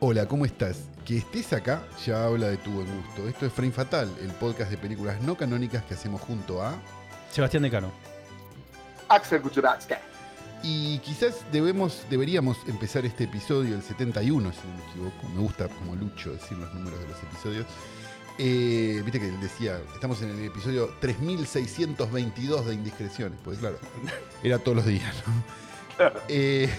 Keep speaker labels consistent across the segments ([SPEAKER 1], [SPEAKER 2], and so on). [SPEAKER 1] Hola, ¿cómo estás? Que estés acá ya habla de tu buen gusto. Esto es Frame Fatal, el podcast de películas no canónicas que hacemos junto a...
[SPEAKER 2] Sebastián Decano.
[SPEAKER 3] Axel Kuchuraska.
[SPEAKER 1] Y quizás debemos, deberíamos empezar este episodio, el 71, si no me equivoco. Me gusta como Lucho decir los números de los episodios. Eh, Viste que él decía, estamos en el episodio 3622 de Indiscreciones, pues claro, era todos los días, ¿no? Eh,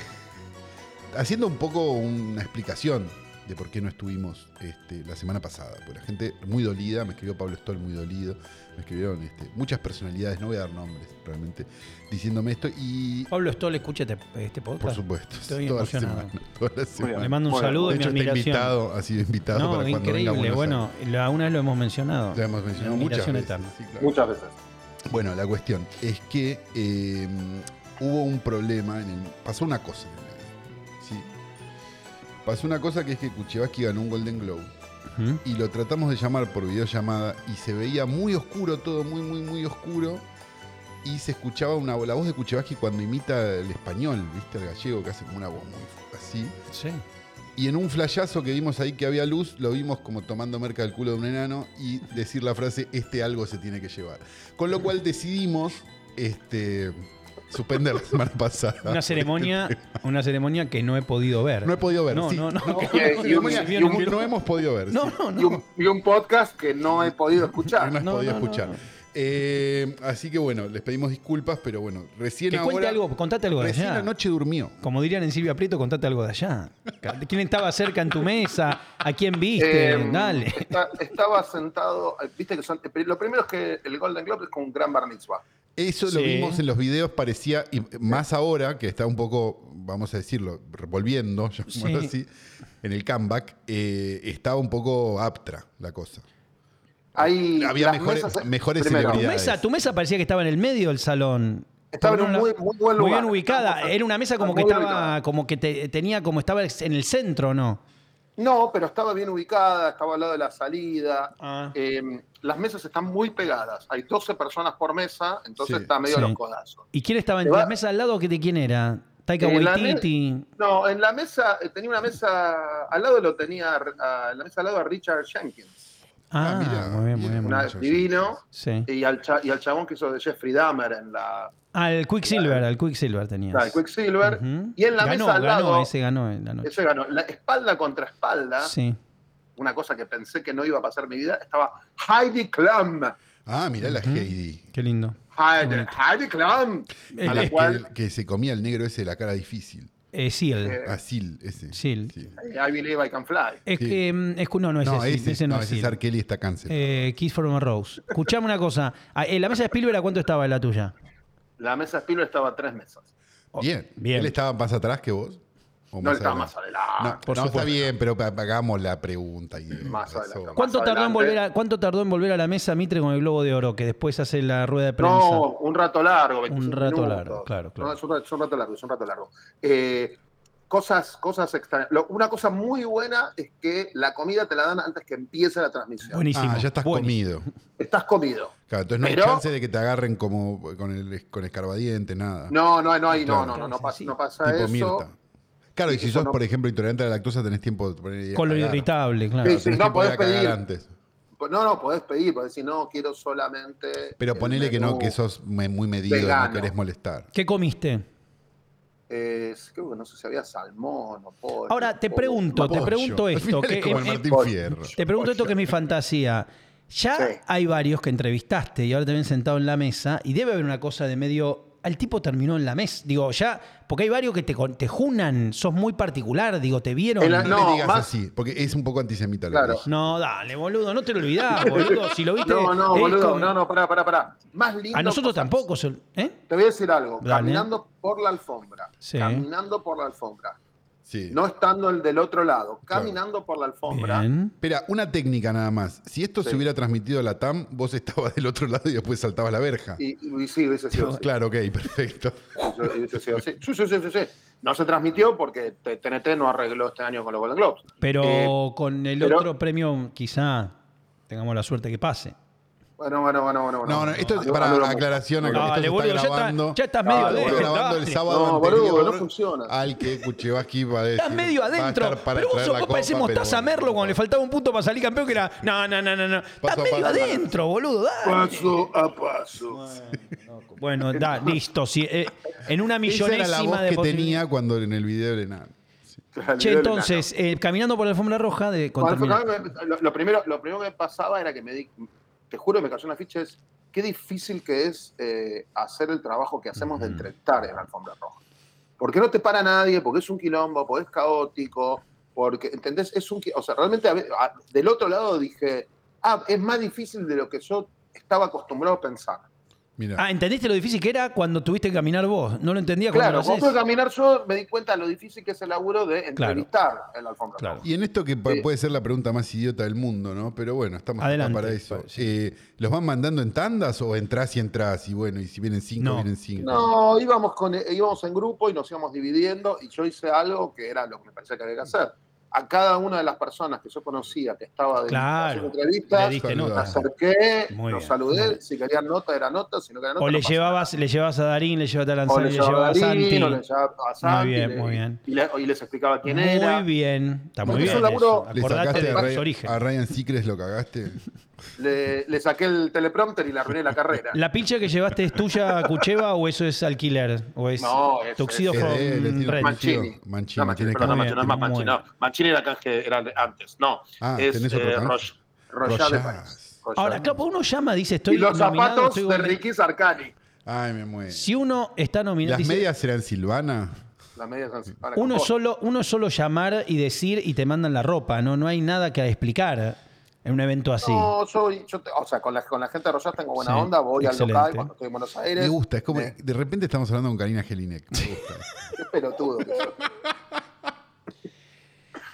[SPEAKER 1] haciendo un poco una explicación de por qué no estuvimos este, la semana pasada. Porque la gente muy dolida, me escribió Pablo Stoll muy dolido, me escribieron este, muchas personalidades, no voy a dar nombres realmente, diciéndome esto. Y
[SPEAKER 2] Pablo Stoll, escúchate este podcast.
[SPEAKER 1] por supuesto,
[SPEAKER 2] Estoy
[SPEAKER 1] toda la
[SPEAKER 2] emocionado.
[SPEAKER 1] semana, toda la semana.
[SPEAKER 2] Le mando un
[SPEAKER 3] Bueno,
[SPEAKER 2] saludo
[SPEAKER 1] De
[SPEAKER 2] y mi
[SPEAKER 1] hecho, está
[SPEAKER 2] admiración.
[SPEAKER 1] invitado, ha sido invitado
[SPEAKER 2] no,
[SPEAKER 1] para cuando venga a
[SPEAKER 2] increíble.
[SPEAKER 1] Buenos
[SPEAKER 2] Bueno, la, una vez lo hemos mencionado.
[SPEAKER 1] Aires. Lo hemos mencionado
[SPEAKER 2] la
[SPEAKER 1] muchas
[SPEAKER 2] admiración
[SPEAKER 1] veces.
[SPEAKER 2] eterna.
[SPEAKER 1] sí, claro.
[SPEAKER 3] Muchas veces.
[SPEAKER 1] Bueno, la cuestión es que eh, hubo un problema, en el- pasó una cosa en el medio, ¿sí? Pasó una cosa que es que Kuchevaski ganó un Golden Globe
[SPEAKER 2] ¿Mm?
[SPEAKER 1] y lo tratamos de llamar por videollamada y se veía muy oscuro todo, muy, muy, muy oscuro. Y se escuchaba una, la voz de Kuchevaski cuando imita el español, ¿viste? El gallego, que hace como una voz muy así.
[SPEAKER 2] Sí.
[SPEAKER 1] Y en un flayazo que vimos ahí que había luz, lo vimos como tomando merca del culo de un enano y decir la frase, este algo se tiene que llevar. Con lo cual decidimos este, suspender la semana pasada.
[SPEAKER 2] Una ceremonia, una ceremonia que no he podido ver.
[SPEAKER 1] No he podido ver.
[SPEAKER 2] No,
[SPEAKER 1] sí.
[SPEAKER 2] no, no.
[SPEAKER 1] No,
[SPEAKER 3] que-
[SPEAKER 1] no,
[SPEAKER 3] y- y un-
[SPEAKER 1] ceremonia
[SPEAKER 3] y
[SPEAKER 1] no
[SPEAKER 3] un-
[SPEAKER 1] no hemos podido ver.
[SPEAKER 2] No,
[SPEAKER 1] sí.
[SPEAKER 2] no,
[SPEAKER 3] Y,
[SPEAKER 2] no.
[SPEAKER 3] un, y un podcast que no he podido
[SPEAKER 1] No
[SPEAKER 3] escuchar.
[SPEAKER 1] nos
[SPEAKER 2] No,
[SPEAKER 1] podía
[SPEAKER 2] no, no,
[SPEAKER 1] escuchar.
[SPEAKER 2] no.
[SPEAKER 1] Eh, así que bueno, les pedimos disculpas, pero bueno, recién
[SPEAKER 2] Que cuente
[SPEAKER 1] ahora.
[SPEAKER 2] algo, contate algo de
[SPEAKER 1] recién
[SPEAKER 2] allá.
[SPEAKER 1] anoche durmió.
[SPEAKER 2] Como dirían en Silvia Prieto, contate algo de allá. ¿Quién estaba cerca en tu mesa? ¿A quién viste?
[SPEAKER 3] Eh,
[SPEAKER 2] Dale.
[SPEAKER 3] esta- estaba sentado, eh, viste que son, lo primero es que el Golden Globe es como un gran bar mitzvah.
[SPEAKER 1] Eso lo
[SPEAKER 2] Sí.
[SPEAKER 1] vimos en los videos, parecía, y más ahora, que está un poco, vamos a decirlo, revolviendo, llamémoslo
[SPEAKER 2] Sí.
[SPEAKER 1] así, en el comeback, eh, estaba un poco aptra la cosa.
[SPEAKER 3] Hay
[SPEAKER 1] Había
[SPEAKER 3] las
[SPEAKER 1] mejores-
[SPEAKER 3] mesas- eh,
[SPEAKER 1] mejores
[SPEAKER 2] Tu
[SPEAKER 1] celebridades.
[SPEAKER 2] mesa, tu mesa parecía que estaba en el medio del salón.
[SPEAKER 3] Estaba en
[SPEAKER 2] Por
[SPEAKER 3] un
[SPEAKER 2] una-
[SPEAKER 3] muy, muy buen lugar.
[SPEAKER 2] Muy bien ubicada.
[SPEAKER 3] Estaba-
[SPEAKER 2] Era una mesa como que
[SPEAKER 3] muy
[SPEAKER 2] estaba,
[SPEAKER 3] ubicada.
[SPEAKER 2] como que te- tenía como estaba en el centro, ¿no?
[SPEAKER 3] No, pero estaba bien ubicada, estaba al lado de la salida.
[SPEAKER 2] Ah.
[SPEAKER 3] Eh, las mesas están muy pegadas. Hay 12 personas por mesa, entonces
[SPEAKER 1] Sí,
[SPEAKER 3] está medio
[SPEAKER 2] sí.
[SPEAKER 3] a los codazos.
[SPEAKER 2] ¿Y quién estaba en
[SPEAKER 3] Te va-
[SPEAKER 2] la mesa al lado que de quién era? Taika
[SPEAKER 3] Eh, la
[SPEAKER 2] Waititi.
[SPEAKER 3] No, en la mesa, eh, tenía una mesa, al lado lo tenía, a- en la mesa al lado a Richard Jenkins,
[SPEAKER 2] Ah,
[SPEAKER 1] mirá,
[SPEAKER 2] muy bien, muy bien. muy
[SPEAKER 3] una-
[SPEAKER 2] bien.
[SPEAKER 1] Richard
[SPEAKER 3] divino,
[SPEAKER 1] Jenkins.
[SPEAKER 2] Sí.
[SPEAKER 3] y al, cha- y al chabón que hizo de Jeffrey Dahmer en la,
[SPEAKER 2] Al Ah, Quicksilver, al Quicksilver tenías.
[SPEAKER 3] la de Quicksilver.
[SPEAKER 2] Ujú.
[SPEAKER 3] Y en la
[SPEAKER 2] ganó,
[SPEAKER 3] mesa al
[SPEAKER 2] ganó,
[SPEAKER 3] lado,
[SPEAKER 2] ese ganó en la noche.
[SPEAKER 3] ese ganó, la espalda contra espalda,
[SPEAKER 2] Sí.
[SPEAKER 3] una cosa que pensé que no iba a pasar en mi vida, estaba Heidi Klum.
[SPEAKER 1] Ah, mirá la Heidi.
[SPEAKER 2] Qué lindo.
[SPEAKER 3] Heidi,
[SPEAKER 2] Qué bonito.
[SPEAKER 3] Heidi Klum.
[SPEAKER 2] Eh,
[SPEAKER 3] A
[SPEAKER 1] Ah,
[SPEAKER 3] la
[SPEAKER 1] es
[SPEAKER 3] cual
[SPEAKER 1] que, que se comía el negro ese de la cara difícil.
[SPEAKER 2] Eh, Seal.
[SPEAKER 3] Eh,
[SPEAKER 1] Asil, ese.
[SPEAKER 2] Sil.
[SPEAKER 1] Sí.
[SPEAKER 3] eh, I Believe I Can Fly.
[SPEAKER 2] es
[SPEAKER 1] sí.
[SPEAKER 2] que mm, es, que- no, no es
[SPEAKER 1] No,
[SPEAKER 2] ese,
[SPEAKER 1] ese,
[SPEAKER 2] ese no,
[SPEAKER 1] no,
[SPEAKER 2] es
[SPEAKER 1] ese es
[SPEAKER 2] Seal.
[SPEAKER 1] R. Kelly está cáncer.
[SPEAKER 2] Eh, Kiss from a Rose. Escuchame una cosa. Ah, En la mesa de Spielberg, ¿a cuánto estaba la tuya?
[SPEAKER 3] La mesa Spielberg estaba a tres mesas.
[SPEAKER 1] bien.
[SPEAKER 2] oh, bien.
[SPEAKER 1] ¿Él estaba más atrás que vos? ¿O
[SPEAKER 3] No, él estaba
[SPEAKER 1] adelante?
[SPEAKER 3] más adelante.
[SPEAKER 1] No,
[SPEAKER 2] Por
[SPEAKER 1] no, está
[SPEAKER 2] supuesto.
[SPEAKER 1] bien, pero pa- hagamos la pregunta. Y,
[SPEAKER 3] Más adelante.
[SPEAKER 1] eso.
[SPEAKER 2] ¿Cuánto tardó,
[SPEAKER 3] Más
[SPEAKER 2] en
[SPEAKER 3] adelante.
[SPEAKER 2] volver a, ¿Cuánto tardó en volver a la mesa Mitre con el Globo de Oro, que después hace la rueda de prensa?
[SPEAKER 3] No, un rato largo. 25
[SPEAKER 2] Un rato
[SPEAKER 3] minutos.
[SPEAKER 2] largo, claro, claro.
[SPEAKER 3] No, es, un rato, es un rato largo, es un rato largo. Eh, cosas, cosas extrañas. Lo- una cosa muy buena es que la comida te la dan antes que empiece la transmisión.
[SPEAKER 2] Buenísimo.
[SPEAKER 1] Ah, ya estás
[SPEAKER 2] buenísimo.
[SPEAKER 1] comido.
[SPEAKER 3] Estás comido.
[SPEAKER 1] Claro, entonces no
[SPEAKER 3] Pero-
[SPEAKER 1] hay chance de que te agarren como eh, con el con escarbadiente, nada.
[SPEAKER 3] No, no, no, ahí no,
[SPEAKER 1] Claro.
[SPEAKER 3] no, no, no,
[SPEAKER 2] Sí,
[SPEAKER 3] pasa,
[SPEAKER 2] sí.
[SPEAKER 3] no pasa
[SPEAKER 1] tipo
[SPEAKER 3] eso.
[SPEAKER 1] Mirta. Claro, y
[SPEAKER 3] Sí,
[SPEAKER 1] si
[SPEAKER 3] eso
[SPEAKER 1] sos,
[SPEAKER 3] no-
[SPEAKER 1] por ejemplo, intolerante a la lactosa, tenés tiempo de poner.
[SPEAKER 2] Con lo
[SPEAKER 1] cagar.
[SPEAKER 2] irritable, claro.
[SPEAKER 3] Sí, sí,
[SPEAKER 1] Tenés
[SPEAKER 3] no
[SPEAKER 1] que poder
[SPEAKER 3] podés
[SPEAKER 1] cagar
[SPEAKER 3] pedir.
[SPEAKER 1] antes.
[SPEAKER 3] No, no, podés pedir, podés decir, no, quiero solamente.
[SPEAKER 1] Pero
[SPEAKER 3] el
[SPEAKER 1] ponele que no,
[SPEAKER 3] menú.
[SPEAKER 1] que sos me- muy medido, no
[SPEAKER 3] Vegano.
[SPEAKER 1] querés molestar.
[SPEAKER 2] ¿Qué comiste?
[SPEAKER 3] Eh, creo que no sé si había salmón o pollo.
[SPEAKER 2] Ahora, te
[SPEAKER 3] o-
[SPEAKER 2] pregunto, te
[SPEAKER 1] Pollo.
[SPEAKER 2] pregunto
[SPEAKER 1] Al
[SPEAKER 2] esto.
[SPEAKER 1] final
[SPEAKER 2] Que,
[SPEAKER 1] es como el
[SPEAKER 2] em- em-
[SPEAKER 1] Martín
[SPEAKER 3] pollo.
[SPEAKER 1] Fierro.
[SPEAKER 2] te pregunto esto que es mi fantasía. Ya
[SPEAKER 3] Sí.
[SPEAKER 2] hay varios que entrevistaste y ahora te ven sentado en la mesa y debe haber una cosa de medio... El tipo terminó en la mesa. Digo, ya... Porque hay varios que te, con- te junan, sos muy particular, digo, te vieron...
[SPEAKER 3] En la-
[SPEAKER 1] No,
[SPEAKER 3] No,
[SPEAKER 1] me digas
[SPEAKER 3] más-
[SPEAKER 1] así, porque es un poco antisemita lo
[SPEAKER 3] Claro.
[SPEAKER 1] que dije.
[SPEAKER 2] No, dale, boludo, no te lo olvidás, boludo. Si lo viste...
[SPEAKER 3] No, no,
[SPEAKER 2] es
[SPEAKER 3] boludo,
[SPEAKER 2] como-
[SPEAKER 3] no, no, pará, pará, pará. Más lindo.
[SPEAKER 2] A nosotros
[SPEAKER 3] cosas.
[SPEAKER 2] tampoco, se- ¿eh?
[SPEAKER 3] Te voy a decir algo.
[SPEAKER 2] Dale.
[SPEAKER 3] Caminando por la alfombra.
[SPEAKER 2] Sí.
[SPEAKER 3] Caminando por la alfombra.
[SPEAKER 1] Sí.
[SPEAKER 3] No estando el del otro lado. Caminando por la alfombra.
[SPEAKER 2] Bien.
[SPEAKER 1] Espera, una técnica nada más. Si esto se
[SPEAKER 3] Sí.
[SPEAKER 1] hubiera transmitido a la TAM, vos estabas del otro lado y después saltabas la verja.
[SPEAKER 3] Y, y sí, hubiese sido así.
[SPEAKER 1] Claro, ok, perfecto.
[SPEAKER 3] Hubiese- hubiese sido así. Sí, sí, sí, sí, sí. No se transmitió porque T- TNT no arregló este año con los Golden Globes.
[SPEAKER 2] Pero
[SPEAKER 3] Eh,
[SPEAKER 2] con el
[SPEAKER 3] pero-
[SPEAKER 2] otro premio quizá tengamos la suerte que pase.
[SPEAKER 3] Bueno, bueno, bueno, bueno. bueno.
[SPEAKER 1] No, no, esto es
[SPEAKER 3] Hablo-
[SPEAKER 1] para
[SPEAKER 3] hablo-
[SPEAKER 1] aclaración.
[SPEAKER 3] No,
[SPEAKER 1] acá,
[SPEAKER 2] Dale,
[SPEAKER 1] esto se
[SPEAKER 2] boludo, ya,
[SPEAKER 1] está
[SPEAKER 2] está-
[SPEAKER 1] grabando.
[SPEAKER 2] ya estás
[SPEAKER 3] Dale,
[SPEAKER 1] se
[SPEAKER 2] medio
[SPEAKER 1] está
[SPEAKER 3] boludo,
[SPEAKER 2] adentro.
[SPEAKER 1] grabando el
[SPEAKER 2] dale.
[SPEAKER 1] sábado
[SPEAKER 3] No,
[SPEAKER 1] anterior
[SPEAKER 3] boludo, no funciona.
[SPEAKER 1] al que Kuchevaski va a decir.
[SPEAKER 2] Estás medio
[SPEAKER 1] va a
[SPEAKER 2] adentro.
[SPEAKER 1] estar para
[SPEAKER 2] Pero vos,
[SPEAKER 1] traer la
[SPEAKER 2] vos parecés
[SPEAKER 1] copa, pero
[SPEAKER 2] Mostaza
[SPEAKER 1] bueno.
[SPEAKER 2] Merlo cuando le faltaba un punto para salir campeón, que era. No, no, no, no. no. Estás
[SPEAKER 1] Paso a
[SPEAKER 2] medio
[SPEAKER 1] paso.
[SPEAKER 2] adentro, boludo. dale.
[SPEAKER 3] Paso a paso.
[SPEAKER 2] Bueno, da, listo. sí, eh, en una
[SPEAKER 1] Esa era la
[SPEAKER 2] millonésima
[SPEAKER 1] voz
[SPEAKER 2] de
[SPEAKER 1] que
[SPEAKER 2] posibilidades.
[SPEAKER 1] tenía cuando en el video de nada.
[SPEAKER 3] Claro,
[SPEAKER 2] Che,
[SPEAKER 3] nivel
[SPEAKER 2] entonces, eh, caminando por la alfombra roja de con
[SPEAKER 3] Cuando
[SPEAKER 2] terminal.
[SPEAKER 3] tocaba, lo, lo primero, lo primero que me pasaba era que me di, te juro que me cayó una ficha, es qué difícil que es eh, hacer el trabajo que hacemos de
[SPEAKER 2] Ujú.
[SPEAKER 3] entretar en la alfombra roja. Porque no te para nadie, porque es un quilombo, porque es caótico, porque, ¿entendés? Es un, qui- o sea, realmente a ve- a- del otro lado dije, ah, es más difícil de lo que yo estaba acostumbrado a pensar.
[SPEAKER 1] Mira.
[SPEAKER 2] Ah, ¿entendiste lo difícil que era cuando tuviste que caminar vos? No lo entendía cuando
[SPEAKER 3] Claro,
[SPEAKER 2] lo
[SPEAKER 3] cuando
[SPEAKER 2] hacés.
[SPEAKER 3] tuve que caminar yo me di cuenta de lo difícil que es el laburo de
[SPEAKER 2] Claro.
[SPEAKER 3] entrevistar en la alfombra
[SPEAKER 2] Claro.
[SPEAKER 3] roja.
[SPEAKER 1] Y en esto que pa-
[SPEAKER 3] Sí.
[SPEAKER 1] puede ser la pregunta más idiota del mundo, ¿no? Pero bueno, estamos acá
[SPEAKER 2] Adelante,
[SPEAKER 1] para eso.
[SPEAKER 2] Pablo, sí.
[SPEAKER 1] Eh, ¿Los van mandando en tandas o entras y entras? Y bueno, y si vienen cinco,
[SPEAKER 2] No.
[SPEAKER 1] vienen cinco.
[SPEAKER 3] No, íbamos, con, eh, íbamos en grupo y nos íbamos dividiendo y yo hice algo que era lo que me parecía que había que hacer. A cada una de las personas que yo conocía que estaba de
[SPEAKER 2] Claro,
[SPEAKER 3] haciendo
[SPEAKER 2] Le
[SPEAKER 3] entrevistas,
[SPEAKER 2] diste
[SPEAKER 1] Saludos.
[SPEAKER 2] nota.
[SPEAKER 3] me acerqué,
[SPEAKER 2] Muy
[SPEAKER 3] los
[SPEAKER 2] bien,
[SPEAKER 3] saludé,
[SPEAKER 2] muy bien.
[SPEAKER 3] si querían nota era nota, si no querían nota
[SPEAKER 2] O
[SPEAKER 3] no
[SPEAKER 2] le
[SPEAKER 3] pasaba.
[SPEAKER 2] llevabas, le llevabas a Darín, le llevabas a
[SPEAKER 3] O
[SPEAKER 2] Lanzani,
[SPEAKER 3] le
[SPEAKER 2] le
[SPEAKER 3] llevaba
[SPEAKER 2] llevabas a
[SPEAKER 3] a
[SPEAKER 2] Santi.
[SPEAKER 3] Darín, o le llevaba a Santi,
[SPEAKER 2] bien,
[SPEAKER 3] le-
[SPEAKER 2] muy bien.
[SPEAKER 3] Y, le- y les explicaba quién era.
[SPEAKER 2] Muy bien. Está muy
[SPEAKER 1] Porque es
[SPEAKER 2] bien.
[SPEAKER 1] un
[SPEAKER 3] laburo-
[SPEAKER 2] eso.
[SPEAKER 1] ¿Le
[SPEAKER 2] Acordate
[SPEAKER 1] sacaste
[SPEAKER 2] de
[SPEAKER 1] a,
[SPEAKER 2] su
[SPEAKER 1] Ray-
[SPEAKER 2] origen.
[SPEAKER 1] a Ryan Seacrest? ¿Lo cagaste?
[SPEAKER 3] Le, le saqué el teleprompter y le arruiné la carrera.
[SPEAKER 2] ¿La pincha que llevaste es tuya, Cucheva, o eso es alquiler? ¿O es
[SPEAKER 3] No, es-
[SPEAKER 2] Tuxedo
[SPEAKER 1] es
[SPEAKER 2] from
[SPEAKER 1] de él, es de
[SPEAKER 2] Red?
[SPEAKER 1] Manchini.
[SPEAKER 3] Mancini.
[SPEAKER 1] Mancini,
[SPEAKER 3] No, Mancini,
[SPEAKER 1] tiene
[SPEAKER 2] que-
[SPEAKER 3] perdón, no, Mancini, no es más
[SPEAKER 2] Muy
[SPEAKER 3] Mancini,
[SPEAKER 2] bien.
[SPEAKER 3] no. Mancini era canje, era de antes. No,
[SPEAKER 1] Ah,
[SPEAKER 3] es
[SPEAKER 1] tenés otro
[SPEAKER 3] eh,
[SPEAKER 1] canje.
[SPEAKER 3] Roger- Roger de
[SPEAKER 1] Roger.
[SPEAKER 3] París. Roger.
[SPEAKER 2] Ahora, acá uno llama, dice, estoy
[SPEAKER 3] Y los
[SPEAKER 2] nominado,
[SPEAKER 3] zapatos
[SPEAKER 2] estoy
[SPEAKER 3] de
[SPEAKER 2] gole-
[SPEAKER 3] Ricky Sarkani.
[SPEAKER 1] Ay, me muero.
[SPEAKER 2] Si uno está nominado,
[SPEAKER 1] ¿Las
[SPEAKER 2] dice,
[SPEAKER 1] medias eran Silvana?
[SPEAKER 3] La media San- ahora,
[SPEAKER 2] uno
[SPEAKER 3] con-
[SPEAKER 2] solo, uno solo llamar y decir y te mandan la ropa, ¿no? No hay nada que explicar en un evento así.
[SPEAKER 3] No, soy, yo te- o sea, con la, con la gente de Royal tengo buena
[SPEAKER 2] Sí,
[SPEAKER 3] onda, voy al local
[SPEAKER 2] excelente.
[SPEAKER 3] cuando estoy en Buenos Aires.
[SPEAKER 1] Me gusta, es como.
[SPEAKER 3] Eh,
[SPEAKER 1] De repente estamos hablando con Karina Gelinek. Me gusta.
[SPEAKER 3] qué pelotudo que soy.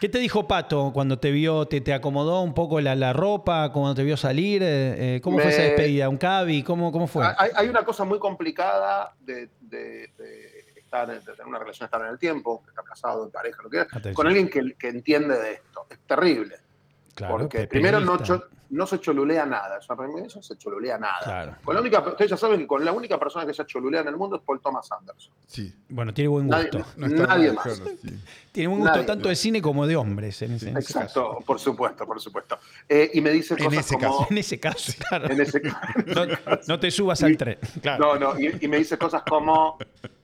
[SPEAKER 2] ¿Qué te dijo Pato cuando te vio, te, te acomodó un poco la, la ropa, cuando te vio salir? Eh, eh, ¿Cómo fue
[SPEAKER 3] Me- Ah,
[SPEAKER 2] esa despedida? ¿Un cabi? ¿Cómo, cómo fue?
[SPEAKER 3] Hay, hay una cosa muy complicada de, de- de estar, de tener una relación estable en el tiempo, que está casado, en pareja, lo que sea,
[SPEAKER 2] Atención.
[SPEAKER 3] con alguien que, que entiende de esto. Es terrible.
[SPEAKER 2] Claro,
[SPEAKER 3] porque
[SPEAKER 2] pe-
[SPEAKER 3] primero no,
[SPEAKER 2] periodista.
[SPEAKER 3] cho- no se cholulea nada. Es una premisa, no se cholulea nada.
[SPEAKER 2] Claro.
[SPEAKER 3] Con la única, ustedes ya saben que con la única persona que se cholulea en el mundo es Paul Thomas Anderson.
[SPEAKER 1] Sí.
[SPEAKER 2] Bueno, tiene buen
[SPEAKER 3] Nadie-
[SPEAKER 2] gusto.
[SPEAKER 1] No está
[SPEAKER 3] Nadie
[SPEAKER 1] mal,
[SPEAKER 3] más.
[SPEAKER 1] claro, sí.
[SPEAKER 2] Tiene buen gusto
[SPEAKER 3] nadie-
[SPEAKER 2] tanto de cine como de hombres en ese, en ese caso.
[SPEAKER 3] Exacto, por supuesto, por supuesto. Eh, y me dice
[SPEAKER 1] En
[SPEAKER 3] cosas
[SPEAKER 1] ese
[SPEAKER 3] como.
[SPEAKER 1] caso.
[SPEAKER 2] En ese caso, claro.
[SPEAKER 3] En ese caso.
[SPEAKER 2] No, no te subas al tren. Claro.
[SPEAKER 3] No, no, y, y me dice cosas como.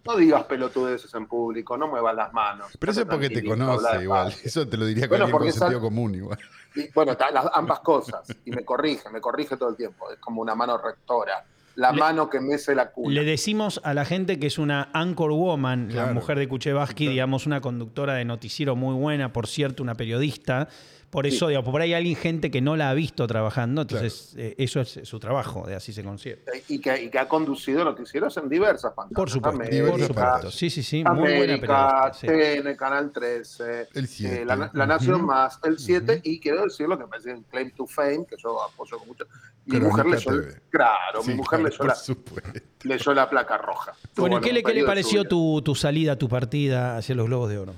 [SPEAKER 3] No digas pelotudeces en público, no muevas las manos.
[SPEAKER 1] Pero eso es
[SPEAKER 3] estate
[SPEAKER 1] porque te
[SPEAKER 3] tranquilito, habla
[SPEAKER 1] conoce
[SPEAKER 3] de
[SPEAKER 1] igual.
[SPEAKER 3] paz.
[SPEAKER 1] Eso te lo diría
[SPEAKER 3] Bueno,
[SPEAKER 1] cualquier con
[SPEAKER 3] porque sal-
[SPEAKER 1] sentido común igual.
[SPEAKER 3] Y, bueno, ta- las, ambas cosas. Y me corrige, me corrige todo el tiempo. Es como una mano rectora. La
[SPEAKER 2] Le-
[SPEAKER 3] mano que mece la cuna.
[SPEAKER 2] Le decimos a la gente que es una anchor woman, la
[SPEAKER 1] Claro.
[SPEAKER 2] mujer de Kuchevaski, digamos, una conductora de noticiero muy buena, por cierto, una periodista. Por eso, digamos, por ahí hay alguien, gente que no la ha visto trabajando, entonces eh, eso es su trabajo, de así se concibe.
[SPEAKER 3] y que, y que ha conducido noticieros en diversas pantallas.
[SPEAKER 2] Por supuesto, por
[SPEAKER 1] Diversas
[SPEAKER 2] supuesto.
[SPEAKER 1] partes.
[SPEAKER 2] Sí, sí, sí, muy buena
[SPEAKER 3] América,
[SPEAKER 2] periodista. sí.
[SPEAKER 3] TN, Canal 13,
[SPEAKER 1] El siete.
[SPEAKER 3] eh, la, la Nación
[SPEAKER 2] Ujú.
[SPEAKER 3] Más, el 7, y quiero decir lo que me parece un claim to fame, que yo apoyo con mucho. Mi
[SPEAKER 1] Crónica
[SPEAKER 3] mujer leyó,
[SPEAKER 1] TV.
[SPEAKER 3] claro, mi
[SPEAKER 1] Sí,
[SPEAKER 3] mujer
[SPEAKER 1] claro,
[SPEAKER 3] leyó,
[SPEAKER 1] por
[SPEAKER 3] la,
[SPEAKER 1] supuesto.
[SPEAKER 3] leyó la placa roja.
[SPEAKER 2] Bueno,
[SPEAKER 3] Tuvo,
[SPEAKER 2] ¿y ¿qué
[SPEAKER 3] un
[SPEAKER 2] le, qué le
[SPEAKER 3] periodo de
[SPEAKER 2] pareció
[SPEAKER 3] su vida.
[SPEAKER 2] tu, tu salida, tu partida hacia los Globos de Oro?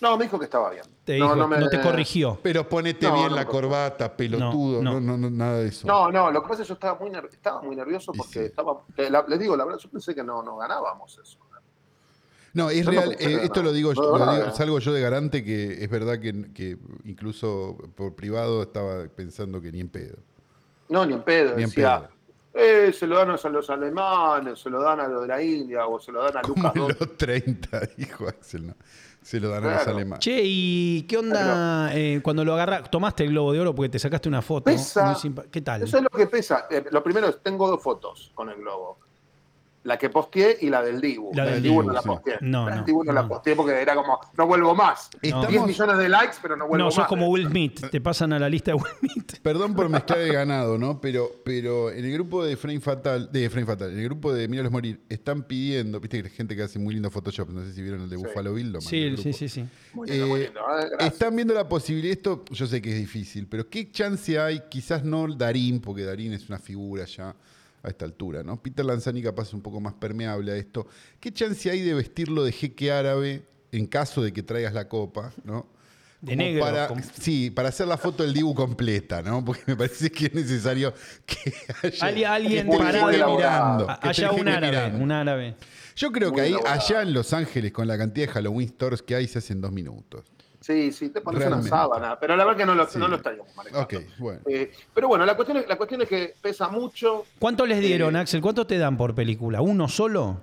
[SPEAKER 3] No, me dijo que estaba bien.
[SPEAKER 2] Te dijo,
[SPEAKER 3] me-
[SPEAKER 2] no te corrigió.
[SPEAKER 1] Pero ponete
[SPEAKER 3] No,
[SPEAKER 1] bien
[SPEAKER 3] no,
[SPEAKER 1] la
[SPEAKER 3] no.
[SPEAKER 1] corbata, pelotudo,
[SPEAKER 2] No, no.
[SPEAKER 1] no, no, no, nada de eso.
[SPEAKER 3] No, no, lo que pasa es que yo estaba muy, ner- estaba muy nervioso
[SPEAKER 1] Y
[SPEAKER 3] porque
[SPEAKER 1] sí.
[SPEAKER 3] estaba. te- la- les digo, la verdad, yo pensé que no, no ganábamos eso.
[SPEAKER 1] No, es
[SPEAKER 3] Yo no
[SPEAKER 1] real.
[SPEAKER 3] pensé
[SPEAKER 1] eh,
[SPEAKER 3] nada.
[SPEAKER 1] esto lo digo, yo,
[SPEAKER 3] No,
[SPEAKER 1] lo
[SPEAKER 3] nada.
[SPEAKER 1] digo- salgo yo de garante que es verdad que, que incluso por privado estaba pensando que ni en pedo.
[SPEAKER 3] No, ni en pedo.
[SPEAKER 1] Ni en
[SPEAKER 3] decía,
[SPEAKER 1] pedo.
[SPEAKER 3] eh, se lo dan a los alemanes, se lo dan a los de la India o se lo dan a
[SPEAKER 1] Como
[SPEAKER 3] Lucas
[SPEAKER 1] en
[SPEAKER 3] Dos.
[SPEAKER 1] los 30, dijo Axel, ¿no? Se lo dan a los
[SPEAKER 3] Claro.
[SPEAKER 1] alemanes.
[SPEAKER 2] Che, ¿y qué onda eh, cuando lo agarras? Tomaste el globo de oro porque te sacaste una foto.
[SPEAKER 3] Pesa.
[SPEAKER 2] muy simpa- ¿Qué tal?
[SPEAKER 3] Eso es lo que pesa. Eh, lo primero es, tengo dos fotos con el globo. La que posteé y la del Dibu.
[SPEAKER 2] La
[SPEAKER 3] La,
[SPEAKER 2] del
[SPEAKER 3] del Dibu,
[SPEAKER 1] Dibu,
[SPEAKER 3] no la
[SPEAKER 1] sí.
[SPEAKER 3] posteé.
[SPEAKER 2] No,
[SPEAKER 3] la del
[SPEAKER 2] no,
[SPEAKER 3] Dibu
[SPEAKER 2] no.
[SPEAKER 3] no, la posteé porque era como, no vuelvo más. 10
[SPEAKER 1] Estamos,
[SPEAKER 3] millones de likes, pero no vuelvo
[SPEAKER 2] No,
[SPEAKER 3] más.
[SPEAKER 2] sos como Will Smith. Te pasan a la lista de Will Smith.
[SPEAKER 1] perdón por mezclar el ganado, ¿no? Pero, pero en el grupo de Frame Fatal, de Frame Fatal, en el grupo de Míralos Morir, están pidiendo, viste que hay gente que hace muy lindo Photoshop, no sé si vieron el de
[SPEAKER 3] Sí.
[SPEAKER 1] Buffalo Bill, lo mandé al
[SPEAKER 2] Sí,
[SPEAKER 1] grupo.
[SPEAKER 2] sí, sí, sí.
[SPEAKER 3] Muy lindo, muy
[SPEAKER 1] Eh,
[SPEAKER 3] lindo, eh, gracias.
[SPEAKER 1] Están viendo la posibilidad, esto yo sé que es difícil, pero ¿qué chance hay? Quizás no Darín, porque Darín es una figura ya a esta altura, ¿no? Peter Lanzani capaz es un poco más permeable a esto. ¿Qué chance hay de vestirlo de jeque árabe en caso de que traigas la copa, ¿no?
[SPEAKER 2] de negro.
[SPEAKER 1] para,
[SPEAKER 2] con-
[SPEAKER 1] Sí, para hacer la foto del Dibu completa, ¿no? Porque me parece que es necesario que haya,
[SPEAKER 2] Ali- alguien
[SPEAKER 1] que esté
[SPEAKER 2] parado
[SPEAKER 1] gente
[SPEAKER 3] elaborado.
[SPEAKER 1] mirando,
[SPEAKER 2] Ah,
[SPEAKER 1] que esté
[SPEAKER 2] haya un
[SPEAKER 1] gente
[SPEAKER 2] árabe,
[SPEAKER 1] mirando.
[SPEAKER 2] un árabe.
[SPEAKER 1] Yo creo
[SPEAKER 3] Muy
[SPEAKER 1] que ahí,
[SPEAKER 3] elaborado.
[SPEAKER 1] allá en Los Ángeles, con la cantidad de Halloween stores que hay, se hacen dos minutos.
[SPEAKER 3] Sí, sí, te pones
[SPEAKER 1] Realmente.
[SPEAKER 3] una sábana, pero la verdad que no lo,
[SPEAKER 1] Sí.
[SPEAKER 3] no lo estaríamos manejando.
[SPEAKER 1] Ok, bueno.
[SPEAKER 3] Eh, pero bueno, la cuestión, es, la cuestión es que pesa mucho.
[SPEAKER 2] ¿Cuánto les dieron,
[SPEAKER 3] Eh,
[SPEAKER 2] Axel? ¿Cuánto te dan por película? ¿Uno solo?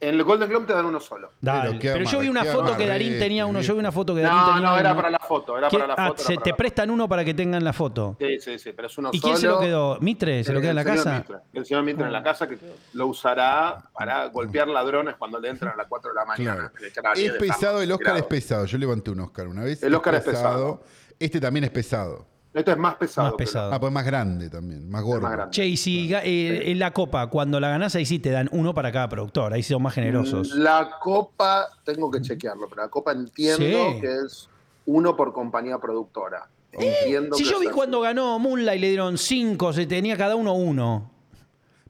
[SPEAKER 3] En el Golden Globe te dan uno solo.
[SPEAKER 2] Dale.
[SPEAKER 1] Pero
[SPEAKER 2] Pero,
[SPEAKER 1] qué
[SPEAKER 2] yo vi una
[SPEAKER 1] amarre-
[SPEAKER 2] foto que
[SPEAKER 1] qué
[SPEAKER 2] Darín
[SPEAKER 1] amarre,
[SPEAKER 2] tenía uno, yo vi una foto que Darín
[SPEAKER 3] No,
[SPEAKER 2] tenía
[SPEAKER 3] no, era
[SPEAKER 2] uno.
[SPEAKER 3] para la foto, era
[SPEAKER 2] ¿Qué?
[SPEAKER 3] para la
[SPEAKER 2] Ah, se-
[SPEAKER 3] foto. era para
[SPEAKER 2] te
[SPEAKER 3] la
[SPEAKER 2] prestan uno para que tengan la foto.
[SPEAKER 3] foto. Sí, sí, sí, pero es uno
[SPEAKER 2] ¿Y quién se lo
[SPEAKER 3] solo.
[SPEAKER 2] quedó? ¿Mitre? ¿Se lo queda en la
[SPEAKER 3] Eh, El señor
[SPEAKER 2] casa?
[SPEAKER 3] Mitra. El señor Mitra
[SPEAKER 1] Ah.
[SPEAKER 3] en la casa que lo usará para golpear ladrones cuando le entran a las 4 de la mañana.
[SPEAKER 1] Claro.
[SPEAKER 3] que le echan a
[SPEAKER 1] Es
[SPEAKER 3] 10 de
[SPEAKER 1] pesado,
[SPEAKER 3] tango,
[SPEAKER 1] el Oscar es
[SPEAKER 3] tirado.
[SPEAKER 1] pesado. Yo levanté un Oscar una vez.
[SPEAKER 3] El Oscar es pesado.
[SPEAKER 1] Este también es pesado.
[SPEAKER 3] Este es más pesado.
[SPEAKER 2] Más
[SPEAKER 3] que el-
[SPEAKER 2] pesado.
[SPEAKER 1] Ah, pues más grande también, más gordo.
[SPEAKER 3] más grande.
[SPEAKER 2] Che, y si ga- eh, en la copa, cuando la ganás, ahí sí te dan uno para cada productor. Ahí son más generosos.
[SPEAKER 3] La copa, tengo que chequearlo, pero la copa entiendo
[SPEAKER 2] Sí.
[SPEAKER 3] que es uno por compañía productora. Entiendo
[SPEAKER 2] Si
[SPEAKER 3] que
[SPEAKER 2] yo
[SPEAKER 3] es
[SPEAKER 2] vi
[SPEAKER 3] así.
[SPEAKER 2] cuando ganó Moonlight, le dieron cinco, se tenía cada uno uno.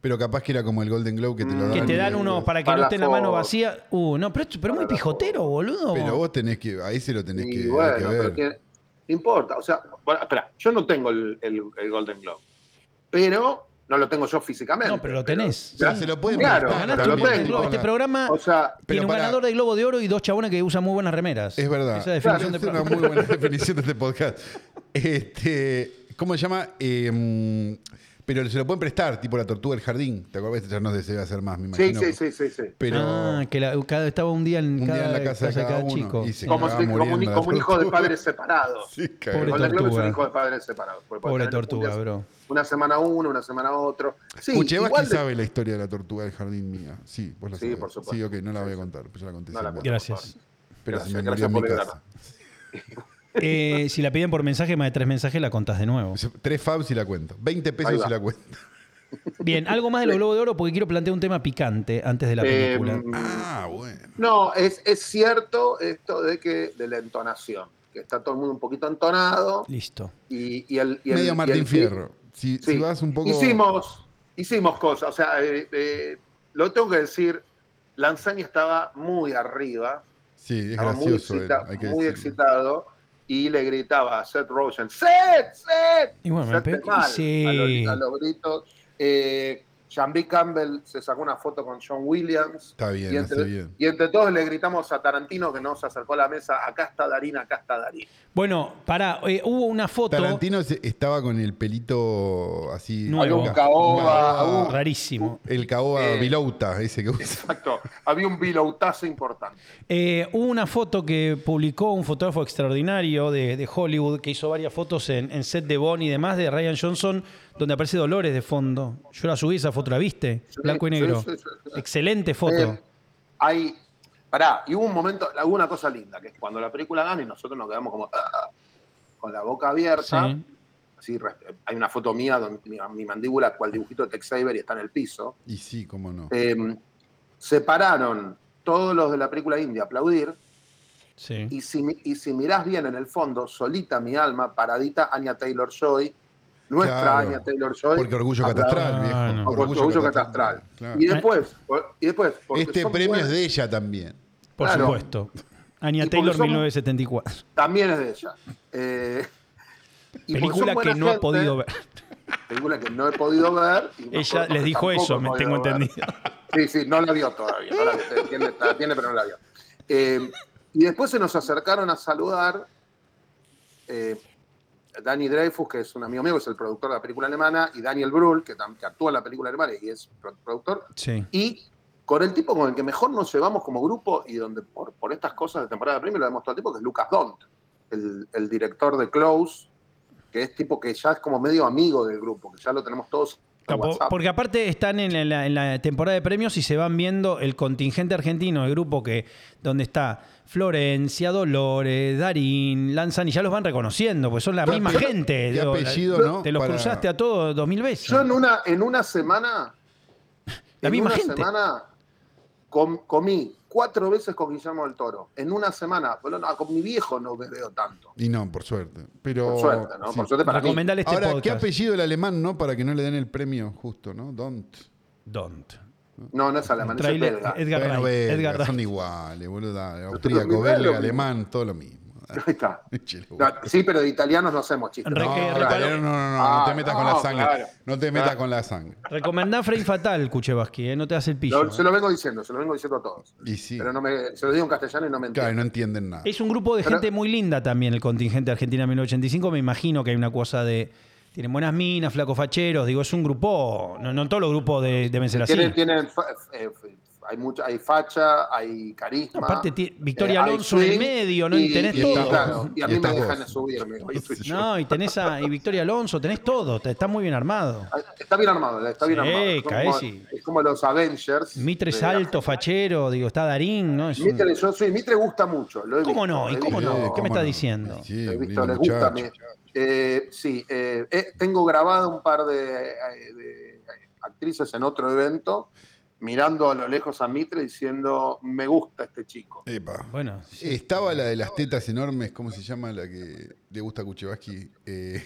[SPEAKER 1] Pero capaz que era como el Golden Globe que te lo
[SPEAKER 3] Mm.
[SPEAKER 1] dan.
[SPEAKER 2] Que te dan
[SPEAKER 1] y-
[SPEAKER 2] uno para que
[SPEAKER 3] Para
[SPEAKER 2] no
[SPEAKER 3] la
[SPEAKER 2] esté la mano
[SPEAKER 3] foto.
[SPEAKER 2] vacía. Uh, no, pero, esto- pero muy
[SPEAKER 3] Para la
[SPEAKER 2] pijotero,
[SPEAKER 3] foto.
[SPEAKER 2] boludo.
[SPEAKER 1] Pero vos tenés que, ahí se lo tenés
[SPEAKER 3] Y
[SPEAKER 1] que, hay
[SPEAKER 3] bueno,
[SPEAKER 1] que
[SPEAKER 3] pero
[SPEAKER 1] ver.
[SPEAKER 3] tiene- no importa. O sea, bueno, espera, yo no tengo el, el- el Golden Globe, pero no lo tengo yo físicamente.
[SPEAKER 2] No, pero lo tenés.
[SPEAKER 1] Pero se lo pueden
[SPEAKER 3] Claro,
[SPEAKER 1] prestar,
[SPEAKER 2] Ganaste
[SPEAKER 3] pero lo
[SPEAKER 2] un Golden
[SPEAKER 3] tengo.
[SPEAKER 2] Globe. Este programa
[SPEAKER 3] O sea,
[SPEAKER 1] Pero
[SPEAKER 2] tiene un
[SPEAKER 1] para-
[SPEAKER 2] ganador de Globo de Oro y dos chabones que usan muy buenas remeras.
[SPEAKER 1] Es verdad.
[SPEAKER 2] Esa
[SPEAKER 1] Claro,
[SPEAKER 2] definición de
[SPEAKER 1] es una muy buena definición de este podcast. Este, ¿Cómo se llama? Eh, mm, pero se lo pueden prestar, tipo la tortuga del jardín. ¿Te acuerdas? Ya no se debe hacer más, me
[SPEAKER 3] sí,
[SPEAKER 1] imagino.
[SPEAKER 3] sí, sí, sí, sí.
[SPEAKER 1] Pero
[SPEAKER 2] Ah, que la- cada- estaba un día en,
[SPEAKER 1] un
[SPEAKER 2] cada,
[SPEAKER 1] día en la casa de cada, uno.
[SPEAKER 2] chico.
[SPEAKER 1] y se
[SPEAKER 2] Sí.
[SPEAKER 3] Como,
[SPEAKER 1] cagaba
[SPEAKER 3] si- como un,
[SPEAKER 1] muriendo la
[SPEAKER 3] como un hijo de
[SPEAKER 1] tortuga.
[SPEAKER 3] padres separados.
[SPEAKER 1] Sí, cagaba.
[SPEAKER 2] Pobre
[SPEAKER 3] El Golden Globe es
[SPEAKER 2] tortuga.
[SPEAKER 3] un hijo de padres separados. porque puede
[SPEAKER 2] Pobre
[SPEAKER 3] tener un
[SPEAKER 2] tortuga,
[SPEAKER 3] día-
[SPEAKER 2] bro.
[SPEAKER 3] Una semana uno, una semana otro. Sí,
[SPEAKER 1] Kuchevaski
[SPEAKER 3] igual de-
[SPEAKER 1] sabe la historia de la tortuga del jardín mía. Sí, vos la
[SPEAKER 3] Sí,
[SPEAKER 1] sabés.
[SPEAKER 3] por supuesto.
[SPEAKER 1] Sí, ok, no la voy a contar, pues yo la conté.
[SPEAKER 3] No la
[SPEAKER 1] siempre.
[SPEAKER 3] conté.
[SPEAKER 2] Gracias.
[SPEAKER 1] Pero se me murió
[SPEAKER 3] Gracias, gracias
[SPEAKER 1] en mi
[SPEAKER 3] por el
[SPEAKER 1] casa.
[SPEAKER 2] Eh, si la piden por mensaje, más de tres mensajes, la contás de nuevo.
[SPEAKER 1] Tres fabs y la cuento. 20
[SPEAKER 3] Ahí
[SPEAKER 1] pesos
[SPEAKER 3] va.
[SPEAKER 1] y la cuento.
[SPEAKER 2] Bien, algo más de los Globos de Oro porque quiero plantear un tema picante antes de la
[SPEAKER 3] Eh,
[SPEAKER 2] película.
[SPEAKER 1] Ah, bueno.
[SPEAKER 3] No, es, es cierto esto de que de la entonación, que está todo el mundo un poquito entonado
[SPEAKER 2] Listo.
[SPEAKER 3] y, y el y el- y
[SPEAKER 1] Medio
[SPEAKER 3] el-
[SPEAKER 1] Martín Fierro. Si,
[SPEAKER 3] Sí.
[SPEAKER 1] si vas un poco.
[SPEAKER 3] Hicimos, hicimos cosas, o sea, eh, eh, lo tengo que decir, Lanzani estaba muy arriba,
[SPEAKER 1] Sí, es
[SPEAKER 3] estaba muy,
[SPEAKER 1] gracioso. él,
[SPEAKER 3] excita-
[SPEAKER 1] hay que
[SPEAKER 3] muy
[SPEAKER 1] decirlo.
[SPEAKER 3] excitado y le gritaba a Seth Rogen, Seth, Seth,
[SPEAKER 2] Y bueno, me
[SPEAKER 3] Seth
[SPEAKER 2] pegó-
[SPEAKER 3] mal,
[SPEAKER 2] sí.
[SPEAKER 3] a, los, a los gritos. Eh, Jambi Campbell se sacó una foto con John Williams.
[SPEAKER 1] Está bien,
[SPEAKER 3] Y
[SPEAKER 1] hace
[SPEAKER 3] entre,
[SPEAKER 1] bien.
[SPEAKER 3] y entre todos le gritamos a Tarantino que no se acercó a la mesa, acá está Darín, acá está Darín.
[SPEAKER 2] Bueno, pará, eh, hubo una foto
[SPEAKER 1] Tarantino se- estaba con el pelito así.
[SPEAKER 2] Nuevo.
[SPEAKER 1] Nunca-
[SPEAKER 3] Algún caoba,
[SPEAKER 1] nunca-
[SPEAKER 3] un-
[SPEAKER 2] rarísimo.
[SPEAKER 1] El caoba
[SPEAKER 3] Eh,
[SPEAKER 1] Vilouta, ese que usa.
[SPEAKER 3] Exacto, había un biloutazo importante.
[SPEAKER 2] Eh, hubo una foto que publicó un fotógrafo extraordinario de, de Hollywood que hizo varias fotos en, en set de Bonnie y demás de Ryan Johnson, donde aparece Dolores de fondo. Yo la subí esa foto, ¿la viste? Blanco y
[SPEAKER 3] sí,
[SPEAKER 2] negro.
[SPEAKER 3] sí, sí, sí.
[SPEAKER 2] Excelente foto.
[SPEAKER 3] Eh, hay, pará, y hubo un momento, hubo una cosa linda, que es cuando la película gana y nosotros nos quedamos como "Ah", con la boca abierta.
[SPEAKER 2] Sí.
[SPEAKER 3] Así, res- hay una foto mía donde mi, mi mandíbula, cual dibujito de Tex Avery, está en el piso.
[SPEAKER 1] Y sí, cómo no.
[SPEAKER 3] Eh, se pararon todos los de la película india a aplaudir.
[SPEAKER 2] sí.
[SPEAKER 3] Y si, mi- y si mirás bien en el fondo, solita mi alma, paradita Anya Taylor Joy, nuestra
[SPEAKER 1] Claro,
[SPEAKER 3] Anya Taylor Joy.
[SPEAKER 1] Porque orgullo catastral,
[SPEAKER 2] Ah,
[SPEAKER 1] viejo.
[SPEAKER 2] no.
[SPEAKER 3] Orgullo, orgullo catastral.
[SPEAKER 1] Claro.
[SPEAKER 3] Y después, por- y después porque
[SPEAKER 1] Este
[SPEAKER 3] son
[SPEAKER 1] premio es
[SPEAKER 3] buenas-
[SPEAKER 1] de ella también.
[SPEAKER 2] Por
[SPEAKER 3] Claro.
[SPEAKER 2] supuesto. Anya
[SPEAKER 3] Y porque
[SPEAKER 2] Taylor,
[SPEAKER 3] somos-
[SPEAKER 2] 1974.
[SPEAKER 3] También es de ella. Eh, y porque son
[SPEAKER 2] Película que
[SPEAKER 3] buena
[SPEAKER 2] no he
[SPEAKER 3] gente,
[SPEAKER 2] podido ver.
[SPEAKER 3] Película que no he podido ver. y me
[SPEAKER 2] Ella
[SPEAKER 3] acuerdo
[SPEAKER 2] les
[SPEAKER 3] que
[SPEAKER 2] dijo
[SPEAKER 3] tampoco
[SPEAKER 2] eso,
[SPEAKER 3] he
[SPEAKER 2] me
[SPEAKER 3] podido
[SPEAKER 2] tengo
[SPEAKER 3] ver.
[SPEAKER 2] entendido.
[SPEAKER 3] Sí, sí, no la vio todavía. No la vio, tiene, la tiene, pero no la vio. Eh, y después se nos acercaron a saludar eh, Danny Dreyfus, que es un amigo mío, que es el productor de la película alemana, y Daniel Brühl, que, tam- que actúa en la película alemana y es pro- productor,
[SPEAKER 2] Sí.
[SPEAKER 3] y con el tipo con el que mejor nos llevamos como grupo y donde por, por estas cosas de temporada premium lo vemos todo el tiempo, que es Lucas Dont, el, el director de Close, que es tipo que ya es como medio amigo del grupo, que ya lo tenemos todos. en
[SPEAKER 2] Capo,
[SPEAKER 3] WhatsApp.
[SPEAKER 2] Porque aparte están en la, en la temporada de premios y se van viendo el contingente argentino, el grupo que donde está Florencia, Dolores, Darín, Lanzani, ya los van reconociendo, pues son la
[SPEAKER 1] ¿Qué
[SPEAKER 2] misma
[SPEAKER 1] ape-
[SPEAKER 2] gente.
[SPEAKER 1] qué
[SPEAKER 2] digo,
[SPEAKER 1] apellido,
[SPEAKER 2] la-
[SPEAKER 1] no?
[SPEAKER 2] Te los
[SPEAKER 1] Para-
[SPEAKER 2] cruzaste a todos dos mil veces.
[SPEAKER 3] Yo en una, en una semana.
[SPEAKER 2] La
[SPEAKER 3] en
[SPEAKER 2] misma
[SPEAKER 3] una
[SPEAKER 2] gente.
[SPEAKER 3] semana com- comí cuatro veces con Guillermo del Toro. En una semana. Bueno, no, ah, con mi viejo no me veo tanto.
[SPEAKER 1] Y no, por suerte. Pero,
[SPEAKER 3] Por suerte, ¿no?
[SPEAKER 1] sí.
[SPEAKER 3] Por suerte para mí.
[SPEAKER 2] Recomendale este
[SPEAKER 1] Ahora, ¿qué
[SPEAKER 2] podcast.
[SPEAKER 1] apellido el alemán, no? Para que no le den el premio justo, ¿no? Don't.
[SPEAKER 2] Don't.
[SPEAKER 3] No, no es alemán, es
[SPEAKER 2] Trailer-
[SPEAKER 3] belga.
[SPEAKER 2] Edgar
[SPEAKER 1] Bueno,
[SPEAKER 2] Wright,
[SPEAKER 1] belga,
[SPEAKER 2] Edgar Wright.
[SPEAKER 1] son iguales, boludo. dale,
[SPEAKER 3] Pero es
[SPEAKER 1] Austríaco,
[SPEAKER 3] lo mismo.
[SPEAKER 1] belga, alemán, todo lo mismo.
[SPEAKER 3] Ahí está.
[SPEAKER 1] Chile,
[SPEAKER 3] No, sí, pero de italianos no hacemos chistes.
[SPEAKER 2] Re-
[SPEAKER 1] No,
[SPEAKER 2] que-
[SPEAKER 1] no,
[SPEAKER 2] recuerdo-
[SPEAKER 1] no, no, no, no
[SPEAKER 3] Ah,
[SPEAKER 1] te metas con la
[SPEAKER 3] no,
[SPEAKER 1] sangre.
[SPEAKER 3] claro. Ah.
[SPEAKER 1] No te metas
[SPEAKER 3] Claro.
[SPEAKER 1] con la sangre.
[SPEAKER 2] Recomendá Frame Fatal, Kuchevaski, ¿eh? no te hace el pillo.
[SPEAKER 3] Lo- se lo vengo diciendo, se lo vengo diciendo a todos.
[SPEAKER 1] Y sí,
[SPEAKER 3] Pero no me, se lo digo en castellano y no me
[SPEAKER 1] claro, y
[SPEAKER 3] entiendo.
[SPEAKER 1] no entienden nada.
[SPEAKER 2] Es un grupo de
[SPEAKER 3] Pero-
[SPEAKER 2] gente muy linda también, el contingente Argentina 1985. Me imagino que hay una cosa de. Tienen buenas minas, flacos facheros. Digo, es un grupo. No, no todos los grupos de, deben ser así.
[SPEAKER 3] Tienen, tienen fa- eh, hay, mucha, hay facha, hay carisma.
[SPEAKER 2] Aparte, ti- Victoria
[SPEAKER 3] eh, hay
[SPEAKER 2] Alonso en el
[SPEAKER 3] swing
[SPEAKER 2] medio, no
[SPEAKER 3] y-
[SPEAKER 2] tenés
[SPEAKER 3] y-
[SPEAKER 2] todo.
[SPEAKER 3] claro, y a
[SPEAKER 1] Y
[SPEAKER 3] mí me
[SPEAKER 1] estás vos.
[SPEAKER 3] dejan subirme. hoy soy yo.
[SPEAKER 2] No, y tenés a y Victoria Alonso, tenés todo. te- Está muy bien armado.
[SPEAKER 3] Está bien armado, está bien
[SPEAKER 2] Sí,
[SPEAKER 3] armado. Es como,
[SPEAKER 2] Caesi.
[SPEAKER 3] es como los Avengers.
[SPEAKER 2] Mitre
[SPEAKER 3] de-
[SPEAKER 2] Salto, fachero. Digo, está Darín, ¿no? Es un-
[SPEAKER 3] Mitre, yo soy, Mitre gusta mucho. Lo he
[SPEAKER 2] ¿Cómo
[SPEAKER 3] visto,
[SPEAKER 2] no? ¿Y
[SPEAKER 3] he
[SPEAKER 2] cómo
[SPEAKER 1] Sí,
[SPEAKER 2] no?
[SPEAKER 3] visto.
[SPEAKER 2] ¿Qué me estás diciendo?
[SPEAKER 1] Eh, Sí,
[SPEAKER 3] He
[SPEAKER 1] un
[SPEAKER 3] visto,
[SPEAKER 1] lindo
[SPEAKER 3] les gusta. a mí.
[SPEAKER 1] muchacho.
[SPEAKER 3] Eh, sí, eh, eh, tengo grabado un par de, eh, de actrices en otro evento mirando a lo lejos a Mitre diciendo, me gusta este chico.
[SPEAKER 1] Epa.
[SPEAKER 2] Bueno, sí.
[SPEAKER 1] Estaba la de las tetas enormes, ¿cómo se llama la que le gusta a Kuchevaski? Eh,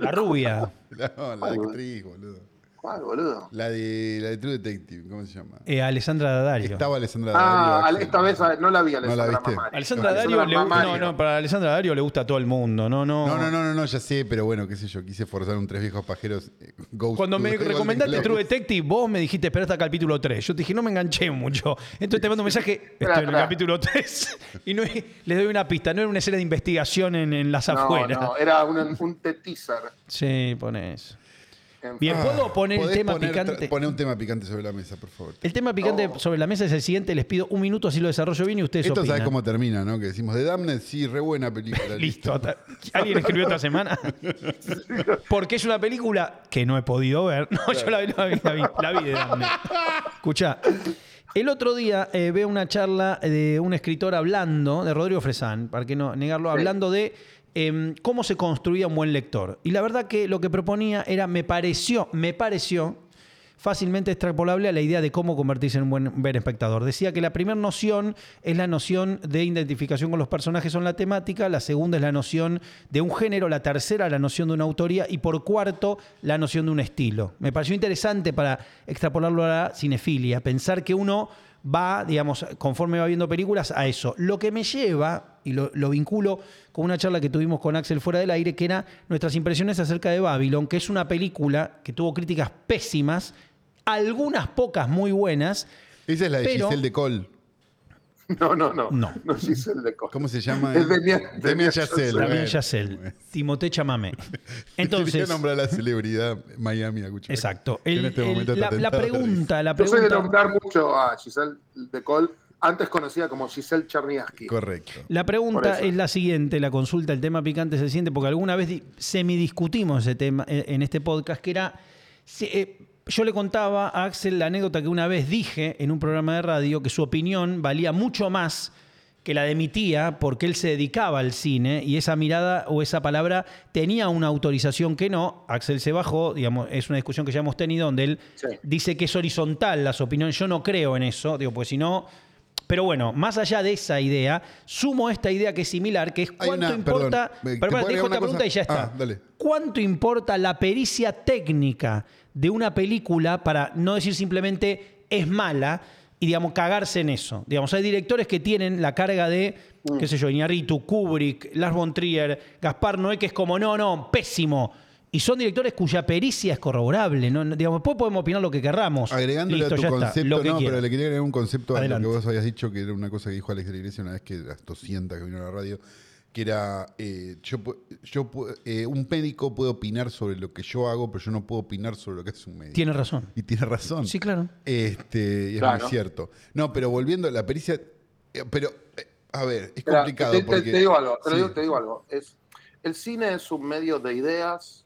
[SPEAKER 2] la rubia.
[SPEAKER 1] no, la actriz, boludo.
[SPEAKER 3] ¿Cuál, boludo?
[SPEAKER 1] La de, la de True Detective, ¿cómo se llama?
[SPEAKER 2] eh, Alessandra Dario.
[SPEAKER 1] Estaba Alessandra
[SPEAKER 3] Ah,
[SPEAKER 1] Dario,
[SPEAKER 3] Ale- esta vez
[SPEAKER 1] Axel.
[SPEAKER 3] no la vi,
[SPEAKER 1] la
[SPEAKER 3] Alessandra
[SPEAKER 1] viste.
[SPEAKER 3] Mamani.
[SPEAKER 2] Alessandra
[SPEAKER 3] Alessandra
[SPEAKER 2] Dario le gusta. No,
[SPEAKER 3] Mamani.
[SPEAKER 2] no, para Alessandra Dario le gusta a todo el mundo. No, no.
[SPEAKER 1] No, no, no, no, no, ya sé, pero bueno, qué sé yo, quise forzar un tres viejos pajeros. eh, Ghost
[SPEAKER 2] Cuando
[SPEAKER 1] to
[SPEAKER 2] me
[SPEAKER 1] the Golden
[SPEAKER 2] recomendaste
[SPEAKER 1] Globes.
[SPEAKER 2] True Detective, vos me dijiste espera hasta el capítulo 3. Yo te dije, no me enganché mucho. Entonces te mando un mensaje, estoy en el
[SPEAKER 3] espera.
[SPEAKER 2] capítulo 3. Y no es- les doy una pista, no era una serie de investigación en, en las
[SPEAKER 3] No,
[SPEAKER 2] afueras.
[SPEAKER 3] no, era un, un teaser.
[SPEAKER 2] Sí, pones.
[SPEAKER 3] En
[SPEAKER 2] Bien,
[SPEAKER 3] fin.
[SPEAKER 2] ¿puedo poner
[SPEAKER 1] Ah.
[SPEAKER 2] el
[SPEAKER 1] ¿Podés
[SPEAKER 2] tema
[SPEAKER 1] poner tra-
[SPEAKER 2] picante?
[SPEAKER 1] Poné un tema picante sobre la mesa, por favor.
[SPEAKER 2] El tema picante
[SPEAKER 3] No.
[SPEAKER 2] sobre la mesa es el siguiente. Les pido un minuto, así lo desarrollo bien y ustedes
[SPEAKER 1] Esto
[SPEAKER 2] opinan.
[SPEAKER 1] sabes cómo termina, ¿no? Que decimos, The Damned, sí, re buena película.
[SPEAKER 2] Listo. hasta- ¿Alguien escribió esta semana? Porque es una película que no he podido ver. No, yo la vi, la vi, la vi, la vi de Dante. Escuchá. El otro día eh, veo una charla de un escritor hablando, de Rodrigo Fresán, para que no negarlo, hablando de em, cómo se construía un buen lector. Y la verdad que lo que proponía era, me pareció, me pareció fácilmente extrapolable a la idea de cómo convertirse en un buen, buen espectador. Decía que la primera noción es la noción de identificación con los personajes o en la temática, la segunda es la noción de un género, la tercera la noción de una autoría y por cuarto la noción de un estilo. Me pareció interesante para extrapolarlo a la cinefilia, pensar que uno va, digamos, conforme va viendo películas, a eso. Lo que me lleva, y lo, lo vinculo con una charla que tuvimos con Axel fuera del aire, que era nuestras impresiones acerca de Babylon, que es una película que tuvo críticas pésimas, algunas pocas muy buenas.
[SPEAKER 1] Esa es la de
[SPEAKER 2] Pero-
[SPEAKER 1] Giselle de Cole.
[SPEAKER 3] No, no, no.
[SPEAKER 2] No.
[SPEAKER 3] No, Giselle de Costa.
[SPEAKER 1] ¿Cómo se llama?
[SPEAKER 3] Es Demian-
[SPEAKER 1] Demian
[SPEAKER 3] Demian
[SPEAKER 1] Chazelle.
[SPEAKER 3] Chazelle.
[SPEAKER 2] Damien
[SPEAKER 1] bueno.
[SPEAKER 2] Chazelle, Timothée Chamamé.
[SPEAKER 1] Quería
[SPEAKER 2] Entonces,
[SPEAKER 1] nombrar a la celebridad Miami a Cuchara.
[SPEAKER 2] exacto.
[SPEAKER 1] Que en
[SPEAKER 2] El-
[SPEAKER 1] este
[SPEAKER 2] el-
[SPEAKER 1] momento
[SPEAKER 2] la,
[SPEAKER 1] está
[SPEAKER 2] la
[SPEAKER 1] tentado de
[SPEAKER 2] pregunta, la
[SPEAKER 3] Yo soy de
[SPEAKER 2] pregunta...
[SPEAKER 3] nombrar mucho a Giselle de Col, antes conocida como Giselle Cherniaski.
[SPEAKER 1] risa. Correcto.
[SPEAKER 2] La pregunta
[SPEAKER 3] Por eso.
[SPEAKER 2] es la siguiente, la consulta, el tema picante se siente, porque alguna vez di- semidiscutimos ese tema eh, en este podcast, que era, si- eh, yo le contaba a Axel la anécdota que una vez dije en un programa de radio que su opinión valía mucho más que la de mi tía, porque él se dedicaba al cine y esa mirada o esa palabra tenía una autorización que no. Axel se bajó, digamos, es una discusión que ya hemos tenido donde él
[SPEAKER 3] Sí.
[SPEAKER 2] dice que es horizontal las opiniones. Yo no creo en eso, digo, pues si no. Pero bueno, más allá de esa idea, sumo esta idea que es similar, que es
[SPEAKER 1] Hay
[SPEAKER 2] cuánto
[SPEAKER 1] una- perdón,
[SPEAKER 2] importa.
[SPEAKER 1] eh, ¿te
[SPEAKER 2] pero
[SPEAKER 1] puedo
[SPEAKER 2] pará, te
[SPEAKER 1] agregar
[SPEAKER 2] dejo esta
[SPEAKER 1] una
[SPEAKER 2] pregunta
[SPEAKER 1] cosa?
[SPEAKER 2] y ya está.
[SPEAKER 1] Ah, dale.
[SPEAKER 2] ¿Cuánto importa la pericia técnica de una película para no decir simplemente es mala y, digamos, cagarse en eso? Digamos, hay directores que tienen la carga de, qué sé yo, Iñárritu, Kubrick, Lars von Trier, Gaspar Noé, que es como, no, no, pésimo. Y son directores cuya pericia es corroborable. ¿no? No, Digamos, después podemos opinar lo que querramos.
[SPEAKER 1] Agregándole
[SPEAKER 2] Listo,
[SPEAKER 1] a tu
[SPEAKER 2] ya está,
[SPEAKER 1] concepto,
[SPEAKER 2] lo que
[SPEAKER 1] no,
[SPEAKER 2] quieran.
[SPEAKER 1] pero le quería agregar un concepto a lo
[SPEAKER 2] Adelante.
[SPEAKER 1] que vos habías dicho, que era una cosa que dijo Alex de la Iglesia una vez que las 200 que vino a la radio, que era, eh, yo, pu- yo pu- eh, un médico puede opinar sobre lo que yo hago, pero yo no puedo opinar sobre lo que hace un médico.
[SPEAKER 2] Tiene razón.
[SPEAKER 1] Y tiene razón.
[SPEAKER 2] Sí, claro.
[SPEAKER 1] Este, y es
[SPEAKER 3] Claro.
[SPEAKER 1] muy cierto. No, pero volviendo a la pericia, eh, pero, eh, a ver, es
[SPEAKER 3] Espera,
[SPEAKER 1] complicado
[SPEAKER 3] te, te-
[SPEAKER 1] porque...
[SPEAKER 3] te digo algo, te, lo
[SPEAKER 1] Sí.
[SPEAKER 3] digo, te digo algo. Es, el cine es un medio de ideas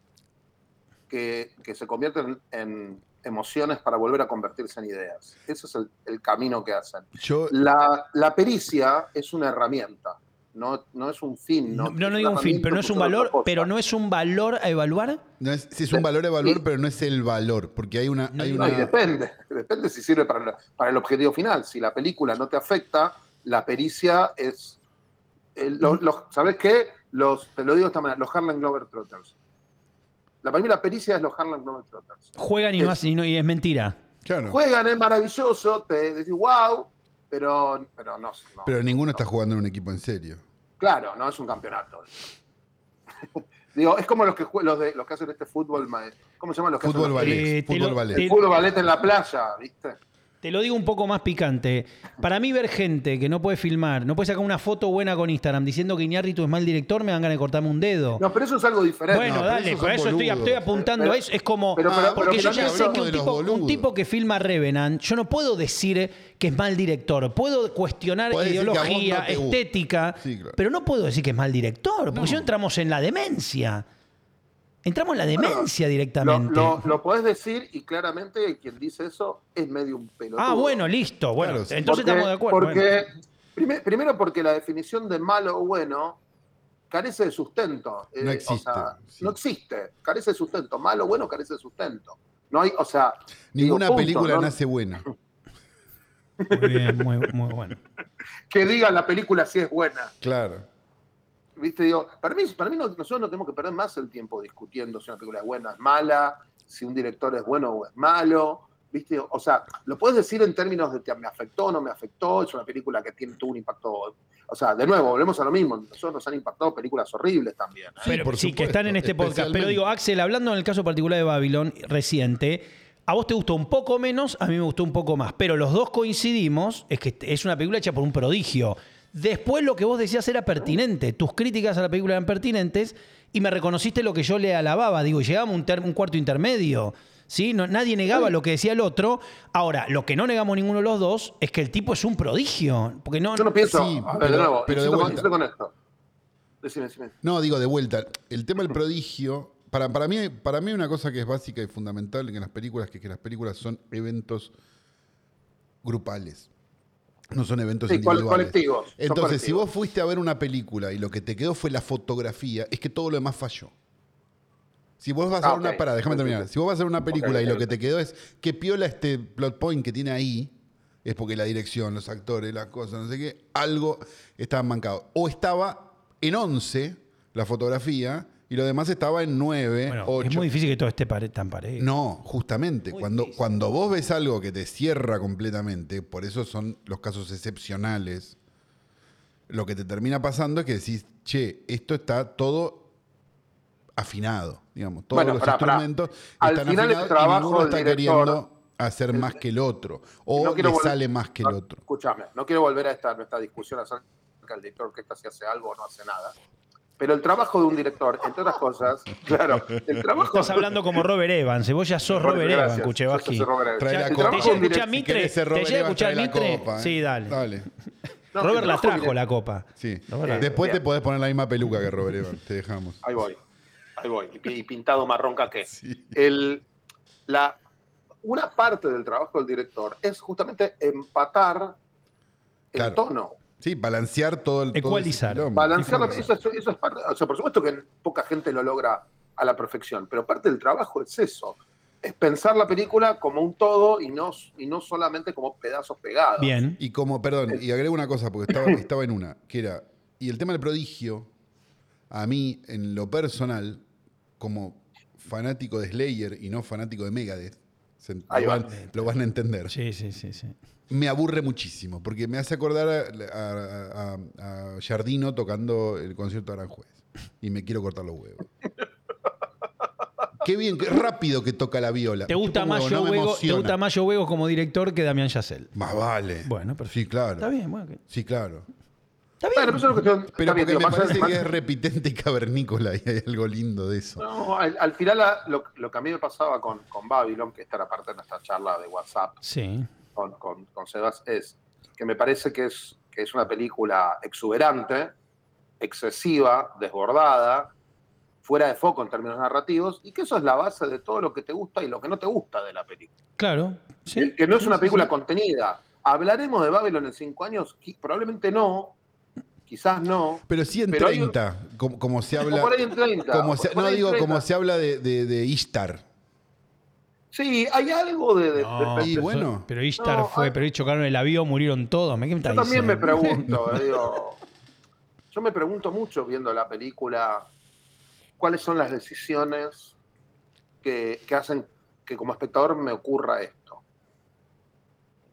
[SPEAKER 3] que, que se convierten en emociones para volver a convertirse en ideas. Ese es el, el camino que hacen.
[SPEAKER 1] Yo,
[SPEAKER 3] La, la pericia es una herramienta, no, no es un fin.
[SPEAKER 2] No,
[SPEAKER 3] No,
[SPEAKER 2] no,
[SPEAKER 3] Es
[SPEAKER 2] no
[SPEAKER 3] una
[SPEAKER 2] digo un fin, pero no es
[SPEAKER 3] herramienta
[SPEAKER 2] un
[SPEAKER 3] que
[SPEAKER 2] valor,
[SPEAKER 3] otra cosa.
[SPEAKER 2] pero no es un valor a evaluar.
[SPEAKER 1] no es, sí, es un valor a valor, pero no es el valor, porque hay una...
[SPEAKER 2] No,
[SPEAKER 1] hay
[SPEAKER 2] y-
[SPEAKER 1] una
[SPEAKER 3] No, y depende, depende si sirve para, la- para el objetivo final. Si la película no te afecta, la pericia es. el- los- los- ¿Sabes qué? Los, te lo digo de esta manera, los Harlem Globetrotters. La primera pericia es los Harlem Globetrotters.
[SPEAKER 2] Juegan y, no
[SPEAKER 3] Es-
[SPEAKER 2] hacen- y, no- y es mentira.
[SPEAKER 1] claro.
[SPEAKER 3] Juegan, es maravilloso, te decís wow, pero, pero no. no.
[SPEAKER 1] Pero ninguno está jugando en un equipo en serio.
[SPEAKER 3] Claro, no es un campeonato. Digo, es como los que jue- los, de, los que hacen este fútbol, ma- ¿cómo se llaman los que
[SPEAKER 1] Fútbol
[SPEAKER 3] hacen los-
[SPEAKER 1] ballet.
[SPEAKER 2] Eh, te
[SPEAKER 1] fútbol
[SPEAKER 2] lo-
[SPEAKER 1] ballet.
[SPEAKER 2] te-
[SPEAKER 3] el fútbol ballet
[SPEAKER 2] Ah,
[SPEAKER 3] en la playa, ¿viste?
[SPEAKER 2] Te lo digo un poco más picante. Para mí, ver gente que no puede filmar, no puede sacar una foto buena con Instagram diciendo que Iñárritu es mal director, me dan ganas de cortarme un dedo.
[SPEAKER 3] No, pero eso es algo diferente.
[SPEAKER 2] bueno,
[SPEAKER 1] no, pero
[SPEAKER 2] dale,
[SPEAKER 1] esos
[SPEAKER 2] por
[SPEAKER 1] son
[SPEAKER 2] eso estoy,
[SPEAKER 1] boludos.
[SPEAKER 2] estoy apuntando
[SPEAKER 3] Pero-
[SPEAKER 2] a eso. Es como.
[SPEAKER 3] pero- pero-
[SPEAKER 2] porque
[SPEAKER 3] pero
[SPEAKER 2] yo
[SPEAKER 3] no
[SPEAKER 2] ya
[SPEAKER 3] me
[SPEAKER 2] sé
[SPEAKER 3] hablamos
[SPEAKER 2] que un
[SPEAKER 1] de los
[SPEAKER 2] tipo, un
[SPEAKER 1] boludos.
[SPEAKER 2] tipo que filma Revenant, yo no puedo decir que es mal director. Puedo cuestionar
[SPEAKER 1] Podés decir que a vos
[SPEAKER 2] ideología,
[SPEAKER 1] no te gusta.
[SPEAKER 2] estética,
[SPEAKER 1] Sí, claro.
[SPEAKER 2] pero no puedo decir que es mal director, porque si no entramos en la demencia. Entramos en la demencia
[SPEAKER 3] Lo,
[SPEAKER 2] directamente.
[SPEAKER 3] lo, lo podés decir y claramente quien dice eso es medio un pelotudo.
[SPEAKER 2] ah, bueno, listo. Bueno,
[SPEAKER 1] Claro, sí.
[SPEAKER 2] entonces
[SPEAKER 3] Porque-
[SPEAKER 2] estamos de acuerdo.
[SPEAKER 3] Porque,
[SPEAKER 2] bueno.
[SPEAKER 3] prime- primero porque la definición de malo o bueno carece de sustento. eh,
[SPEAKER 1] No existe,
[SPEAKER 3] o sea,
[SPEAKER 1] sí.
[SPEAKER 3] No existe. Carece de sustento. Malo o bueno carece de sustento. No hay, o sea, digo,
[SPEAKER 1] Ninguna
[SPEAKER 3] punto,
[SPEAKER 1] película
[SPEAKER 3] ¿no?
[SPEAKER 1] nace buena.
[SPEAKER 2] Muy bien, muy, muy bueno.
[SPEAKER 3] Que diga la película si es buena.
[SPEAKER 1] Claro.
[SPEAKER 3] ¿Viste? Digo, para mí, para mí no- nosotros no tenemos que perder más el tiempo discutiendo si una película es buena o es mala, si un director es bueno o es malo. ¿Viste? O sea, lo puedes decir en términos de te- me afectó o no me afectó, es una película que tiene, tuvo un impacto. O sea, de nuevo, volvemos a lo mismo. Nosotros nos han impactado películas horribles también. ¿eh?
[SPEAKER 1] Sí,
[SPEAKER 2] pero,
[SPEAKER 1] por
[SPEAKER 2] sí, que
[SPEAKER 1] supuesto,
[SPEAKER 2] están en este podcast. Pero
[SPEAKER 1] especialmente.
[SPEAKER 2] digo, Axel, hablando en el caso particular de Babylon reciente, a vos te gustó un poco menos, a mí me gustó un poco más. Pero los dos coincidimos, es que es una película hecha por un prodigio. Después lo que vos decías era pertinente, tus críticas a la película eran pertinentes y me reconociste lo que yo le alababa. Digo, llegamos a un, ter- un cuarto intermedio. ¿Sí? No, nadie negaba lo que decía el otro. Ahora, lo que no negamos ninguno de los dos es que el tipo es un prodigio. Porque no,
[SPEAKER 3] Yo no pienso.
[SPEAKER 1] Sí,
[SPEAKER 3] a ver,
[SPEAKER 1] pero-
[SPEAKER 3] de nuevo,
[SPEAKER 1] pero de
[SPEAKER 3] insisto con-
[SPEAKER 1] vuelta.
[SPEAKER 3] insisto con esto. Decime, decime.
[SPEAKER 1] No, digo de vuelta. El tema del prodigio, para, para mí, para mí una cosa que es básica y fundamental en las películas, que es que las películas son eventos grupales. No son eventos
[SPEAKER 3] Sí, col-
[SPEAKER 1] individuales.
[SPEAKER 3] colectivos, son
[SPEAKER 1] Entonces, si
[SPEAKER 3] colectivos.
[SPEAKER 1] vos fuiste a ver una película y lo que te quedó fue la fotografía, es que todo lo demás falló. Si vos vas a
[SPEAKER 3] Ah,
[SPEAKER 1] ver una
[SPEAKER 3] ok.
[SPEAKER 1] pará, déjame terminar. Si vos vas a ver una película
[SPEAKER 3] Ok,
[SPEAKER 1] y lo
[SPEAKER 3] ok.
[SPEAKER 1] que te quedó es que piola este plot point que tiene ahí, es porque la dirección, los actores, las cosas, no sé qué, algo estaba mancado. O estaba en 11 la fotografía y lo demás estaba en 9,
[SPEAKER 2] Bueno, es
[SPEAKER 1] 8.
[SPEAKER 2] muy difícil que todo esté pare- tan parejo.
[SPEAKER 1] No, justamente.
[SPEAKER 2] Muy
[SPEAKER 1] Cuando,
[SPEAKER 2] difícil.
[SPEAKER 1] cuando vos ves algo que te cierra completamente, por eso son los casos excepcionales, lo que te termina pasando es que decís, che, esto está todo afinado, digamos. Todos
[SPEAKER 3] Bueno,
[SPEAKER 1] los
[SPEAKER 3] pará, pará.
[SPEAKER 1] instrumentos
[SPEAKER 3] Al
[SPEAKER 1] están
[SPEAKER 3] final el
[SPEAKER 1] afinados
[SPEAKER 3] trabajo
[SPEAKER 1] y ninguno
[SPEAKER 3] del
[SPEAKER 1] está
[SPEAKER 3] director-
[SPEAKER 1] queriendo hacer más que el otro. O
[SPEAKER 3] No quiero
[SPEAKER 1] le
[SPEAKER 3] vol-
[SPEAKER 1] sale más que el otro.
[SPEAKER 3] Escúchame, no quiero volver a esta, nuestra discusión acerca del director que está si hace algo o no hace nada. Pero el trabajo de un director, entre otras cosas, claro, el trabajo.
[SPEAKER 2] Estás hablando como Robert Evans, ¿eh? vos ya sos
[SPEAKER 3] Robert,
[SPEAKER 2] Robert Evans,
[SPEAKER 3] gracias. Yo
[SPEAKER 2] Kuchevaski.
[SPEAKER 3] soy Robert Evans.
[SPEAKER 1] Trae
[SPEAKER 2] Ya,
[SPEAKER 1] la
[SPEAKER 2] te
[SPEAKER 1] copa.
[SPEAKER 2] llega a escuchar
[SPEAKER 1] Si
[SPEAKER 2] Mitre,
[SPEAKER 1] querés ser
[SPEAKER 2] te
[SPEAKER 1] Robert
[SPEAKER 2] llega a
[SPEAKER 1] Evans,
[SPEAKER 2] escuchar
[SPEAKER 1] trae la
[SPEAKER 2] Mitre.
[SPEAKER 1] copa, ¿eh?
[SPEAKER 2] Sí, dale.
[SPEAKER 1] Dale.
[SPEAKER 3] No, el
[SPEAKER 2] Robert la
[SPEAKER 3] trabajo
[SPEAKER 2] trajo
[SPEAKER 3] de-
[SPEAKER 2] la copa.
[SPEAKER 1] Sí.
[SPEAKER 2] No, la-
[SPEAKER 1] Después te
[SPEAKER 3] Bien.
[SPEAKER 1] podés poner la misma peluca que Robert Evans, te dejamos.
[SPEAKER 3] Ahí voy, ahí voy. Y, pi- y pintado marrón caqué.
[SPEAKER 1] Sí.
[SPEAKER 3] El, la, una parte del trabajo del director es justamente empatar el
[SPEAKER 1] Claro.
[SPEAKER 3] tono.
[SPEAKER 1] Sí, balancear todo el todo ese
[SPEAKER 2] Ecualizar.
[SPEAKER 1] quilombo.
[SPEAKER 3] Balancear la- eso, es- eso es parte. O sea, por supuesto que poca gente lo logra a la perfección, pero parte del trabajo es eso. Es pensar la película como un todo y no, y no solamente como pedazos pegados.
[SPEAKER 2] Bien.
[SPEAKER 1] Y como, perdón, y agrego una cosa, porque estaba, estaba en una, que era, y el tema del prodigio, a mí, en lo personal, como fanático de Slayer y no fanático de Megadeth, se-
[SPEAKER 3] Ahí
[SPEAKER 1] lo,
[SPEAKER 3] va.
[SPEAKER 1] van, lo van a entender.
[SPEAKER 2] Sí, sí, sí, sí.
[SPEAKER 1] Me aburre muchísimo, porque me hace acordar a- a- a- a Jardino tocando el concierto de Aranjuez. Y me quiero cortar los huevos. Qué bien, qué rápido que toca la viola.
[SPEAKER 2] ¿Te gusta,
[SPEAKER 1] Chupa un
[SPEAKER 2] más
[SPEAKER 1] huevo,
[SPEAKER 2] Joe
[SPEAKER 1] no me
[SPEAKER 2] Huego, ¿Te
[SPEAKER 1] emociona.
[SPEAKER 2] gusta más Joe Huego como director que Damián Chazelle?
[SPEAKER 1] Más vale.
[SPEAKER 2] Bueno, perfecto.
[SPEAKER 1] Sí, claro.
[SPEAKER 2] Está bien, bueno. que-
[SPEAKER 1] Sí, claro.
[SPEAKER 2] Está bien.
[SPEAKER 3] Bueno, pero eso es una cuestión-
[SPEAKER 1] Pero
[SPEAKER 3] está
[SPEAKER 1] porque
[SPEAKER 3] bien, digo,
[SPEAKER 1] me
[SPEAKER 3] más allá-
[SPEAKER 1] parece
[SPEAKER 3] más-
[SPEAKER 1] que es repitente y cavernícola y hay algo lindo de eso.
[SPEAKER 3] No, al, al final la- lo, lo que a mí me pasaba con, con Babylon, que esta era parte de nuestra charla de WhatsApp
[SPEAKER 2] Sí.
[SPEAKER 3] con, con, con Sebas, es que me parece que es, que es una película exuberante, excesiva, desbordada, fuera de foco en términos narrativos, y que eso es la base de todo lo que te gusta y lo que no te gusta de la película.
[SPEAKER 2] Claro. Sí.
[SPEAKER 3] Que- Que no es
[SPEAKER 2] Sí,
[SPEAKER 3] una
[SPEAKER 2] sí,
[SPEAKER 3] película
[SPEAKER 2] sí.
[SPEAKER 3] contenida. ¿Hablaremos de Babylon en cinco años? Qui- Probablemente no, quizás no.
[SPEAKER 1] Pero sí en
[SPEAKER 3] Pero hay un-
[SPEAKER 1] 30, como, como se
[SPEAKER 3] o
[SPEAKER 1] habla.
[SPEAKER 3] por ahí en 30,
[SPEAKER 1] como
[SPEAKER 3] o
[SPEAKER 1] se-
[SPEAKER 3] por
[SPEAKER 1] no
[SPEAKER 3] ahí en
[SPEAKER 1] digo
[SPEAKER 3] 30.
[SPEAKER 1] como se habla de, de, de Ishtar.
[SPEAKER 3] Sí, hay algo de... de-
[SPEAKER 2] No,
[SPEAKER 3] de-
[SPEAKER 1] y
[SPEAKER 2] pero-
[SPEAKER 1] bueno.
[SPEAKER 2] Pero Ishtar
[SPEAKER 3] No,
[SPEAKER 2] fue,
[SPEAKER 3] ah-
[SPEAKER 2] pero ahí chocaron el avión, murieron todos. ¿Me- ¿Qué me
[SPEAKER 3] Yo
[SPEAKER 2] estás
[SPEAKER 3] también me
[SPEAKER 2] diciendo?
[SPEAKER 3] pregunto, eh, digo, yo me pregunto mucho viendo la película cuáles son las decisiones que, que hacen que como espectador me ocurra esto.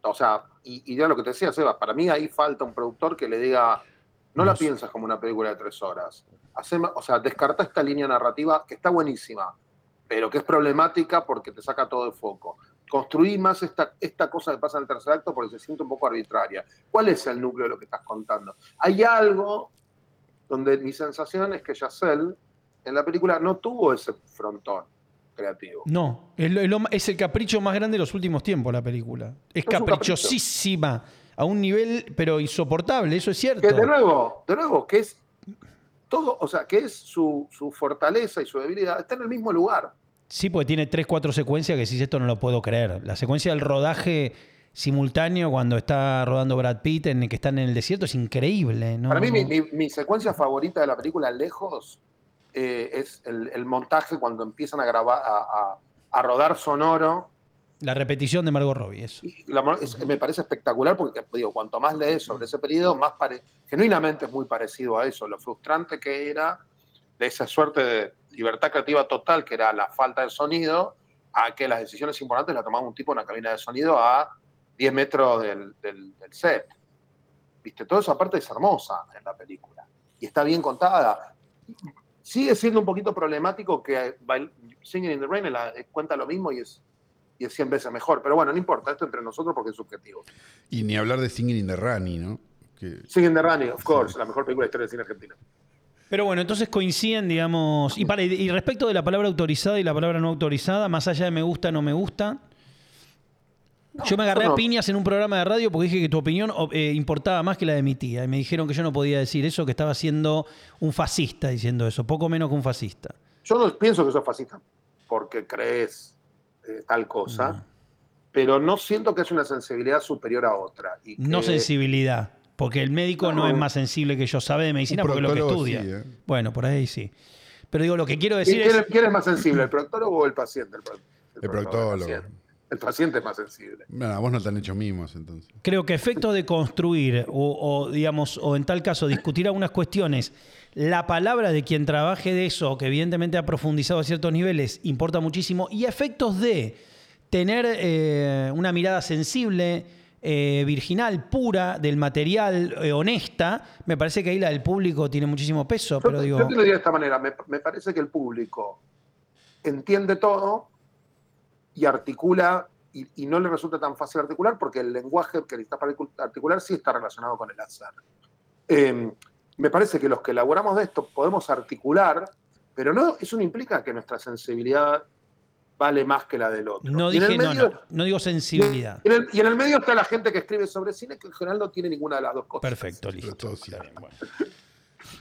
[SPEAKER 3] O sea, y, y ya lo que te decía, Seba, para mí ahí falta un productor que le diga, No la piensas como una película de tres horas. Hacé ma- o sea, descarta esta línea narrativa que está buenísima, pero que es problemática porque te saca todo de foco. Construí más esta, esta cosa que pasa en el tercer acto porque se siente un poco arbitraria. ¿Cuál es el núcleo de lo que estás contando? Hay algo donde mi sensación es que Yacel en la película no tuvo ese frontón creativo.
[SPEAKER 2] No, es, lo- es lo ma- es el capricho más grande de los últimos tiempos la película. Es,
[SPEAKER 3] un capricho.
[SPEAKER 2] caprichosísima, a un nivel pero insoportable, eso es cierto.
[SPEAKER 3] Que de nuevo, de nuevo, que es todo, o sea, que es su, su fortaleza y su debilidad, está en el mismo lugar.
[SPEAKER 2] Sí, porque tiene tres, cuatro secuencias que si esto no lo puedo creer. La secuencia del rodaje simultáneo cuando está rodando Brad Pitt en el que están en el desierto es increíble. ¿no?
[SPEAKER 3] Para mí, mi, mi- mi secuencia favorita de la película Lejos eh, es el, el montaje cuando empiezan a grabar, a, a- a rodar sonoro.
[SPEAKER 2] La repetición de Margot Robbie, eso.
[SPEAKER 3] Y la mo- es- me parece espectacular porque, digo, cuanto más lees sobre ese periodo, más pare- genuinamente es muy parecido a eso. Lo frustrante que era de esa suerte de libertad creativa total, que era la falta de sonido, a que las decisiones importantes las tomaba un tipo en la cabina de sonido a 10 metros del, del- del set. Viste, toda esa parte es hermosa en la película y está bien contada. Sigue siendo un poquito problemático que Bail- Singing in the Rain es la- eh, cuenta lo mismo y es, y es 100 veces mejor. Pero bueno, no importa, esto entre nosotros porque es subjetivo.
[SPEAKER 1] Y ni hablar de Singing in the Rani, ¿no? Que-
[SPEAKER 3] Singing in the Rain, of course, la mejor película de historia del cine argentino.
[SPEAKER 2] Pero bueno, entonces coinciden, digamos. Y, para, y respecto de la palabra autorizada y la palabra no autorizada, más allá de me gusta, no me gusta. Yo me agarré
[SPEAKER 3] yo no.
[SPEAKER 2] a piñas en un programa de radio porque dije que tu opinión o- eh, importaba más que la de mi tía. Y me dijeron que yo no podía decir eso, que estaba siendo un fascista diciendo eso, poco menos que un fascista.
[SPEAKER 3] Yo no pienso que sos fascista porque crees eh, tal cosa, pero no siento que es una sensibilidad superior a otra. Y
[SPEAKER 2] No
[SPEAKER 3] que-
[SPEAKER 2] sensibilidad, porque el médico no,
[SPEAKER 3] Eh, No.
[SPEAKER 2] es más sensible que yo, sabe de medicina
[SPEAKER 1] Un
[SPEAKER 2] porque lo que
[SPEAKER 1] proctólogo sí,
[SPEAKER 2] estudia.
[SPEAKER 1] ¿eh?
[SPEAKER 2] Bueno, por ahí sí. Pero digo, lo que quiero decir
[SPEAKER 3] ¿Quién,
[SPEAKER 2] es...
[SPEAKER 3] quién es- quién es más sensible, el proctólogo o el paciente? El, pro- el
[SPEAKER 1] El
[SPEAKER 3] proctólogo, el
[SPEAKER 1] proctólogo.
[SPEAKER 3] paciente. El paciente es más sensible.
[SPEAKER 1] Nada, vos no te han hecho mimos, entonces.
[SPEAKER 2] Creo que efecto de construir o, o, digamos o en tal caso discutir algunas cuestiones, la palabra de quien trabaje de eso, que evidentemente ha profundizado a ciertos niveles, importa muchísimo y efectos de tener eh, una mirada sensible, eh, virginal, pura del material, eh, honesta, me parece que ahí la del público tiene muchísimo peso, pero
[SPEAKER 3] yo,
[SPEAKER 2] digo
[SPEAKER 3] yo te lo diría de esta manera, me, me parece que el público entiende todo y articula, y, y no le resulta tan fácil articular porque el lenguaje que necesitas para articul- articular sí está relacionado con el hacer. Eh, me parece que los que elaboramos de esto podemos articular, pero no, eso no implica que nuestra sensibilidad vale más que la del otro.
[SPEAKER 2] no
[SPEAKER 3] Y en
[SPEAKER 2] dije
[SPEAKER 3] el
[SPEAKER 2] no,
[SPEAKER 3] medio-
[SPEAKER 2] no, no digo sensibilidad.
[SPEAKER 3] Y en, el, y en el medio está la gente que escribe sobre cine, que en general no tiene ninguna de las dos cosas.
[SPEAKER 2] Perfecto,
[SPEAKER 1] Pero
[SPEAKER 2] listo.
[SPEAKER 1] todo sí.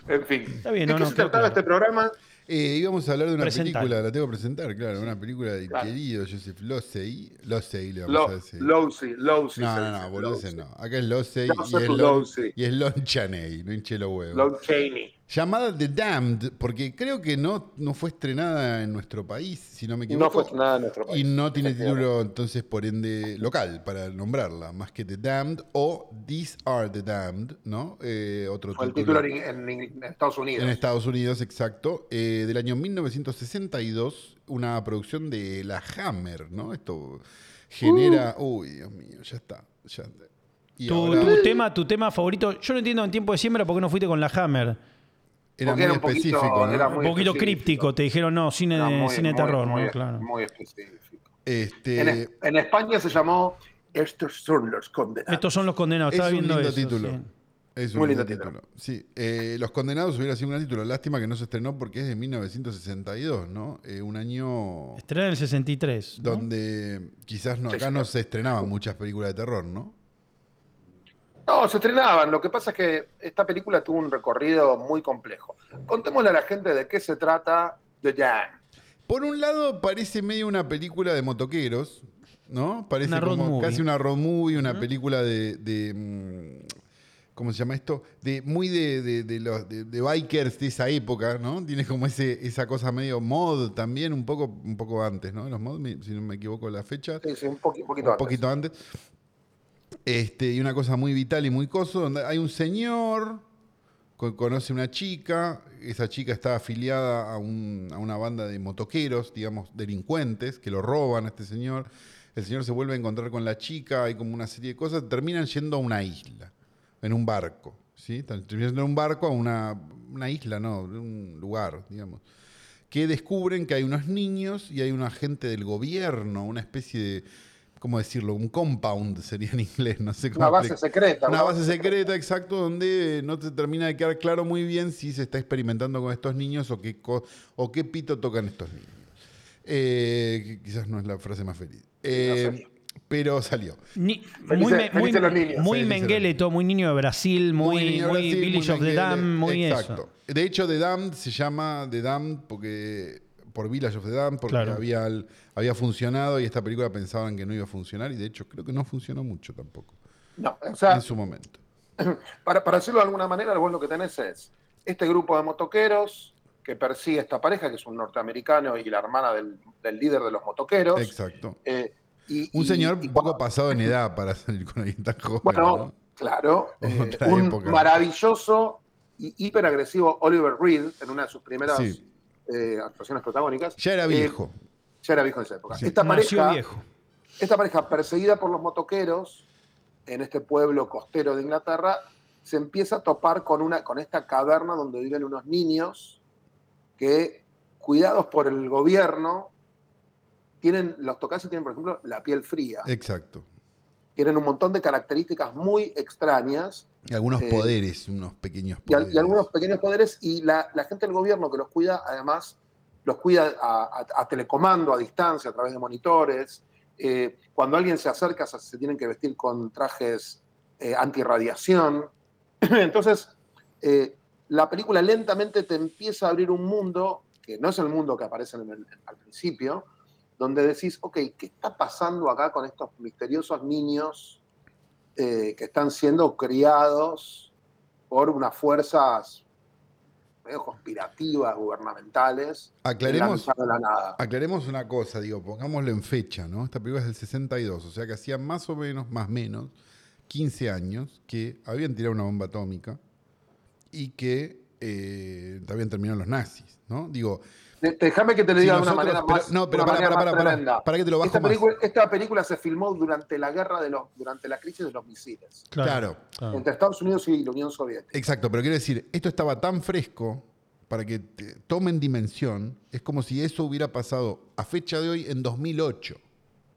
[SPEAKER 3] En fin.
[SPEAKER 2] Está bien,
[SPEAKER 3] ¿De
[SPEAKER 2] no,
[SPEAKER 3] qué
[SPEAKER 2] no,
[SPEAKER 3] se
[SPEAKER 2] quedó
[SPEAKER 3] trataba
[SPEAKER 2] claro.
[SPEAKER 3] este programa?
[SPEAKER 1] Eh, íbamos a hablar de una
[SPEAKER 2] Presentar.
[SPEAKER 1] película, la tengo que presentar, claro, una película del
[SPEAKER 3] Claro.
[SPEAKER 1] querido Joseph Losey. Losey le vamos
[SPEAKER 3] Lo-
[SPEAKER 1] a decir.
[SPEAKER 3] Lousy, Lousey.
[SPEAKER 1] no,
[SPEAKER 3] se
[SPEAKER 1] no,
[SPEAKER 3] dice,
[SPEAKER 1] no, boludeces
[SPEAKER 3] Lousy.
[SPEAKER 1] no. Acá es Losey y
[SPEAKER 3] Joseph
[SPEAKER 1] es, Lon,
[SPEAKER 3] Losey.
[SPEAKER 1] y es Lon Chaney, no hinche los huevos.
[SPEAKER 3] Lon Chaney.
[SPEAKER 1] Llamada The Damned, porque creo que no, no fue estrenada en nuestro país, si no me equivoco.
[SPEAKER 3] No fue nada en nuestro
[SPEAKER 1] Y
[SPEAKER 3] país.
[SPEAKER 1] no tiene título, entonces, por ende, local para nombrarla, más que The Damned o These Are the Damned, ¿no? Eh, otro
[SPEAKER 3] Fue el título en, en- en Estados Unidos.
[SPEAKER 1] en Estados Unidos, exacto, eh, del año 1962, una producción de la Hammer, ¿no? Esto genera.
[SPEAKER 3] Uh.
[SPEAKER 1] Uy, Dios mío, ya está. Ya, y
[SPEAKER 2] Tu,
[SPEAKER 1] ahora
[SPEAKER 2] tu tema, tu tema favorito, yo no entiendo en tiempo de siembra por qué no fuiste con la Hammer.
[SPEAKER 1] era
[SPEAKER 3] Porque
[SPEAKER 1] muy
[SPEAKER 3] era un poquito-
[SPEAKER 1] específico, ¿no?
[SPEAKER 3] era
[SPEAKER 2] un
[SPEAKER 3] muy
[SPEAKER 2] poquito
[SPEAKER 3] específico.
[SPEAKER 2] críptico, te dijeron no, cine,
[SPEAKER 3] Era
[SPEAKER 2] de-
[SPEAKER 3] muy-
[SPEAKER 2] cine de
[SPEAKER 3] muy-
[SPEAKER 2] terror,
[SPEAKER 3] muy-
[SPEAKER 2] Eh, ¿no? Claro.
[SPEAKER 3] Muy específico.
[SPEAKER 1] Este,
[SPEAKER 3] En, es- en España se llamó Estos son los condenados.
[SPEAKER 2] Estos son los condenados,
[SPEAKER 1] es
[SPEAKER 2] estaba
[SPEAKER 1] un
[SPEAKER 2] viendo
[SPEAKER 1] lindo
[SPEAKER 2] eso,
[SPEAKER 1] título.
[SPEAKER 2] sí.
[SPEAKER 1] Es un
[SPEAKER 3] Muy
[SPEAKER 1] lindo
[SPEAKER 3] lindo
[SPEAKER 1] título. Sí, eh, Los Condenados hubiera sido un gran título. Lástima que no se estrenó porque es de 1962, ¿no? Eh, un año
[SPEAKER 2] Estrena en el 63. ¿no?
[SPEAKER 1] donde quizás no,
[SPEAKER 3] Sí,
[SPEAKER 1] acá
[SPEAKER 3] sí.
[SPEAKER 1] no se estrenaban muchas películas de terror, ¿no?
[SPEAKER 3] No, se estrenaban. Lo que pasa es que esta película tuvo un recorrido muy complejo. Contémosle a la gente de qué se trata The Jam.
[SPEAKER 1] Por un lado, parece medio una película de motoqueros, ¿no? Parece
[SPEAKER 2] Una road
[SPEAKER 1] como
[SPEAKER 2] movie.
[SPEAKER 1] casi una road movie, una película de. de, mm, ¿Cómo se llama esto? De, muy de, de- de los, de, de bikers de esa época, ¿no? Tiene como ese, esa cosa medio mod también, un poco, un poco antes, ¿no? Los mod, mi- si no me equivoco la fecha.
[SPEAKER 3] Sí, sí, un, poqui- poquito
[SPEAKER 1] Un
[SPEAKER 3] antes.
[SPEAKER 1] poquito antes. Este, y una cosa muy vital y muy coso, donde hay un señor que conoce una chica, esa chica está afiliada a, un- a una banda de motoqueros, digamos, delincuentes, que lo roban a este señor, el señor se vuelve a encontrar con la chica, hay como una serie de cosas, terminan yendo a una isla, en un barco, ¿sí? Terminan en un barco a una, una isla, no, un lugar, digamos. Que descubren que hay unos niños y hay una gente del gobierno, una especie de. ¿Cómo decirlo? Un compound sería en inglés, no sé cómo.
[SPEAKER 3] Una base
[SPEAKER 1] explicar.
[SPEAKER 3] secreta.
[SPEAKER 1] Una base secreta, exacto, donde no te termina de quedar claro muy bien si se está experimentando con estos niños o qué, co- o qué pito tocan estos niños. Eh, que quizás no es la frase más feliz. Eh,
[SPEAKER 3] salió.
[SPEAKER 1] pero salió.
[SPEAKER 2] Ni-
[SPEAKER 3] Felices-
[SPEAKER 2] muy me- muy,
[SPEAKER 3] felices los niños.
[SPEAKER 2] muy
[SPEAKER 1] Felices
[SPEAKER 2] Mengele, todo muy niño de Brasil, muy,
[SPEAKER 1] niño
[SPEAKER 2] muy
[SPEAKER 1] Brasil,
[SPEAKER 2] Village of the
[SPEAKER 1] Mengele,
[SPEAKER 2] Dam, muy eso.
[SPEAKER 1] Exacto. De hecho, The Damned se llama The Damned porque, por Village of the Damned porque
[SPEAKER 2] Claro.
[SPEAKER 1] había, al- había funcionado y esta película pensaban que no iba a funcionar y de hecho creo que no funcionó mucho tampoco
[SPEAKER 3] No, o sea,
[SPEAKER 1] en su momento.
[SPEAKER 3] para, para decirlo de alguna manera, vos lo que tenés es este grupo de motoqueros que persigue esta pareja, que es un norteamericano y la hermana del, del líder de los motoqueros.
[SPEAKER 1] Exacto.
[SPEAKER 3] eh, y-
[SPEAKER 1] Un
[SPEAKER 3] y-
[SPEAKER 1] señor
[SPEAKER 3] y
[SPEAKER 1] un poco
[SPEAKER 3] cuando-
[SPEAKER 1] pasado en edad para salir con alguien tan joven.
[SPEAKER 3] Bueno,
[SPEAKER 1] ¿no?
[SPEAKER 3] claro, eh,
[SPEAKER 1] Otra
[SPEAKER 3] un
[SPEAKER 1] época.
[SPEAKER 3] maravilloso y hiperagresivo Oliver Reed en una de sus primeras
[SPEAKER 1] Sí.
[SPEAKER 3] eh, actuaciones protagónicas.
[SPEAKER 1] Ya era
[SPEAKER 3] eh,
[SPEAKER 1] viejo.
[SPEAKER 3] ya era viejo en esa época.
[SPEAKER 1] Sí.
[SPEAKER 3] Esta
[SPEAKER 2] Nació
[SPEAKER 3] pareja,
[SPEAKER 2] viejo.
[SPEAKER 3] esta pareja perseguida por los motoqueros en este pueblo costero de Inglaterra se empieza a topar con, una, con esta caverna donde viven unos niños que, cuidados por el gobierno, tienen, los tocas tienen, por ejemplo, la piel fría.
[SPEAKER 1] Exacto.
[SPEAKER 3] Tienen un montón de características muy extrañas
[SPEAKER 1] Y algunos
[SPEAKER 3] Eh,
[SPEAKER 1] poderes, unos pequeños
[SPEAKER 3] y, al- y
[SPEAKER 1] poderes.
[SPEAKER 3] algunos pequeños poderes y la, la gente del gobierno que los cuida además los cuida a, a- a telecomando a distancia a través de monitores Eh, cuando alguien se acerca se, se tienen que vestir con trajes eh, antirradiación entonces eh, la película lentamente te empieza a abrir un mundo que no es el mundo que aparece en el- al principio donde decís ok qué está pasando acá con estos misteriosos niños eh, que están siendo criados por unas fuerzas medio conspirativas, gubernamentales,
[SPEAKER 1] Aclaremos,
[SPEAKER 3] lanzando la nada.
[SPEAKER 1] aclaremos una cosa, digo, pongámoslo en fecha, ¿no? Esta película es del 62, o sea que hacía más o menos, más menos, 15 años que habían tirado una bomba atómica y que eh, habían terminado los nazis, ¿no? Digo,
[SPEAKER 3] De- Déjame que te lo
[SPEAKER 1] si
[SPEAKER 3] diga de una
[SPEAKER 1] nosotros-
[SPEAKER 3] manera
[SPEAKER 1] pero-
[SPEAKER 3] más.
[SPEAKER 1] no, pero
[SPEAKER 3] una
[SPEAKER 1] para,
[SPEAKER 3] manera
[SPEAKER 1] para,
[SPEAKER 3] más
[SPEAKER 1] para, para,
[SPEAKER 3] tremenda.
[SPEAKER 1] para que te lo bajo
[SPEAKER 3] esta,
[SPEAKER 1] más.
[SPEAKER 3] película, esta película se filmó durante la guerra de los, durante la crisis de los misiles,
[SPEAKER 1] Claro.
[SPEAKER 2] claro.
[SPEAKER 3] entre Estados Unidos y la Unión Soviética.
[SPEAKER 1] Exacto, pero quiero decir, esto estaba tan fresco para que te- tomen dimensión, es como si eso hubiera pasado a fecha de hoy en 2008.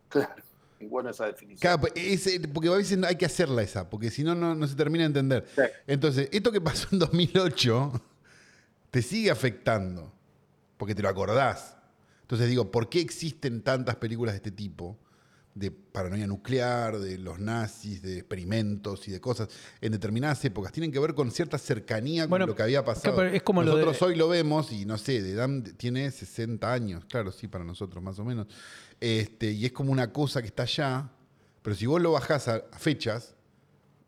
[SPEAKER 3] Claro. Y bueno, esa definición.
[SPEAKER 1] Claro, ese- porque a veces hay que hacerla esa, porque si no, no no se termina de entender.
[SPEAKER 3] Sí.
[SPEAKER 1] Entonces, esto que pasó en 2008 te sigue afectando, porque te lo acordás. Entonces digo, ¿por qué existen tantas películas de este tipo? De paranoia nuclear, de los nazis, de experimentos y de cosas en determinadas épocas. Tienen que ver con cierta cercanía con
[SPEAKER 2] Bueno,
[SPEAKER 1] lo que había pasado.
[SPEAKER 2] claro, pero es como lo
[SPEAKER 1] nosotros
[SPEAKER 2] de-
[SPEAKER 1] hoy lo vemos y no sé, de Dam tiene 60 años, claro, sí, para nosotros más o menos. Este, y es como una cosa que está allá, pero si vos lo bajás a a fechas,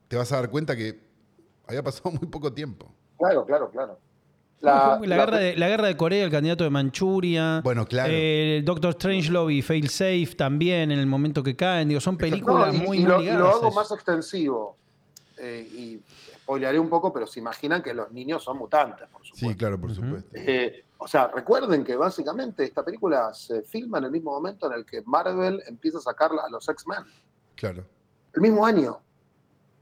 [SPEAKER 1] te vas a dar cuenta que había pasado muy poco tiempo.
[SPEAKER 3] Claro, claro, claro.
[SPEAKER 2] La, guerra de, la guerra de Corea, el candidato de Manchuria.
[SPEAKER 1] Bueno, claro.
[SPEAKER 2] Ah, eh, Doctor Strangelove y Fail Safe también en el momento que caen. Digo, son películas
[SPEAKER 3] No, y,
[SPEAKER 2] muy,
[SPEAKER 3] y
[SPEAKER 2] muy
[SPEAKER 3] lo, y
[SPEAKER 2] ligadas
[SPEAKER 3] lo
[SPEAKER 2] a
[SPEAKER 3] hago
[SPEAKER 2] eso.
[SPEAKER 3] más extensivo. eh, y spoilearé un poco, pero se imaginan que los niños son mutantes, por supuesto.
[SPEAKER 1] Sí, claro, por
[SPEAKER 2] Ujú.
[SPEAKER 1] supuesto.
[SPEAKER 3] Eh, o sea, recuerden que básicamente esta película se filma en el mismo momento en el que Marvel empieza a sacar a los X-Men.
[SPEAKER 1] Claro.
[SPEAKER 3] El mismo año.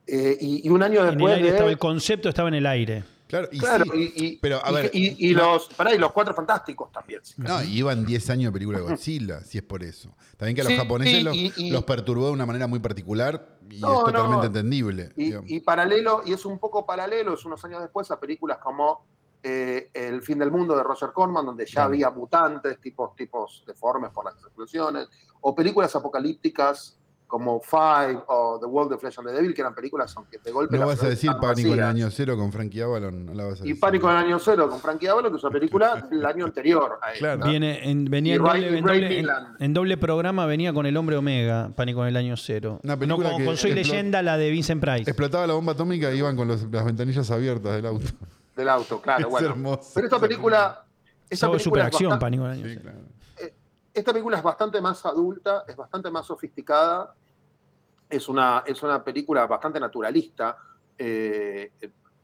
[SPEAKER 3] Eh, y, y un año
[SPEAKER 2] En el
[SPEAKER 3] después.
[SPEAKER 2] aire
[SPEAKER 3] de-
[SPEAKER 2] estaba el concepto, estaba en el aire.
[SPEAKER 1] Claro, y
[SPEAKER 3] Claro,
[SPEAKER 1] sí.
[SPEAKER 3] y, y-
[SPEAKER 1] pero, a
[SPEAKER 3] y-
[SPEAKER 1] ver,
[SPEAKER 3] y- y los, pará, y los cuatro fantásticos también. sí.
[SPEAKER 1] No, y iban 10 años de película de Godzilla, si es por eso. También que a los
[SPEAKER 3] Sí,
[SPEAKER 1] japoneses los,
[SPEAKER 3] y- y-
[SPEAKER 1] los perturbó de una manera muy particular y
[SPEAKER 3] No,
[SPEAKER 1] es
[SPEAKER 3] no.
[SPEAKER 1] totalmente entendible. digamos.
[SPEAKER 3] Y, y paralelo, y es un poco paralelo, es unos años después a películas como eh, El fin del mundo de Roger Corman, donde ya
[SPEAKER 1] Claro.
[SPEAKER 3] había mutantes, tipos, tipos deformes por las explosiones, o películas apocalípticas como Five o The World of Flesh and the Devil, que eran películas aunque de golpe...
[SPEAKER 1] no
[SPEAKER 3] las
[SPEAKER 1] vas a decir
[SPEAKER 3] estaban
[SPEAKER 1] Pánico en el
[SPEAKER 3] vacías.
[SPEAKER 1] año cero con Frankie Avalon, no la vas a
[SPEAKER 3] Y
[SPEAKER 1] decir.
[SPEAKER 3] Pánico en el año cero con Frankie Avalo, que es una película del año anterior a esta.
[SPEAKER 1] Claro.
[SPEAKER 2] Viene, en, venía
[SPEAKER 3] Y
[SPEAKER 2] en
[SPEAKER 3] Ray-
[SPEAKER 2] doble, en,
[SPEAKER 3] Ray
[SPEAKER 2] doble- en-
[SPEAKER 3] Milland.
[SPEAKER 2] en doble programa, venía con el hombre Omega, Pánico en el año cero.
[SPEAKER 1] Una
[SPEAKER 2] no
[SPEAKER 1] película
[SPEAKER 2] con,
[SPEAKER 1] que
[SPEAKER 2] con Soy
[SPEAKER 1] explo-
[SPEAKER 2] Leyenda, la de Vincent Price.
[SPEAKER 1] Explotaba la bomba atómica y iban con los- las ventanillas abiertas del auto.
[SPEAKER 3] Del auto, claro,
[SPEAKER 1] Es
[SPEAKER 3] bueno.
[SPEAKER 1] hermoso.
[SPEAKER 3] Pero esta película... Esta
[SPEAKER 2] Sobre
[SPEAKER 3] película, es
[SPEAKER 2] superacción,
[SPEAKER 3] bastante-
[SPEAKER 2] Pánico en el año
[SPEAKER 1] Sí,
[SPEAKER 2] cero.
[SPEAKER 1] claro.
[SPEAKER 3] esta película es bastante más adulta, es bastante más sofisticada, es una, es una película bastante naturalista. eh,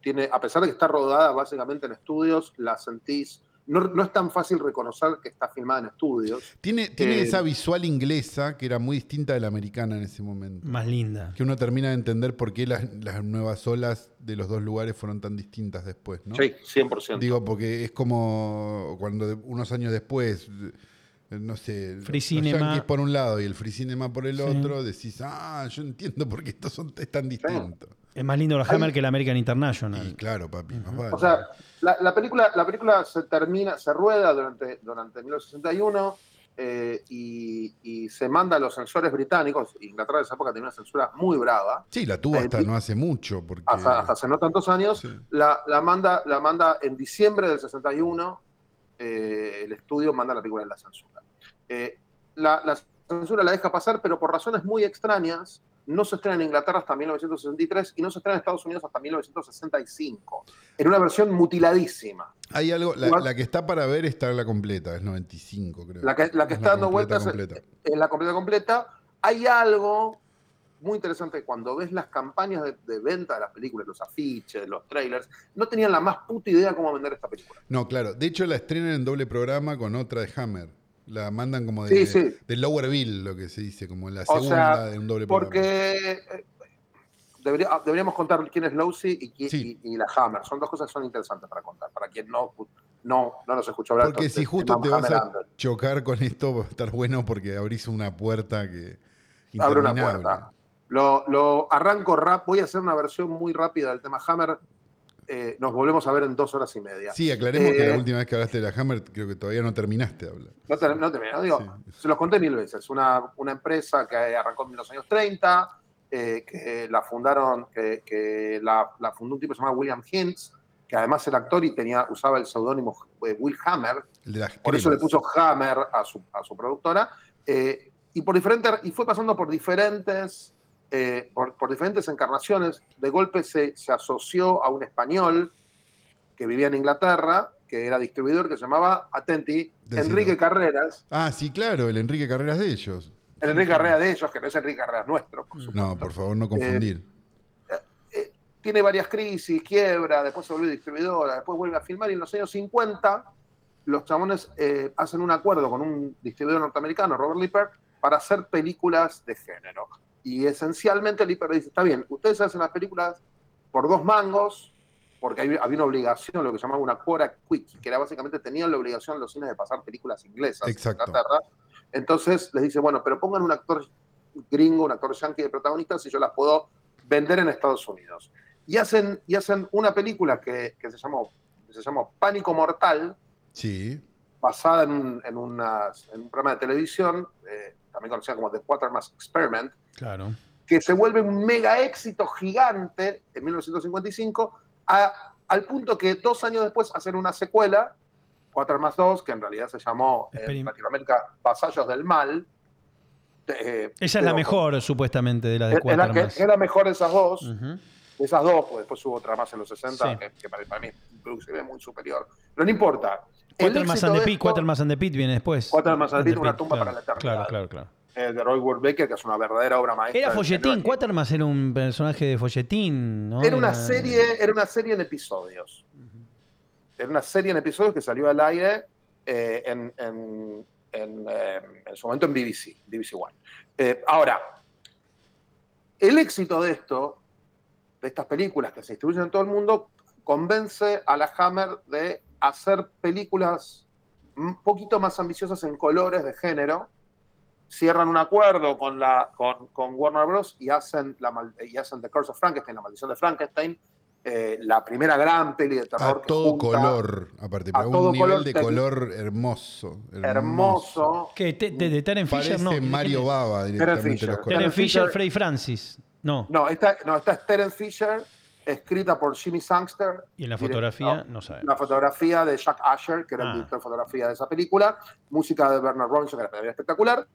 [SPEAKER 3] tiene, a pesar de que está rodada básicamente en estudios, la sentís no, no es tan fácil reconocer que está filmada en estudios.
[SPEAKER 1] Tiene, tiene
[SPEAKER 3] Eh,
[SPEAKER 1] esa visual inglesa que era muy distinta de la americana en ese momento.
[SPEAKER 2] Más linda.
[SPEAKER 1] Que uno termina de entender por qué las, las nuevas olas de los dos lugares fueron tan distintas después, ¿no?
[SPEAKER 3] Sí, 100%.
[SPEAKER 1] Digo, porque es como cuando de- unos años después, eh, no sé,
[SPEAKER 2] Free
[SPEAKER 1] los
[SPEAKER 2] cinema.
[SPEAKER 1] Yankees por un lado y el free cinema por el
[SPEAKER 2] Sí.
[SPEAKER 1] otro, decís, ah, yo entiendo por qué estos son es tan distintos.
[SPEAKER 2] Es más lindo la Hammer que la American International.
[SPEAKER 1] Y claro, papi, más vale.
[SPEAKER 3] O sea, la, la película, la película se termina, se rueda durante, durante 1961 eh, y, y se manda a los censores británicos. Inglaterra en esa época tenía una censura muy brava,
[SPEAKER 1] sí, la tuvo hasta
[SPEAKER 3] eh,
[SPEAKER 1] no hace mucho, porque
[SPEAKER 3] hasta, hasta hace no tantos años.
[SPEAKER 1] Sí.
[SPEAKER 3] La, la manda, la manda en diciembre del 61, eh, el estudio manda la película en la censura. Eh, la, la censura la deja pasar, pero por razones muy extrañas, no se estrena en Inglaterra hasta 1963 y no se estrena en Estados Unidos hasta 1965, en una versión mutiladísima.
[SPEAKER 1] hay algo, la,
[SPEAKER 3] Igual-
[SPEAKER 1] la que está para ver está la completa, es 95 creo.
[SPEAKER 3] La que, la que
[SPEAKER 1] Es
[SPEAKER 3] está dando
[SPEAKER 1] completa,
[SPEAKER 3] vueltas eh,
[SPEAKER 1] completa.
[SPEAKER 3] en la completa completa, hay algo muy interesante cuando ves las campañas de, de venta de las películas, los afiches, los trailers, no tenían la más puta idea cómo vender esta película.
[SPEAKER 1] No, claro, de hecho la estrenan en doble programa con otra de Hammer. La mandan como de,
[SPEAKER 3] Sí, sí.
[SPEAKER 1] de Lower Bill, lo que se dice, como la
[SPEAKER 3] sea,
[SPEAKER 1] segunda de un doble programa.
[SPEAKER 3] Porque eh, debería- ah, deberíamos contar quién es Lowsy y, quién-
[SPEAKER 1] Sí.
[SPEAKER 3] y- y la Hammer. Son dos cosas que son interesantes para contar, para quien no, no, no nos escuchó hablar.
[SPEAKER 1] Porque
[SPEAKER 3] entonces,
[SPEAKER 1] si justo
[SPEAKER 3] Mam
[SPEAKER 1] te vas
[SPEAKER 3] Hammer
[SPEAKER 1] a
[SPEAKER 3] Under.
[SPEAKER 1] chocar con esto, va a estar bueno porque abrís una puerta que.
[SPEAKER 3] Abre una
[SPEAKER 1] interminable.
[SPEAKER 3] puerta. Lo, lo arranco rap, voy a hacer una versión muy rápida del tema Hammer. Eh, nos volvemos a ver en dos horas y media.
[SPEAKER 1] Sí, aclaremos que la
[SPEAKER 3] Eh,
[SPEAKER 1] última vez que hablaste de la Hammer, creo que todavía no terminaste de hablar.
[SPEAKER 3] No te, no te miento, digo, se los conté mil veces. Una, una empresa que arrancó en los años 30, eh, que la fundaron, que, que la, la fundó un tipo llamado William Hintz, que además era actor y tenía, usaba el seudónimo eh, Will Hammer,
[SPEAKER 1] El de las
[SPEAKER 3] por eso le
[SPEAKER 1] cremas.
[SPEAKER 3] puso Hammer a su, a su productora. eh, y, por diferentes, y fue pasando por diferentes, eh, por, por diferentes encarnaciones. De golpe se, se asoció a un español que vivía en Inglaterra, que era distribuidor, que se llamaba Atenti,
[SPEAKER 1] Decilo.
[SPEAKER 3] Enrique Carreras.
[SPEAKER 1] Ah, sí, claro, el Enrique Carreras de ellos.
[SPEAKER 3] El Enrique Carreras de ellos, que no es Enrique Carreras nuestro. por supuesto.
[SPEAKER 1] No, por favor, no confundir.
[SPEAKER 3] Eh, tiene varias crisis, quiebra, después se vuelve distribuidora, después vuelve a filmar y en los años 50 los chabones eh, hacen un acuerdo con un distribuidor norteamericano, Robert Lipper, para hacer películas de género. Y esencialmente Lipper dice, está bien, ustedes hacen las películas por dos mangos, porque hay- había una obligación, lo que llamaba una quora quick, que era básicamente tenían la obligación los cines de pasar películas inglesas
[SPEAKER 1] Exacto.
[SPEAKER 3] en Inglaterra. Entonces les dice, bueno, pero pongan un actor gringo, un actor yankee de protagonista, si yo las puedo vender en Estados Unidos. Y hacen, y hacen una película que, que se, llamó, que se llamó Pánico Mortal,
[SPEAKER 1] Sí.
[SPEAKER 3] basada en, un- en unas- en un programa de televisión, eh, también conocida como The Quatermass Experiment,
[SPEAKER 2] Claro.
[SPEAKER 3] que se vuelve un mega éxito gigante en 1955, a- al punto que dos años después hacen una secuela, Quatermass 2, que en realidad se llamó en
[SPEAKER 2] Experim-
[SPEAKER 3] Latinoamérica Vasallos del Mal. eh,
[SPEAKER 2] Esa es la
[SPEAKER 3] pero-
[SPEAKER 2] mejor, supuestamente, de la de
[SPEAKER 3] Es la, que,
[SPEAKER 2] Quatermass.
[SPEAKER 3] es la mejor de esas dos.
[SPEAKER 2] Ujú.
[SPEAKER 3] de esas dos, pues después hubo otra más en los 60,
[SPEAKER 2] Sí.
[SPEAKER 3] que, que para, para mí inclusive es muy superior. Pero no importa. El
[SPEAKER 2] Quatermass
[SPEAKER 3] éxito
[SPEAKER 2] and the
[SPEAKER 3] de
[SPEAKER 2] Pit,
[SPEAKER 3] esto,
[SPEAKER 2] Quatermass and the Pit viene después.
[SPEAKER 3] Quatermass and the Pit,
[SPEAKER 2] And
[SPEAKER 3] una tumba
[SPEAKER 2] claro,
[SPEAKER 3] para la
[SPEAKER 2] Claro,
[SPEAKER 3] eternidad.
[SPEAKER 2] claro, claro.
[SPEAKER 3] eh, de Roy Woodbaker, que es una verdadera obra maestra.
[SPEAKER 2] Era
[SPEAKER 3] del
[SPEAKER 2] folletín,
[SPEAKER 3] género.
[SPEAKER 2] Quatermass era un personaje de folletín, ¿no?
[SPEAKER 3] Era una serie, era una serie en episodios. Era una serie en episodios que salió al aire eh, en, en- en, eh, en su momento en BBC, BBC One. Eh, ahora, el éxito de esto, de estas películas que se distribuyen en todo el mundo, convence a la Hammer de hacer películas un poquito más ambiciosas en colores de género. Cierran un acuerdo con, la, con, con Warner Bros. Y hacen, la, mal- y hacen The Curse of Frankenstein, La Maldición de Frankenstein, eh, la primera gran peli de
[SPEAKER 1] A
[SPEAKER 3] terror. que
[SPEAKER 1] todo
[SPEAKER 3] junta,
[SPEAKER 1] color, aparte,
[SPEAKER 3] a
[SPEAKER 1] pero a
[SPEAKER 3] todo
[SPEAKER 1] un nivel
[SPEAKER 3] color,
[SPEAKER 1] de
[SPEAKER 3] tec-
[SPEAKER 1] color hermoso.
[SPEAKER 3] Hermoso.
[SPEAKER 2] Que te- de, de Terence
[SPEAKER 1] Parece
[SPEAKER 2] Fisher, no.
[SPEAKER 1] Mario Baba directamente
[SPEAKER 3] Fisher.
[SPEAKER 1] los
[SPEAKER 3] Terence
[SPEAKER 1] colores.
[SPEAKER 2] Terence Fisher,
[SPEAKER 3] Fisher.
[SPEAKER 2] Freddy Francis. No.
[SPEAKER 3] No, esta, no, esta es Terence Fisher, escrita por Jimmy Sangster.
[SPEAKER 2] Y en la fotografía,
[SPEAKER 3] Directo-
[SPEAKER 2] no sabemos.
[SPEAKER 3] La fotografía de Jack Asher, que era
[SPEAKER 2] Ah.
[SPEAKER 3] el director de fotografía de esa película. Música de Bernard Robinson, que era también espectacular.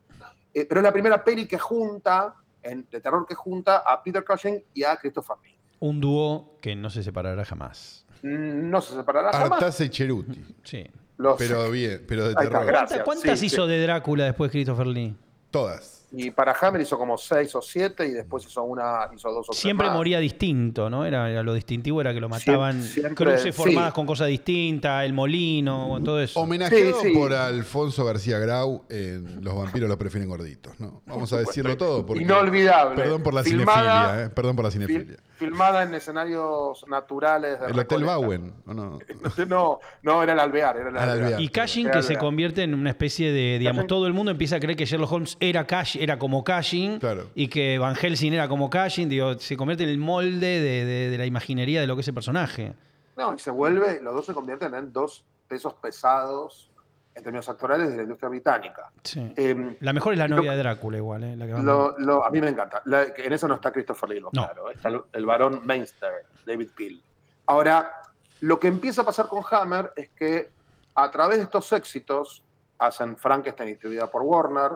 [SPEAKER 3] Eh, pero es la primera peli que junta, en- de terror que junta a Peter Cushing y a Christopher Lee.
[SPEAKER 2] Un dúo que no se separará jamás.
[SPEAKER 3] Mm, No se separará jamás.
[SPEAKER 1] Artaza y Cheruti.
[SPEAKER 2] Sí.
[SPEAKER 3] Los-
[SPEAKER 1] Ah, Pero bien, pero de
[SPEAKER 3] Ahí está,
[SPEAKER 1] terror.
[SPEAKER 3] gracias.
[SPEAKER 2] ¿Cuántas, cuántas
[SPEAKER 3] sí,
[SPEAKER 2] hizo de Drácula después Christopher Lee?
[SPEAKER 1] Todas.
[SPEAKER 3] Y para Hammer hizo como seis o siete y después hizo una, hizo dos o tres
[SPEAKER 2] Siempre
[SPEAKER 3] más.
[SPEAKER 2] moría distinto, ¿no? Era, era lo distintivo, era que lo mataban
[SPEAKER 3] siempre-
[SPEAKER 2] cruces formadas
[SPEAKER 3] sí.
[SPEAKER 2] con cosas distintas, el molino, todo eso.
[SPEAKER 1] Homenajeado
[SPEAKER 3] Sí, sí.
[SPEAKER 1] por Alfonso García Grau en Los vampiros los prefieren gorditos, ¿no? Vamos a decirlo todo porque...
[SPEAKER 3] Inolvidable.
[SPEAKER 1] Perdón por la cinefilia,
[SPEAKER 3] Filmada-
[SPEAKER 1] ¿eh? Perdón por la
[SPEAKER 3] Fil-
[SPEAKER 1] cinefilia.
[SPEAKER 3] filmada en escenarios naturales. de
[SPEAKER 1] El Hotel
[SPEAKER 3] Recoleta.
[SPEAKER 1] Bowen, ¿o no?
[SPEAKER 3] No, no, era el alvear. Era el
[SPEAKER 1] Al
[SPEAKER 3] alvear.
[SPEAKER 1] Alvear.
[SPEAKER 2] Y Cushing
[SPEAKER 3] Era
[SPEAKER 2] que
[SPEAKER 3] la-
[SPEAKER 2] se convierte en una especie de, digamos,
[SPEAKER 3] Cushing.
[SPEAKER 2] todo el mundo empieza a creer que Sherlock Holmes era Cush- era como Cushing
[SPEAKER 1] Claro.
[SPEAKER 2] y que Van Helsing era como Cushing, digo, se convierte en el molde de, de- de la imaginería de lo que es el personaje.
[SPEAKER 3] No, y se vuelve, los dos se convierten en dos pesos pesados en términos actorales de la industria británica.
[SPEAKER 2] Sí.
[SPEAKER 3] Em,
[SPEAKER 2] La mejor es la
[SPEAKER 3] lo-
[SPEAKER 2] novia de Drácula igual, ¿eh? La que más
[SPEAKER 3] lo- lo- a mí me encanta. La- en eso no está Christopher Lee, lo
[SPEAKER 2] No.
[SPEAKER 3] claro. Está el, el varón Mainster, David Peel. Ahora, lo que empieza a pasar con Hammer es que a través de estos éxitos hacen Frankenstein distribuida por Warner,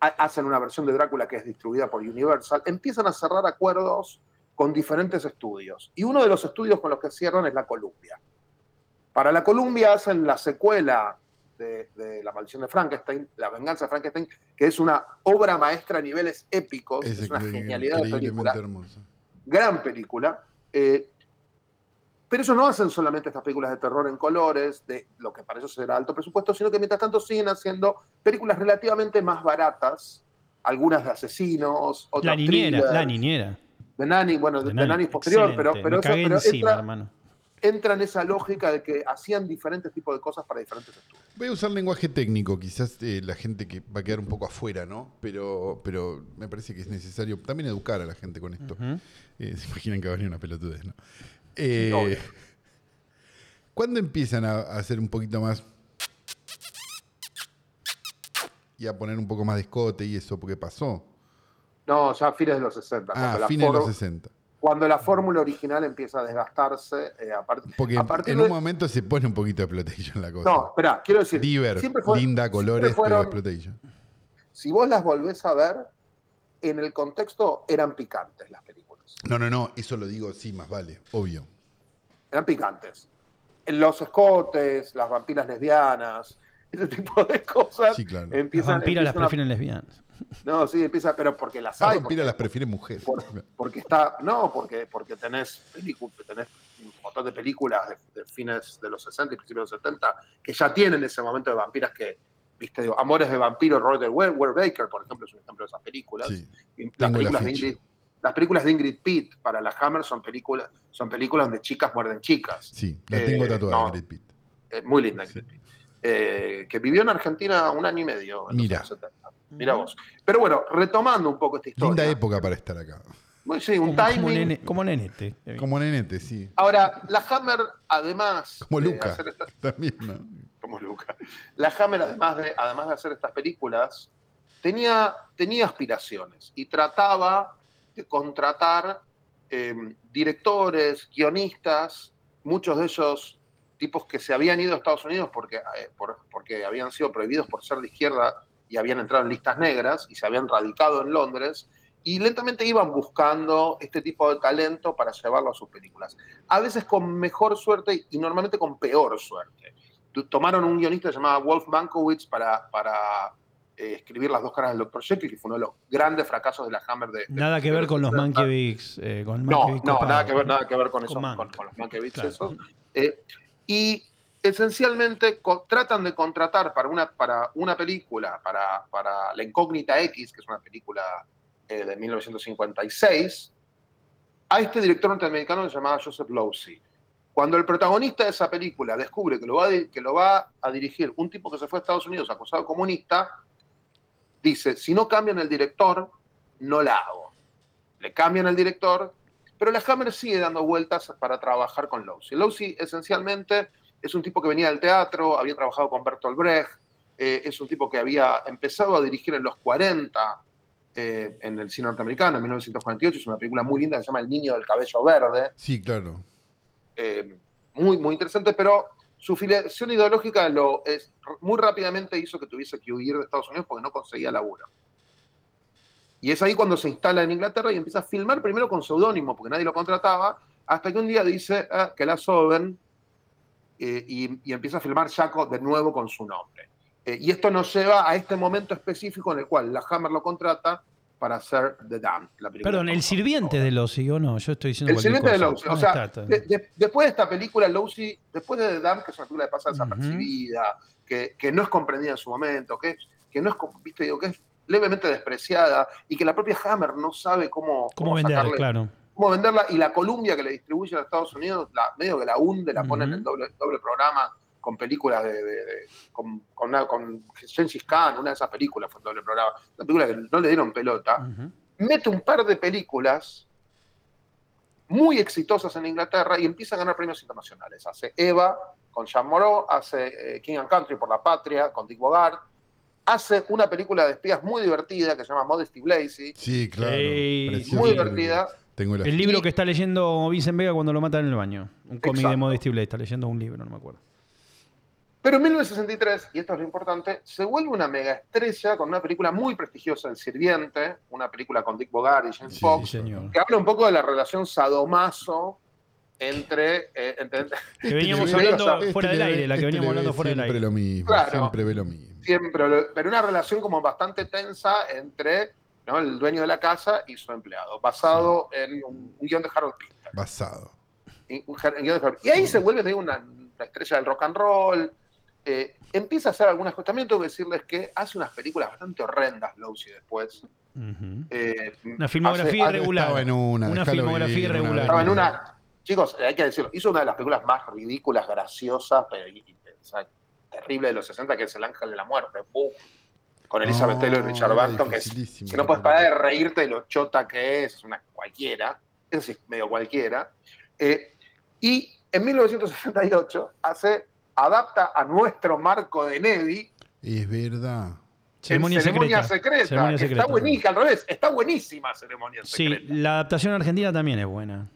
[SPEAKER 3] ha- hacen una versión de Drácula que es distribuida por Universal, empiezan a cerrar acuerdos con diferentes estudios. Y uno de los estudios con los que cierran es la Columbia. Para la Columbia hacen la secuela de, de La maldición de Frankenstein, La venganza de Frankenstein, que es una obra maestra a niveles épicos, es,
[SPEAKER 1] Es
[SPEAKER 3] una
[SPEAKER 1] increíble-
[SPEAKER 3] genialidad de
[SPEAKER 1] increíblemente
[SPEAKER 3] película
[SPEAKER 1] hermoso.
[SPEAKER 3] gran película. eh, pero ellos no hacen solamente estas películas de terror en colores, de lo que para ellos será alto presupuesto, sino que mientras tanto siguen haciendo películas relativamente más baratas, algunas de asesinos,
[SPEAKER 2] La
[SPEAKER 3] otras
[SPEAKER 2] niñera,
[SPEAKER 3] thrillers,
[SPEAKER 2] la niñera.
[SPEAKER 3] de Nani, bueno, de,
[SPEAKER 2] de
[SPEAKER 3] de
[SPEAKER 2] Nani.
[SPEAKER 3] Nani es posterior,
[SPEAKER 2] Excelente.
[SPEAKER 3] pero, pero,
[SPEAKER 2] Me
[SPEAKER 3] eso-
[SPEAKER 2] cagué
[SPEAKER 3] pero
[SPEAKER 2] encima,
[SPEAKER 3] entra,
[SPEAKER 2] hermano.
[SPEAKER 3] entra en esa lógica de que hacían diferentes tipos de cosas para diferentes estudios.
[SPEAKER 1] Voy a usar lenguaje técnico, quizás eh, la gente que va a quedar un poco afuera, ¿no? Pero, pero me parece que es necesario también educar a la gente con esto.
[SPEAKER 2] Ujú.
[SPEAKER 1] Eh, se imaginan que va a venir una pelotudez, ¿no? Eh,
[SPEAKER 3] Obvio.
[SPEAKER 1] ¿Cuándo empiezan a, a hacer un poquito más y a poner un poco más de escote y eso? Porque pasó.
[SPEAKER 3] No, ya a fines de los 60.
[SPEAKER 1] Ah,
[SPEAKER 3] cuando la
[SPEAKER 1] fines de los
[SPEAKER 3] for-
[SPEAKER 1] 60.
[SPEAKER 3] Cuando la fórmula original empieza a desgastarse, eh, a, par-
[SPEAKER 1] Porque
[SPEAKER 3] a partir
[SPEAKER 1] en
[SPEAKER 3] de-
[SPEAKER 1] un momento se pone un poquito de exploitation la cosa.
[SPEAKER 3] No, espera, quiero decir.
[SPEAKER 1] Diver,
[SPEAKER 3] siempre fue-
[SPEAKER 1] linda,
[SPEAKER 3] siempre
[SPEAKER 1] colores, pero
[SPEAKER 3] fueron-
[SPEAKER 1] exploitation.
[SPEAKER 3] si vos las volvés a ver, en el contexto eran picantes las películas.
[SPEAKER 1] No, no, no, eso lo digo, sí, más vale, obvio.
[SPEAKER 3] Eran picantes. Los escotes, las vampiras lesbianas, ese tipo de cosas.
[SPEAKER 1] Sí, claro.
[SPEAKER 2] Las
[SPEAKER 3] Empiezan,
[SPEAKER 2] vampiras las
[SPEAKER 3] empiezan a-
[SPEAKER 2] prefieren lesbianas.
[SPEAKER 3] No, sí, empieza, pero porque las
[SPEAKER 1] Las
[SPEAKER 3] hay.
[SPEAKER 1] vampiras las
[SPEAKER 3] porque-
[SPEAKER 1] prefieren mujeres.
[SPEAKER 3] por- porque está. No, porque, porque tenés, pelicu- tenés un montón de películas de, de fines de los 60 y principios de los 70 que ya tienen ese momento de vampiras que. Viste, digo, Amores de vampiro, Roger Ware- Baker, por ejemplo, es un ejemplo de esas películas.
[SPEAKER 1] Sí.
[SPEAKER 3] Y las
[SPEAKER 1] Tengo el
[SPEAKER 3] películas, de
[SPEAKER 1] afiche.
[SPEAKER 3] Ingrid, las películas de Ingrid Pitt para la Hammer son películas, son películas donde chicas muerden chicas.
[SPEAKER 1] Sí, la
[SPEAKER 3] Eh,
[SPEAKER 1] tengo tatuada,
[SPEAKER 3] no.
[SPEAKER 1] Ingrid Pitt.
[SPEAKER 3] Eh, muy linda Ingrid Pitt. Eh, que vivió en Argentina un año y medio. en los
[SPEAKER 1] Mira.
[SPEAKER 3] años 70. Mira vos. Pero bueno, retomando un poco esta historia.
[SPEAKER 1] Linda época para estar acá.
[SPEAKER 3] Bueno, sí, un
[SPEAKER 2] Como, como,
[SPEAKER 3] timing.
[SPEAKER 2] nene, como nenete. eh.
[SPEAKER 1] Como nenete, sí.
[SPEAKER 3] Ahora, la Hammer, además.
[SPEAKER 1] Como
[SPEAKER 3] de
[SPEAKER 1] Luca.
[SPEAKER 3] hacer esta-
[SPEAKER 1] También, ¿no?
[SPEAKER 3] como Luca. La Hammer, además de, además de hacer estas películas, tenía, tenía aspiraciones y trataba de contratar eh, directores, guionistas, muchos de ellos tipos que se habían ido a Estados Unidos porque, eh, por- porque habían sido prohibidos por ser de izquierda y habían entrado en listas negras y se habían radicado en Londres. Y lentamente iban buscando este tipo de talento para llevarlo a sus películas. A veces con mejor suerte y normalmente con peor suerte tu- tomaron un guionista llamado Wolf Mankiewicz para, para eh, escribir Las dos caras del Dr. Jekyll, que fue uno de los grandes fracasos de la Hammer. De, de-
[SPEAKER 2] Nada que
[SPEAKER 3] de
[SPEAKER 2] ver con los
[SPEAKER 3] de-
[SPEAKER 2] Mankiewicz. eh, con el
[SPEAKER 3] No,
[SPEAKER 2] Mankiewicz
[SPEAKER 3] no,
[SPEAKER 2] copado.
[SPEAKER 3] nada que ver, nada que ver con,
[SPEAKER 2] Con
[SPEAKER 3] eso, con,
[SPEAKER 2] Mank.
[SPEAKER 3] con los Mankiewicz.
[SPEAKER 2] Claro.
[SPEAKER 3] esos. Eh, y esencialmente co- tratan de contratar para una, para una película, para, para La Incógnita X, que es una película eh, de 1956, a este director norteamericano que se llamaba Joseph Losey. Cuando el protagonista de esa película descubre que lo, va a, di- que lo va a dirigir un tipo que se fue a Estados Unidos acusado de comunista, dice, si no cambian el director, no la hago. Le cambian el director, pero la Hammer sigue dando vueltas para trabajar con Losey. Losey esencialmente es un tipo que venía del teatro, había trabajado con Bertolt Brecht, eh, es un tipo que había empezado a dirigir en los 40 eh, en el cine norteamericano, en 1948, es una película muy linda que se llama El Niño del Cabello Verde,
[SPEAKER 1] Sí, claro.
[SPEAKER 3] eh, muy, muy interesante, pero su filiación ideológica lo es, muy rápidamente hizo que tuviese que huir de Estados Unidos porque no conseguía laburo. Y es ahí cuando se instala en Inglaterra y empieza a filmar primero con seudónimo, porque nadie lo contrataba, hasta que un día dice "Ah, que la soben eh, y, y empieza a filmar Jaco de nuevo con su nombre. Eh, y esto nos lleva a este momento específico en el cual la Hammer lo contrata para hacer The Damned, la película.
[SPEAKER 2] Perdón, el sirviente de Lossi, o no, yo estoy diciendo
[SPEAKER 3] El
[SPEAKER 2] cualquier
[SPEAKER 3] sirviente de
[SPEAKER 2] cosa.
[SPEAKER 3] Lowsy. O
[SPEAKER 2] Ah, está,
[SPEAKER 3] sea,
[SPEAKER 2] está.
[SPEAKER 3] de- de- después de esta película, Lowsy, después de The Damned, que es una película que pasa desapercibida, que, que no es comprendida en su momento, que, que no es, com- viste, digo, que es levemente despreciada y que la propia Hammer no sabe cómo,
[SPEAKER 2] ¿Cómo venderla?
[SPEAKER 3] sacarle-
[SPEAKER 2] Claro.
[SPEAKER 3] cómo venderla y la Columbia que le distribuye a Estados Unidos, la, medio que la hunde, la pone en el
[SPEAKER 2] Ujú.
[SPEAKER 3] doble, doble programa con películas de, de- de- con, con, una- con Gengis Khan, una de esas películas fue el doble programa, una película que no le dieron pelota,
[SPEAKER 2] Ujú.
[SPEAKER 3] mete un par de películas muy exitosas en Inglaterra y empieza a ganar premios internacionales. Hace Eva con Jean Moreau, hace eh, King and Country por la Patria con Dick Bogart, hace una película de espías muy divertida que se llama Modesty Blazy,
[SPEAKER 1] Sí, claro.
[SPEAKER 2] Ey,
[SPEAKER 1] preciosa
[SPEAKER 3] muy
[SPEAKER 1] película.
[SPEAKER 3] divertida.
[SPEAKER 1] Tengo la-
[SPEAKER 2] El libro que está leyendo Vincent Vega cuando lo matan en el baño. Un cómic de
[SPEAKER 3] Exacto.
[SPEAKER 2] Modesty Blade. Está leyendo un libro, no me acuerdo.
[SPEAKER 3] Pero en 1963, y esto es lo importante, se vuelve una mega estrella con una película muy prestigiosa, El Sirviente, una película con Dick Bogart y James
[SPEAKER 1] Sí,
[SPEAKER 3] Fox,
[SPEAKER 2] señor.
[SPEAKER 3] que habla un poco de la relación sadomaso entre... eh, entre-
[SPEAKER 2] Que veníamos
[SPEAKER 3] le ve-
[SPEAKER 2] hablando
[SPEAKER 3] este
[SPEAKER 2] fuera del
[SPEAKER 1] le ve-
[SPEAKER 2] aire, la que
[SPEAKER 1] este
[SPEAKER 2] veníamos
[SPEAKER 1] le ve
[SPEAKER 2] hablando fuera del
[SPEAKER 1] siempre
[SPEAKER 2] aire.
[SPEAKER 1] lo mismo,
[SPEAKER 3] Claro.
[SPEAKER 1] siempre ve lo mismo.
[SPEAKER 3] siempre, lo- pero una relación como bastante tensa entre ¿no? el dueño de la casa y su empleado, basado en un, un guión de Harold Pinter.
[SPEAKER 1] Basado.
[SPEAKER 3] Y, un Har- guión de Harold- y ahí se vuelve te digo, una, una estrella del rock and roll. eh, empieza a hacer algunas cosas. También tengo que decirles que hace unas películas bastante horrendas, Lowsy, después.
[SPEAKER 2] Ujú.
[SPEAKER 3] Eh,
[SPEAKER 2] Una filmografía
[SPEAKER 3] hace-
[SPEAKER 1] irregular.
[SPEAKER 2] irregular.
[SPEAKER 1] Estaba en una, dejalo
[SPEAKER 2] filmografía
[SPEAKER 1] ir, una
[SPEAKER 2] irregular.
[SPEAKER 1] vez.
[SPEAKER 3] Estaba en una. Chicos, eh, hay que decirlo. Hizo una de las películas más ridículas, graciosas, pero y- y- o sea, terrible de los 60, que es El Ángel de la Muerte. ¡pum! Con Elizabeth
[SPEAKER 1] No,
[SPEAKER 3] Taylor y Richard
[SPEAKER 1] era
[SPEAKER 3] Barton, que, es-
[SPEAKER 1] dificilísimo.
[SPEAKER 3] que no puedes parar de reírte de lo chota que es, es una cualquiera. Es decir, medio cualquiera. Eh, y en 1968 hace, adapta a nuestro marco de Nedi
[SPEAKER 1] Es verdad.
[SPEAKER 2] Ceremonia,
[SPEAKER 3] en Ceremonia
[SPEAKER 2] secreta.
[SPEAKER 3] Secreta,
[SPEAKER 2] Ceremonia
[SPEAKER 3] que
[SPEAKER 2] secreta.
[SPEAKER 3] está buenísima, al revés, está buenísima Ceremonia
[SPEAKER 2] Sí,
[SPEAKER 3] Secreta.
[SPEAKER 2] la adaptación argentina también es buena.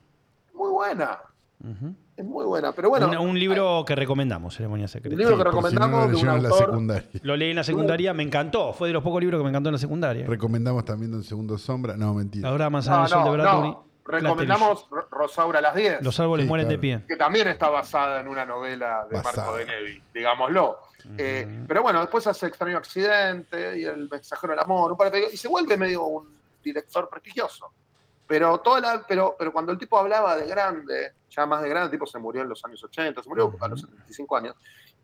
[SPEAKER 3] Muy buena,
[SPEAKER 2] Ujú.
[SPEAKER 3] es muy buena, pero bueno.
[SPEAKER 2] Una- un libro que recomendamos, Ceremonia Secreta.
[SPEAKER 3] Un libro que
[SPEAKER 1] por si no
[SPEAKER 3] recomendamos
[SPEAKER 1] lo
[SPEAKER 3] de un
[SPEAKER 1] leyeron en
[SPEAKER 3] autor-
[SPEAKER 1] la secundaria.
[SPEAKER 2] Lo leí en la secundaria, me encantó. Fue de los pocos libros que me encantó en la secundaria.
[SPEAKER 1] Recomendamos también Don Segundo Sombra. No, mentira.
[SPEAKER 2] Ahora más
[SPEAKER 3] No,
[SPEAKER 2] al sol de
[SPEAKER 3] no,
[SPEAKER 2] Bradbury.
[SPEAKER 3] no. Recomendamos Ro- Rosaura a las 10,
[SPEAKER 2] Los árboles
[SPEAKER 1] Sí,
[SPEAKER 2] mueren de
[SPEAKER 1] claro.
[SPEAKER 2] pie.
[SPEAKER 3] que también está basada en una novela de Marco
[SPEAKER 1] Basada.
[SPEAKER 3] de Nevi, digámoslo. Eh,
[SPEAKER 2] Ujú.
[SPEAKER 3] pero bueno, después hace Extraño Accidente y El Mensajero del Amor, un par de películas, y se vuelve medio un director prestigioso. Pero, toda la- pero, pero cuando el tipo hablaba de grande, ya más de grande, el tipo se murió en los años 80, se murió a los 75 años,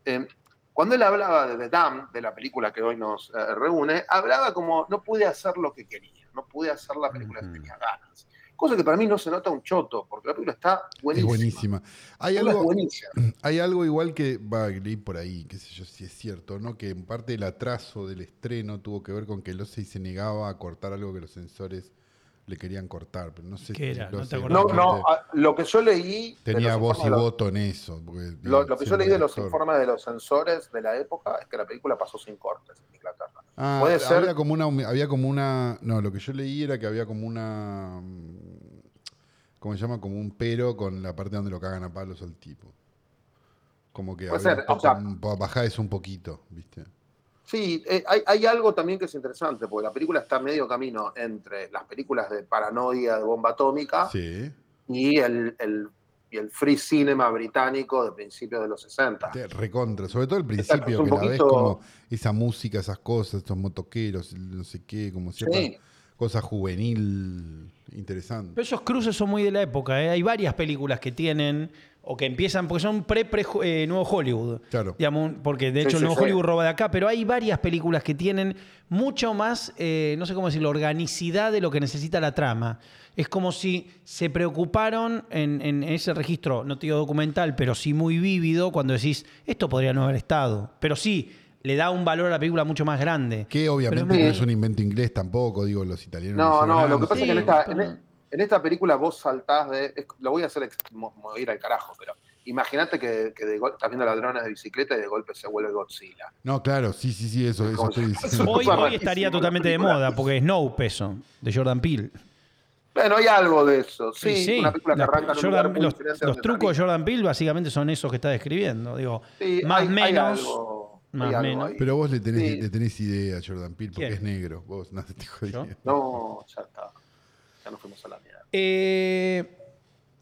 [SPEAKER 3] eh, cuando él hablaba de The Dam, de la película que hoy nos eh, reúne, hablaba como no pude hacer lo que quería, no pude hacer la película
[SPEAKER 2] Ujú.
[SPEAKER 3] que tenía ganas. Cosa que para mí no se nota un choto, porque la película está
[SPEAKER 1] Es
[SPEAKER 3] buenísima.
[SPEAKER 1] buenísima. Hay
[SPEAKER 3] La película es
[SPEAKER 1] algo,
[SPEAKER 3] buenísima.
[SPEAKER 1] hay algo igual que va a leer por ahí, qué sé yo si es cierto, ¿no? Que en parte el atraso del estreno tuvo que ver con que Losey se negaba a cortar algo que los sensores le querían cortar, pero no sé
[SPEAKER 2] ¿Qué era? No
[SPEAKER 1] Losey
[SPEAKER 2] te acordás.
[SPEAKER 3] No, ah,
[SPEAKER 1] realmente
[SPEAKER 3] no, a- lo que yo leí. de
[SPEAKER 1] tenía
[SPEAKER 3] los
[SPEAKER 1] voz y
[SPEAKER 3] informes de los-
[SPEAKER 1] voto en eso. porque,
[SPEAKER 3] Lo,
[SPEAKER 1] digamos,
[SPEAKER 3] lo que yo
[SPEAKER 1] siendo
[SPEAKER 3] leí de los
[SPEAKER 1] actor.
[SPEAKER 3] informes de los censores de la época es que la película pasó sin cortes en Inglaterra.
[SPEAKER 1] Ah,
[SPEAKER 3] Puede ser-
[SPEAKER 1] Había como una. humi- Había como una. No, lo que yo leí era que había como una. mm, ¿Cómo se llama? Como un pero con la parte donde lo cagan a palos al tipo. Como que
[SPEAKER 3] Puede
[SPEAKER 1] había
[SPEAKER 3] ser,
[SPEAKER 1] un poco-
[SPEAKER 3] o sea-
[SPEAKER 1] un po- bajá eso un poquito, ¿viste?
[SPEAKER 3] Sí, eh, hay, hay algo también que es interesante, porque la película está a medio camino entre las películas de paranoia de bomba atómica
[SPEAKER 1] Sí.
[SPEAKER 3] y, el, el- y el free cinema británico de principios de los 60.
[SPEAKER 1] Te- Recontra. Sobre todo al
[SPEAKER 3] Exacto,
[SPEAKER 1] principio,
[SPEAKER 3] es
[SPEAKER 1] que
[SPEAKER 3] un
[SPEAKER 1] la ves
[SPEAKER 3] poquito-
[SPEAKER 1] como esa música, esas cosas, estos motoqueros, el no sé qué, como cierta
[SPEAKER 3] Sí.
[SPEAKER 1] cosa juvenil interesante.
[SPEAKER 2] Pero esos cruces son muy de la época. ¿eh? Hay varias películas que tienen o que empiezan, porque son pre-Nuevo Hollywood.
[SPEAKER 1] Claro.
[SPEAKER 2] Digamos, un- porque de
[SPEAKER 3] Sí,
[SPEAKER 2] hecho el
[SPEAKER 3] sí,
[SPEAKER 2] Nuevo
[SPEAKER 3] sí.
[SPEAKER 2] Hollywood roba de acá, pero hay varias películas que tienen mucho más, eh, no sé cómo decirlo, organicidad de lo que necesita la trama. Es como si se preocuparon en, en ese registro, no te digo documental, pero sí muy vívido, cuando decís, esto podría no haber estado. Pero sí, le da un valor a la película mucho más grande.
[SPEAKER 1] Que obviamente
[SPEAKER 2] Pero es
[SPEAKER 1] no
[SPEAKER 3] muy-
[SPEAKER 1] es un invento inglés tampoco, digo, los italianos.
[SPEAKER 3] No,
[SPEAKER 1] hicieron
[SPEAKER 3] no,
[SPEAKER 1] nada,
[SPEAKER 3] lo que
[SPEAKER 1] sé
[SPEAKER 3] pasa es que en
[SPEAKER 1] qué.
[SPEAKER 3] esta, en, e- en esta película vos saltás de. es- lo voy a hacer ex- mo- mo- ir al carajo, pero imagínate que, que de gol- estás viendo ladrones de bicicleta y de golpe se vuelve Godzilla.
[SPEAKER 1] No, claro, sí, sí, sí, eso, eso
[SPEAKER 3] Como
[SPEAKER 1] estoy
[SPEAKER 3] si-
[SPEAKER 1] diciendo.
[SPEAKER 2] Hoy,
[SPEAKER 3] Fue
[SPEAKER 2] hoy estaría
[SPEAKER 3] rarísimo, la
[SPEAKER 2] totalmente de
[SPEAKER 3] película.
[SPEAKER 2] moda, porque es No Peso, de Jordan Peele.
[SPEAKER 3] Bueno, hay algo de eso. Sí,
[SPEAKER 2] Y sí,
[SPEAKER 3] una película que
[SPEAKER 2] la-
[SPEAKER 3] arranca en un
[SPEAKER 2] Jordan-
[SPEAKER 3] lugar muy
[SPEAKER 2] los,
[SPEAKER 3] diferente
[SPEAKER 2] los
[SPEAKER 3] donde
[SPEAKER 2] trucos de
[SPEAKER 3] termina.
[SPEAKER 2] Jordan Peele básicamente son esos que está describiendo. Digo,
[SPEAKER 3] Sí,
[SPEAKER 2] más
[SPEAKER 3] hay- hay
[SPEAKER 2] menos.
[SPEAKER 3] algo-
[SPEAKER 2] más
[SPEAKER 3] hay algo
[SPEAKER 2] menos.
[SPEAKER 3] ahí.
[SPEAKER 1] Pero vos le tenés,
[SPEAKER 3] Sí.
[SPEAKER 1] le tenés idea a Jordan Peele porque
[SPEAKER 2] ¿Quién?
[SPEAKER 1] es negro. Vos, no, te jodía.
[SPEAKER 2] ¿Yo?
[SPEAKER 3] No, ya está. Ya nos fuimos a la mierda.
[SPEAKER 2] Eh,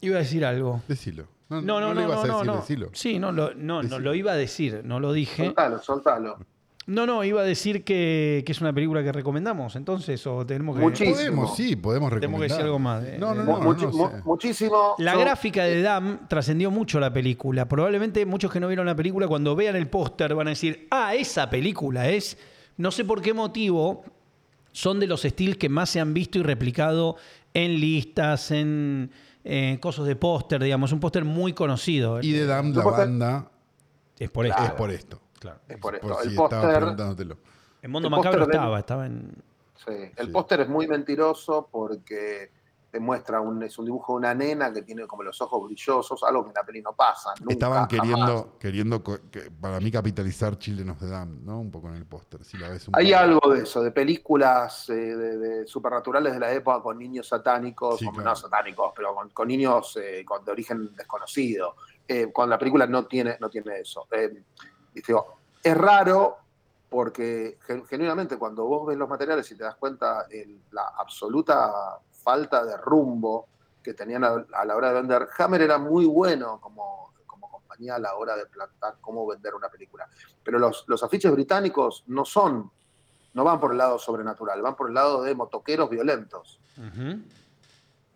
[SPEAKER 2] iba a decir algo.
[SPEAKER 1] Decilo. No,
[SPEAKER 2] No, no,
[SPEAKER 1] le
[SPEAKER 2] no,
[SPEAKER 1] ibas
[SPEAKER 2] no,
[SPEAKER 1] a decir,
[SPEAKER 2] no.
[SPEAKER 1] decilo.
[SPEAKER 2] Sí, no, lo, no, no,
[SPEAKER 1] Decilo.
[SPEAKER 2] lo iba a decir, no lo dije.
[SPEAKER 3] Soltalo, soltalo.
[SPEAKER 2] No, no, iba a decir que, que es una película que recomendamos, entonces, o tenemos que.
[SPEAKER 3] Muchísimo.
[SPEAKER 1] Podemos, sí, podemos recomendar.
[SPEAKER 2] Tenemos que decir algo más eh, de-
[SPEAKER 1] No, no,
[SPEAKER 2] de-
[SPEAKER 1] no.
[SPEAKER 3] Muchi-
[SPEAKER 1] no
[SPEAKER 3] mu-
[SPEAKER 1] sé.
[SPEAKER 3] Muchísimo.
[SPEAKER 2] La
[SPEAKER 3] Yo-
[SPEAKER 2] gráfica de Dam trascendió mucho la película. Probablemente muchos que no vieron la película, cuando vean el póster, van a decir, ah, esa película es. No sé por qué motivo son de los estilos que más se han visto y replicado en listas, en, en cosas de póster, digamos. Un póster muy conocido.
[SPEAKER 1] Y de Dam, la
[SPEAKER 3] Yo por-
[SPEAKER 1] banda,
[SPEAKER 2] es por eso.
[SPEAKER 1] es por esto.
[SPEAKER 2] Claro.
[SPEAKER 3] Es por esto.
[SPEAKER 1] Por si
[SPEAKER 3] el
[SPEAKER 1] estabas
[SPEAKER 3] póster.
[SPEAKER 1] preguntándotelo.
[SPEAKER 2] En Mundo
[SPEAKER 3] El
[SPEAKER 2] Macabro
[SPEAKER 3] póster de-
[SPEAKER 2] estaba, estaba en.
[SPEAKER 3] Sí, el
[SPEAKER 1] Sí.
[SPEAKER 3] póster es muy mentiroso porque te muestra un, es un dibujo de una nena que tiene como los ojos brillosos, algo que en la peli no pasa. nunca,
[SPEAKER 1] Estaban
[SPEAKER 3] jamás.
[SPEAKER 1] queriendo, queriendo co- que- para mí capitalizar Children of the Dam, ¿no? Un poco en el póster, si la ves un
[SPEAKER 3] Hay
[SPEAKER 1] poco.
[SPEAKER 3] algo de eso, de películas eh, de, de supernaturales de la época con niños satánicos,
[SPEAKER 1] Sí,
[SPEAKER 3] con-
[SPEAKER 1] claro.
[SPEAKER 3] no satánicos, pero con, con niños eh, con- de origen desconocido. Eh, cuando la película no tiene, no tiene eso. Eh, y digo, es raro porque gen- genuinamente cuando vos ves los materiales y te das cuenta el- la absoluta falta de rumbo que tenían a, a la hora de vender, Hammer era muy bueno como, como compañía a la hora de plantar cómo vender una película. Pero los, los afiches británicos no son, no van por el lado sobrenatural, van por el lado de motoqueros violentos.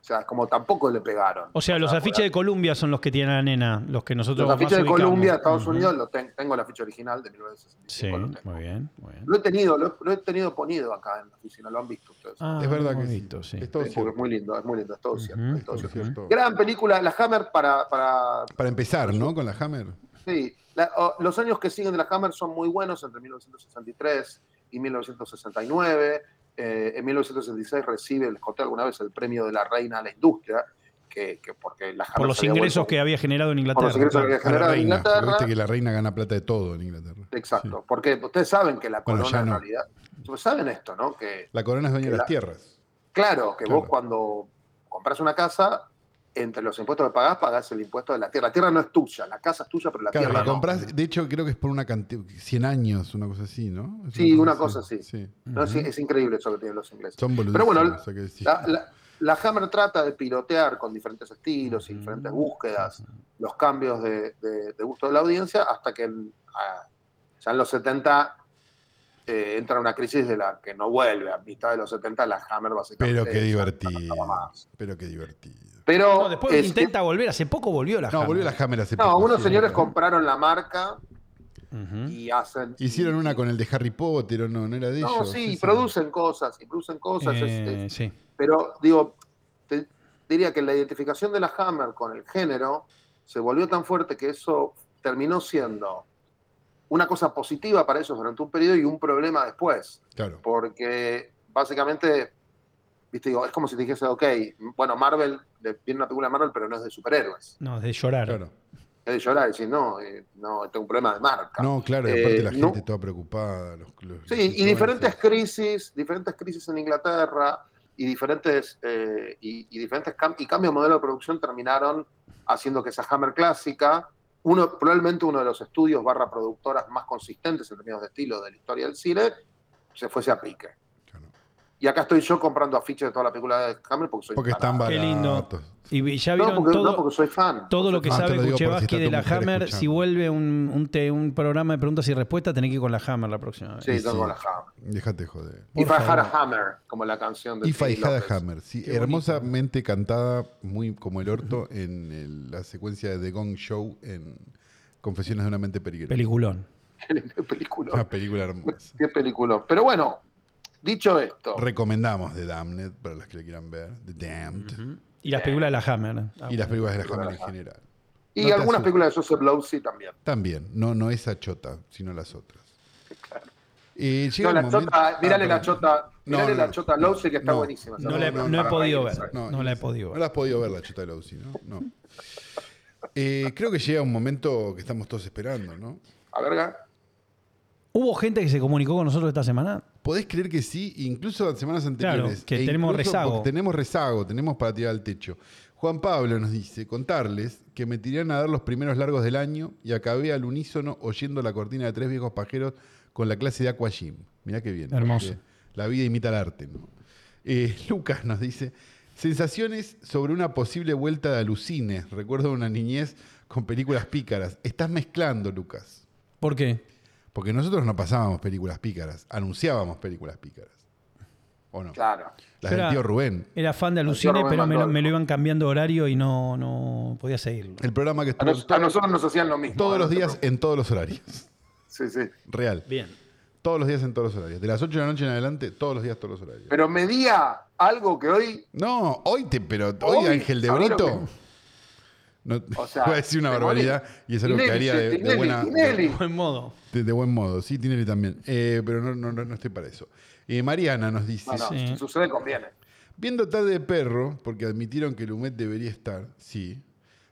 [SPEAKER 3] O sea, como tampoco le pegaron.
[SPEAKER 2] O sea, los
[SPEAKER 3] por
[SPEAKER 2] afiches de Columbia son los que tiene la nena, los que nosotros.
[SPEAKER 3] Ah, Los afiches de Colombia, Estados Unidos,
[SPEAKER 2] Unidos.
[SPEAKER 3] lo ten- tengo el afiche original de 1965.
[SPEAKER 2] Sí,
[SPEAKER 3] lo tengo.
[SPEAKER 2] muy bien, muy bien.
[SPEAKER 3] Lo he tenido, lo, he- lo he tenido ponido acá en la oficina, lo han visto ustedes.
[SPEAKER 2] Ah,
[SPEAKER 1] Es verdad
[SPEAKER 2] lo
[SPEAKER 1] que
[SPEAKER 2] hemos
[SPEAKER 1] sí.
[SPEAKER 2] visto, sí.
[SPEAKER 1] Es todo
[SPEAKER 3] Sí, porque
[SPEAKER 1] cierto.
[SPEAKER 3] es muy lindo, es muy lindo, es todo cierto.
[SPEAKER 2] Ujú.
[SPEAKER 3] es todo
[SPEAKER 1] es todo
[SPEAKER 3] cierto.
[SPEAKER 1] cierto.
[SPEAKER 3] Gran película, la Hammer para, para
[SPEAKER 1] Para empezar, ¿no? Con la Hammer.
[SPEAKER 3] sí, la- o- los años que siguen de la Hammer son muy buenos, entre 1963 y 1969. Eh, en 1966 recibe, les conté alguna vez, el premio de la reina a la industria, que, que porque la Hammer
[SPEAKER 2] Por los
[SPEAKER 3] se había
[SPEAKER 2] ingresos
[SPEAKER 3] vuelto-
[SPEAKER 2] que había generado en
[SPEAKER 3] por
[SPEAKER 2] Inglaterra.
[SPEAKER 3] los ingresos que
[SPEAKER 2] claro.
[SPEAKER 3] había
[SPEAKER 1] A la
[SPEAKER 3] generado en
[SPEAKER 1] reina. porque
[SPEAKER 3] Inglaterra.
[SPEAKER 1] Viste que la reina gana plata de todo en Inglaterra.
[SPEAKER 3] Exacto, porque ustedes saben que la
[SPEAKER 1] Bueno,
[SPEAKER 3] corona
[SPEAKER 1] ya
[SPEAKER 3] en
[SPEAKER 1] no.
[SPEAKER 3] realidad, ustedes saben esto, ¿no? Que
[SPEAKER 1] La corona es dueña de
[SPEAKER 3] Que
[SPEAKER 1] las
[SPEAKER 3] la-
[SPEAKER 1] tierras.
[SPEAKER 3] claro, que
[SPEAKER 1] Claro.
[SPEAKER 3] vos cuando compras una casa, entre los impuestos que pagás, pagás el impuesto de la tierra. La tierra no es tuya, la casa es tuya, pero la
[SPEAKER 1] Claro,
[SPEAKER 3] tierra
[SPEAKER 1] la
[SPEAKER 3] no.
[SPEAKER 1] compras, de hecho creo que es por una cantidad, 100 años, una cosa así, ¿no? Es
[SPEAKER 3] Sí, una cosa así.
[SPEAKER 1] Sí.
[SPEAKER 3] No, es, es increíble eso que tienen los ingleses.
[SPEAKER 1] Son boludeces.
[SPEAKER 3] Pero bueno,
[SPEAKER 1] o sea que sí.
[SPEAKER 3] La, la- la Hammer trata de pilotear con diferentes estilos y diferentes búsquedas los cambios de, de- de gusto de la audiencia hasta que en- ah, ya en los 70 eh, entra una crisis de la que no vuelve. A mitad de los 70 la Hammer básicamente...
[SPEAKER 1] Pero qué divertido.
[SPEAKER 3] eh, no, no, no, no.
[SPEAKER 1] Pero qué divertido.
[SPEAKER 3] Pero
[SPEAKER 2] No, después
[SPEAKER 3] es-
[SPEAKER 2] intenta volver. Hace poco volvió la
[SPEAKER 1] No, volvió la
[SPEAKER 2] Hammer.
[SPEAKER 1] Hammer hace
[SPEAKER 3] no,
[SPEAKER 1] poco,
[SPEAKER 3] unos
[SPEAKER 1] sí,
[SPEAKER 3] señores
[SPEAKER 1] ¿no?
[SPEAKER 3] compraron la marca
[SPEAKER 2] Ujú.
[SPEAKER 3] y hacen...
[SPEAKER 1] Hicieron una con el de Harry Potter, ¿o no? No era de
[SPEAKER 3] No,
[SPEAKER 1] ellos.
[SPEAKER 3] sí,
[SPEAKER 1] Ese.
[SPEAKER 3] producen cosas, y producen cosas. es- es-
[SPEAKER 2] Eh, sí.
[SPEAKER 3] Pero digo, te- diría que la identificación de la Hammer con el género se volvió tan fuerte que eso terminó siendo una cosa positiva para ellos durante un periodo y un problema después.
[SPEAKER 1] Claro.
[SPEAKER 3] Porque básicamente, viste, digo, es como si te dijese, ok, bueno, Marvel, de- viene una película de Marvel, pero no es de superhéroes.
[SPEAKER 2] No, es de llorar.
[SPEAKER 1] Claro.
[SPEAKER 3] Es de llorar y decir, no, eh, no, tengo un problema de marca.
[SPEAKER 1] No, claro, y
[SPEAKER 3] Eh,
[SPEAKER 1] aparte la
[SPEAKER 3] no-
[SPEAKER 1] gente toda preocupada. Los, los- los
[SPEAKER 3] Sí, y diferentes
[SPEAKER 1] influencers.
[SPEAKER 3] crisis, diferentes crisis en Inglaterra y diferentes, eh, y, y diferentes cam- y cambios de modelo de producción terminaron haciendo que esa Hammer clásica, uno, probablemente uno de los estudios barra productoras más consistentes en términos de estilo de la historia del cine, se fuese a pique.
[SPEAKER 1] Claro.
[SPEAKER 3] Y acá estoy yo comprando afiches de toda la película de Hammer porque soy
[SPEAKER 1] Porque
[SPEAKER 3] fan.
[SPEAKER 1] están
[SPEAKER 2] Qué
[SPEAKER 1] baratos.
[SPEAKER 2] lindo. Y ya
[SPEAKER 3] No,
[SPEAKER 2] vieron
[SPEAKER 3] porque,
[SPEAKER 2] todo,
[SPEAKER 3] no, porque soy fan.
[SPEAKER 2] todo lo que
[SPEAKER 1] Ah, te lo
[SPEAKER 2] sabe
[SPEAKER 1] digo por si
[SPEAKER 2] Kuchevaski
[SPEAKER 1] está
[SPEAKER 2] de
[SPEAKER 1] tu
[SPEAKER 2] la
[SPEAKER 1] mujer
[SPEAKER 2] Hammer.
[SPEAKER 1] escuchando.
[SPEAKER 2] Si vuelve un, un, te- un programa de preguntas y respuestas, tenés que ir con la Hammer la próxima vez.
[SPEAKER 3] Sí,
[SPEAKER 1] Y
[SPEAKER 3] tengo
[SPEAKER 1] sí.
[SPEAKER 3] la Hammer.
[SPEAKER 1] Déjate joder.
[SPEAKER 3] Y
[SPEAKER 2] Por
[SPEAKER 3] Fajara
[SPEAKER 2] favor.
[SPEAKER 3] Hammer, como la canción de
[SPEAKER 1] Y
[SPEAKER 3] Phil
[SPEAKER 1] Faijada
[SPEAKER 3] López.
[SPEAKER 1] Hammer, sí,
[SPEAKER 2] Qué bonito.
[SPEAKER 1] hermosamente cantada, muy como el orto, en el- la secuencia de The Gong Show en Confesiones de una mente peligrosa.
[SPEAKER 2] Peliculón.
[SPEAKER 3] Película.
[SPEAKER 1] Una película hermosa.
[SPEAKER 3] Qué película. Pero bueno, dicho esto,
[SPEAKER 1] Recomendamos The Damned para las que la quieran ver, The Damned,
[SPEAKER 2] Y las películas de la Hammer. Ah,
[SPEAKER 1] y las películas de la Hammer
[SPEAKER 3] Película de
[SPEAKER 1] en
[SPEAKER 3] la
[SPEAKER 1] general.
[SPEAKER 3] y
[SPEAKER 1] No te
[SPEAKER 3] algunas
[SPEAKER 1] asustes.
[SPEAKER 3] películas de Joseph Losey también.
[SPEAKER 1] También, no, no esa chota, sino las otras. Eh, llega
[SPEAKER 3] No,
[SPEAKER 1] el
[SPEAKER 3] la
[SPEAKER 1] momento-
[SPEAKER 3] chota, mírale
[SPEAKER 1] Ah,
[SPEAKER 3] la
[SPEAKER 1] perdón.
[SPEAKER 3] chota,
[SPEAKER 1] No,
[SPEAKER 3] mírale
[SPEAKER 1] no,
[SPEAKER 3] la
[SPEAKER 1] no.
[SPEAKER 3] chota Losey que está
[SPEAKER 1] No.
[SPEAKER 3] buenísima.
[SPEAKER 2] No,
[SPEAKER 3] Está
[SPEAKER 2] la he-
[SPEAKER 3] buenísima
[SPEAKER 2] no he
[SPEAKER 3] para
[SPEAKER 2] podido
[SPEAKER 3] reírse.
[SPEAKER 2] ver. No la he podido ver.
[SPEAKER 1] No la has podido ver, la chota de Lucy, ¿no? No. Eh, creo que llega un momento que estamos todos esperando, ¿no?
[SPEAKER 3] A verga.
[SPEAKER 2] Hubo gente que se comunicó con nosotros esta semana.
[SPEAKER 1] Podés creer que sí, incluso las semanas anteriores. e
[SPEAKER 2] que tenemos
[SPEAKER 1] incluso
[SPEAKER 2] rezago.
[SPEAKER 1] porque Tenemos rezago, tenemos para tirar al techo. Juan Pablo nos dice, contarles que me tiré a nadar los primeros largos del año y acabé al unísono oyendo la cortina de tres viejos pajeros con la clase de Aqua Gym. Mirá qué bien.
[SPEAKER 2] Hermoso.
[SPEAKER 1] porque La vida imita el arte, ¿no? Eh, Lucas nos dice, sensaciones sobre una posible vuelta de alucines. Recuerdo una niñez con películas pícaras. Estás mezclando, Lucas.
[SPEAKER 2] ¿Por qué?
[SPEAKER 1] Porque nosotros no pasábamos películas pícaras, anunciábamos películas pícaras. ¿O no?
[SPEAKER 3] Claro.
[SPEAKER 1] Las del
[SPEAKER 2] Era-
[SPEAKER 1] tío Rubén.
[SPEAKER 2] Era fan de
[SPEAKER 3] Rubén
[SPEAKER 2] Alucine, pero me lo,
[SPEAKER 3] Mandol.
[SPEAKER 2] me lo iban cambiando horario y no, no podía seguirlo.
[SPEAKER 1] El programa que
[SPEAKER 3] A,
[SPEAKER 1] estuvo
[SPEAKER 3] nos- a nosotros nos hacían lo mismo.
[SPEAKER 1] todos
[SPEAKER 3] ¿eh?
[SPEAKER 1] los días en todos los horarios.
[SPEAKER 3] Sí, sí.
[SPEAKER 1] Real.
[SPEAKER 2] Bien.
[SPEAKER 1] Todos los días en todos los horarios. De las 8 de la noche en adelante, todos los días, todos los horarios.
[SPEAKER 3] Pero medía algo que hoy
[SPEAKER 1] No, hoy te, pero hoy,
[SPEAKER 3] Hoy,
[SPEAKER 1] Ángel de
[SPEAKER 3] a ver lo
[SPEAKER 1] Brito.
[SPEAKER 3] que-
[SPEAKER 1] No,
[SPEAKER 3] O sea,
[SPEAKER 1] voy a decir una
[SPEAKER 3] te
[SPEAKER 1] barbaridad
[SPEAKER 3] morís.
[SPEAKER 1] y es algo que
[SPEAKER 3] Tinelli,
[SPEAKER 1] haría
[SPEAKER 3] sí,
[SPEAKER 1] de, de
[SPEAKER 3] Tinelli,
[SPEAKER 1] buena,
[SPEAKER 3] Tinelli.
[SPEAKER 1] de,
[SPEAKER 2] De buen modo.
[SPEAKER 1] de buen modo. Sí, Tinelli también. Eh, pero no, no, no, no estoy para eso. Eh, Mariana nos dice:
[SPEAKER 3] No, no,
[SPEAKER 2] sí.
[SPEAKER 3] si sucede conviene.
[SPEAKER 1] Viendo tarde de perro, porque admitieron que Lumet debería estar, sí,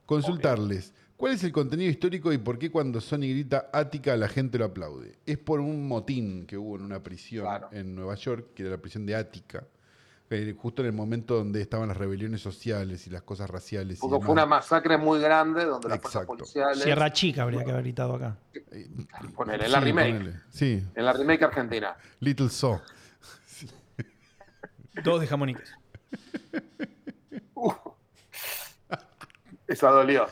[SPEAKER 1] consultarles. ¿Cuál es el contenido histórico y por qué cuando Sony grita Ática la gente lo aplaude? Es por un motín que hubo en una prisión
[SPEAKER 3] Claro.
[SPEAKER 1] en Nueva York, que era la prisión de Ática, eh, justo en el momento donde estaban las rebeliones sociales y las cosas raciales. y
[SPEAKER 3] Porque fue
[SPEAKER 1] demás.
[SPEAKER 3] una masacre muy grande donde las fuerzas
[SPEAKER 1] Exacto.
[SPEAKER 3] policiales.
[SPEAKER 2] Sierra Chica habría que haber gritado acá.
[SPEAKER 3] Ponele, en la
[SPEAKER 1] Sí,
[SPEAKER 3] remake.
[SPEAKER 1] ponele. Sí,
[SPEAKER 3] En la remake argentina.
[SPEAKER 1] Little Saw.
[SPEAKER 2] Dos de jamoniques.
[SPEAKER 3] Esa dolió.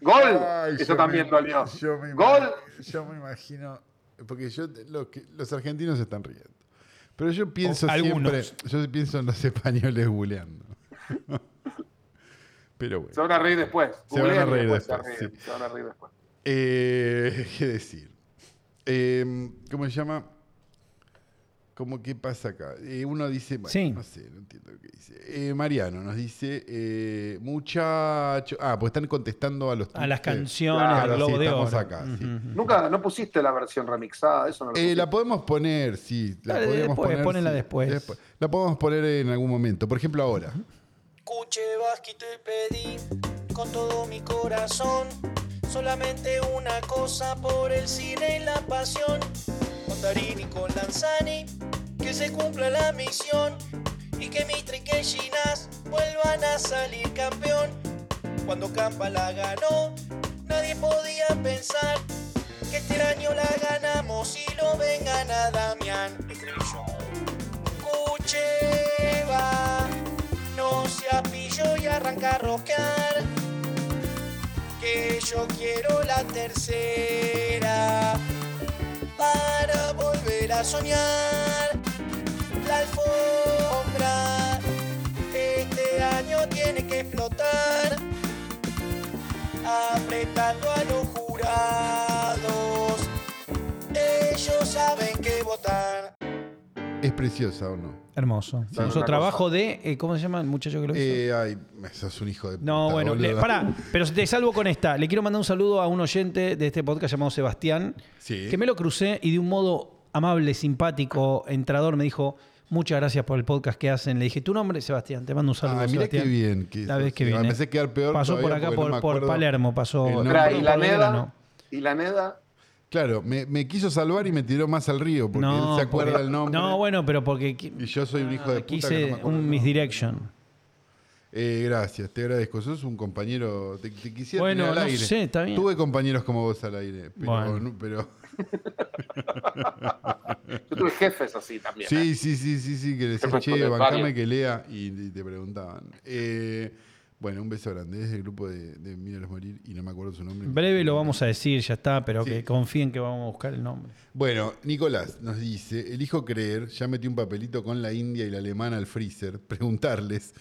[SPEAKER 3] ¡Gol!
[SPEAKER 1] Ay,
[SPEAKER 3] Eso
[SPEAKER 1] yo
[SPEAKER 3] también
[SPEAKER 1] me-
[SPEAKER 3] dolió.
[SPEAKER 1] yo me
[SPEAKER 3] ¡Gol!
[SPEAKER 1] imag- Yo me imagino, porque yo, lo que- los argentinos se están riendo. Pero yo pienso
[SPEAKER 2] O- algunos.
[SPEAKER 1] siempre, yo pienso en los españoles buleando. Pero bueno.
[SPEAKER 3] Se van a reír después.
[SPEAKER 1] Se van a
[SPEAKER 3] Googleen y
[SPEAKER 1] reír
[SPEAKER 3] después se
[SPEAKER 1] después,
[SPEAKER 3] ríen. Se van a reír después.
[SPEAKER 1] Eh, ¿Qué decir? Eh, ¿Cómo se llama? ¿Cómo qué pasa acá? Eh, uno dice, bueno,
[SPEAKER 2] Sí.
[SPEAKER 1] no sé, no entiendo qué dice. Eh, Mariano nos dice, eh, muchacho, ah, pues están contestando a los
[SPEAKER 2] A las
[SPEAKER 1] tweets de-
[SPEAKER 2] canciones
[SPEAKER 1] Claro,
[SPEAKER 2] del
[SPEAKER 1] sí,
[SPEAKER 2] Globo de
[SPEAKER 1] estamos
[SPEAKER 2] Oro.
[SPEAKER 1] acá, sí.
[SPEAKER 2] Ujú.
[SPEAKER 3] Nunca, no pusiste la versión remixada, eso no lo
[SPEAKER 1] Eh,
[SPEAKER 3] pusiste.
[SPEAKER 1] la podemos poner, sí. La
[SPEAKER 2] Dale,
[SPEAKER 1] podemos
[SPEAKER 2] después,
[SPEAKER 1] poner,
[SPEAKER 2] ponela
[SPEAKER 1] sí.
[SPEAKER 2] después.
[SPEAKER 1] La podemos poner en algún momento. Por ejemplo, ahora.
[SPEAKER 4] Cuche Vasqui te pedí con todo mi corazón solamente una cosa por el cine y la pasión con Tarini con Lanzani que se cumpla la misión y que Mitre y que Ginás vuelvan a salir campeón cuando Campa la ganó nadie podía pensar que este año la ganamos y lo vengan a Damián Estribillo. Cucheva, no se apillo y arranca a rosquear. Que yo quiero la tercera para volver a soñar. La alfombra este año tiene que explotar, apretando a los jurados. Ellos saben que votar.
[SPEAKER 1] ¿Es preciosa o no?
[SPEAKER 2] Hermoso.
[SPEAKER 3] una
[SPEAKER 2] Hermoso
[SPEAKER 3] cosa.
[SPEAKER 2] trabajo de. eh, ¿Cómo se llama el muchacho que lo hizo?
[SPEAKER 1] Eh, ay, sos un hijo de
[SPEAKER 2] no,
[SPEAKER 1] puta,
[SPEAKER 2] bueno, le-
[SPEAKER 1] boludo.
[SPEAKER 2] pará, pero te salvo con esta. Le quiero mandar un saludo a un oyente de este podcast llamado Sebastián,
[SPEAKER 1] Sí.
[SPEAKER 2] que me lo crucé y de un modo amable, simpático, entrador, me dijo. Muchas gracias por el podcast que hacen. Le dije, tu nombre, Sebastián. Te mando un saludo.
[SPEAKER 1] Ah, mirá
[SPEAKER 2] Sebastián.
[SPEAKER 1] qué bien que
[SPEAKER 2] La
[SPEAKER 1] sos,
[SPEAKER 2] vez que
[SPEAKER 1] sí.
[SPEAKER 2] viene.
[SPEAKER 1] Me pensé quedar peor
[SPEAKER 2] Pasó por
[SPEAKER 1] todavía
[SPEAKER 2] acá,
[SPEAKER 1] porque no
[SPEAKER 2] por,
[SPEAKER 1] me
[SPEAKER 2] por
[SPEAKER 1] acuerdo
[SPEAKER 2] Palermo. Pasó.
[SPEAKER 1] el nombre.
[SPEAKER 3] Espera,
[SPEAKER 2] por
[SPEAKER 3] y la
[SPEAKER 2] Belgrano.
[SPEAKER 3] Neda, y la Neda,
[SPEAKER 1] Claro, me, me quiso salvar y me tiró más al río porque él se acuerda
[SPEAKER 2] porque-
[SPEAKER 1] el nombre.
[SPEAKER 2] No, bueno, pero porque qui- Ah,
[SPEAKER 1] Y yo soy un hijo de puta.
[SPEAKER 2] quise
[SPEAKER 1] que no me acuerdo el
[SPEAKER 2] un
[SPEAKER 1] nombre.
[SPEAKER 2] misdirection.
[SPEAKER 1] Eh, gracias, te agradezco. Sos un compañero. Te, te quisiera
[SPEAKER 2] Bueno,
[SPEAKER 1] tener al
[SPEAKER 2] no
[SPEAKER 1] aire.
[SPEAKER 2] sé, está bien.
[SPEAKER 1] Tuve compañeros como vos al aire, pero.
[SPEAKER 2] Bueno.
[SPEAKER 1] no- pero
[SPEAKER 3] yo tuve jefes así también. ¿eh?
[SPEAKER 1] Sí, sí, sí, sí, sí, que le decías,
[SPEAKER 3] Jefe
[SPEAKER 1] che,
[SPEAKER 3] escolar,
[SPEAKER 1] bancame
[SPEAKER 3] varios.
[SPEAKER 1] que lea y, y te preguntaban. Eh, bueno, un beso grande. Es el grupo de, de Míralos Morir y no me acuerdo su nombre.
[SPEAKER 2] En breve lo vamos a decir, ya está, pero
[SPEAKER 1] Sí.
[SPEAKER 2] que confíen que vamos a buscar el nombre.
[SPEAKER 1] Bueno, Nicolás nos dice, elijo creer, ya metí un papelito con la india y la alemana al freezer, preguntarles,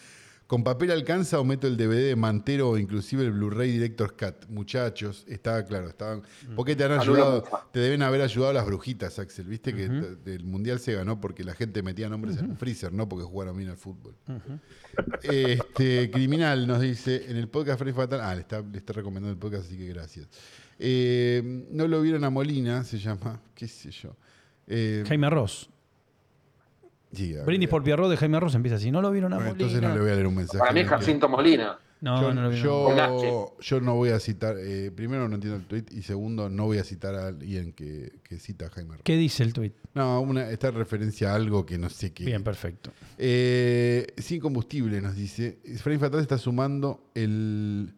[SPEAKER 1] ¿con papel alcanza o meto el DVD de Mantero o inclusive el Blu-ray Director's Cut? Muchachos, estaba claro, estaban... ¿Por qué te han
[SPEAKER 3] Saludos,
[SPEAKER 1] ayudado?
[SPEAKER 3] Mufa.
[SPEAKER 1] Te deben haber ayudado las brujitas, Axel, viste que t- el Mundial se ganó porque la gente metía nombres en el freezer, no porque jugaron bien al fútbol. Este, Criminal nos dice, en el podcast Free Fatal, ah, le está, le está recomendando el podcast, así que gracias. Eh, no lo vieron a Molina, se llama, qué sé yo. Eh,
[SPEAKER 2] Jaime Ross.
[SPEAKER 1] sí, a-
[SPEAKER 2] Brindis por Pierrot de Jaime Ross empieza así. No lo vieron a
[SPEAKER 1] Bueno,
[SPEAKER 2] Molina.
[SPEAKER 1] entonces no le voy a leer un mensaje.
[SPEAKER 3] Para mí es
[SPEAKER 1] no entiendo.
[SPEAKER 3] Jacinto Molina.
[SPEAKER 2] No,
[SPEAKER 1] yo,
[SPEAKER 2] no lo vieron.
[SPEAKER 1] yo-
[SPEAKER 3] Con H.
[SPEAKER 1] yo no voy a citar, eh, primero no entiendo el tweet y segundo no voy a citar a alguien que, que cita a Jaime Ross.
[SPEAKER 2] ¿Qué dice el tuit?
[SPEAKER 1] No, una, está en referencia a algo que no sé qué.
[SPEAKER 2] Bien, perfecto.
[SPEAKER 1] Eh, sin combustible, nos dice. Frame Fatal está sumando el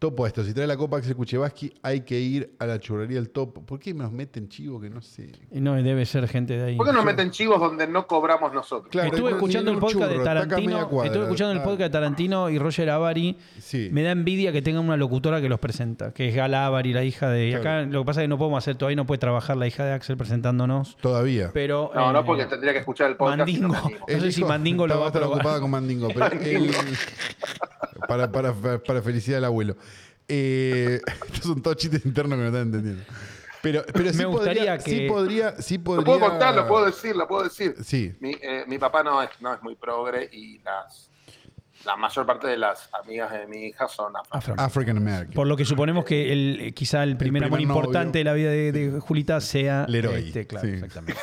[SPEAKER 1] Topo esto, si trae la copa Axel Kuchevaski, hay que ir a la churrería del topo. ¿Por qué nos meten chivo que no sé?
[SPEAKER 2] Y no, y debe ser gente de ahí.
[SPEAKER 3] ¿Por qué nos meten chivos donde no cobramos nosotros?
[SPEAKER 1] Claro,
[SPEAKER 2] estuve
[SPEAKER 1] no
[SPEAKER 2] escuchando
[SPEAKER 1] tienen
[SPEAKER 2] el
[SPEAKER 1] un
[SPEAKER 2] podcast de
[SPEAKER 1] churro, está acá a media
[SPEAKER 2] Tarantino,
[SPEAKER 1] cuadra.
[SPEAKER 2] estuve escuchando el
[SPEAKER 1] Ah,
[SPEAKER 2] podcast de Tarantino y Roger Avari.
[SPEAKER 1] Sí.
[SPEAKER 2] Me da envidia que tengan una locutora que los presenta, que es Gala Avari, la hija de. y acá
[SPEAKER 1] Claro.
[SPEAKER 2] lo que pasa es que no podemos hacer todavía, no puede trabajar la hija de Axel presentándonos.
[SPEAKER 1] Todavía.
[SPEAKER 2] Pero.
[SPEAKER 3] No, no,
[SPEAKER 2] eh,
[SPEAKER 3] porque tendría que escuchar el podcast. y no
[SPEAKER 2] Mandingo.
[SPEAKER 3] me animo.
[SPEAKER 1] Eh,
[SPEAKER 2] no sé si Mandingo lo
[SPEAKER 1] estaba
[SPEAKER 2] va a
[SPEAKER 1] tan
[SPEAKER 2] probar.
[SPEAKER 1] ocupada con Mandingo, pero el- para, para- para felicidad del abuelo. Eh, estos son todos chistes internos que no están entendiendo. Pero, pero sí,
[SPEAKER 2] Me gustaría
[SPEAKER 1] podría,
[SPEAKER 2] que-
[SPEAKER 1] sí podría, sí
[SPEAKER 3] Lo
[SPEAKER 1] podría.
[SPEAKER 3] puedo contar, lo puedo decir, lo puedo decir.
[SPEAKER 1] Sí,
[SPEAKER 3] Mi, eh, mi papá no es, no es muy progre y las, la mayor parte de las amigas de mi hija son
[SPEAKER 1] Eh,
[SPEAKER 3] afro.
[SPEAKER 2] Afro.
[SPEAKER 1] African American.
[SPEAKER 2] Por lo que suponemos que el, eh, quizá el primer
[SPEAKER 1] primer
[SPEAKER 2] amor
[SPEAKER 1] novio.
[SPEAKER 2] importante de la vida de, de Julita sea.
[SPEAKER 1] Leroy,
[SPEAKER 2] este, claro,
[SPEAKER 1] sí.
[SPEAKER 2] exactamente.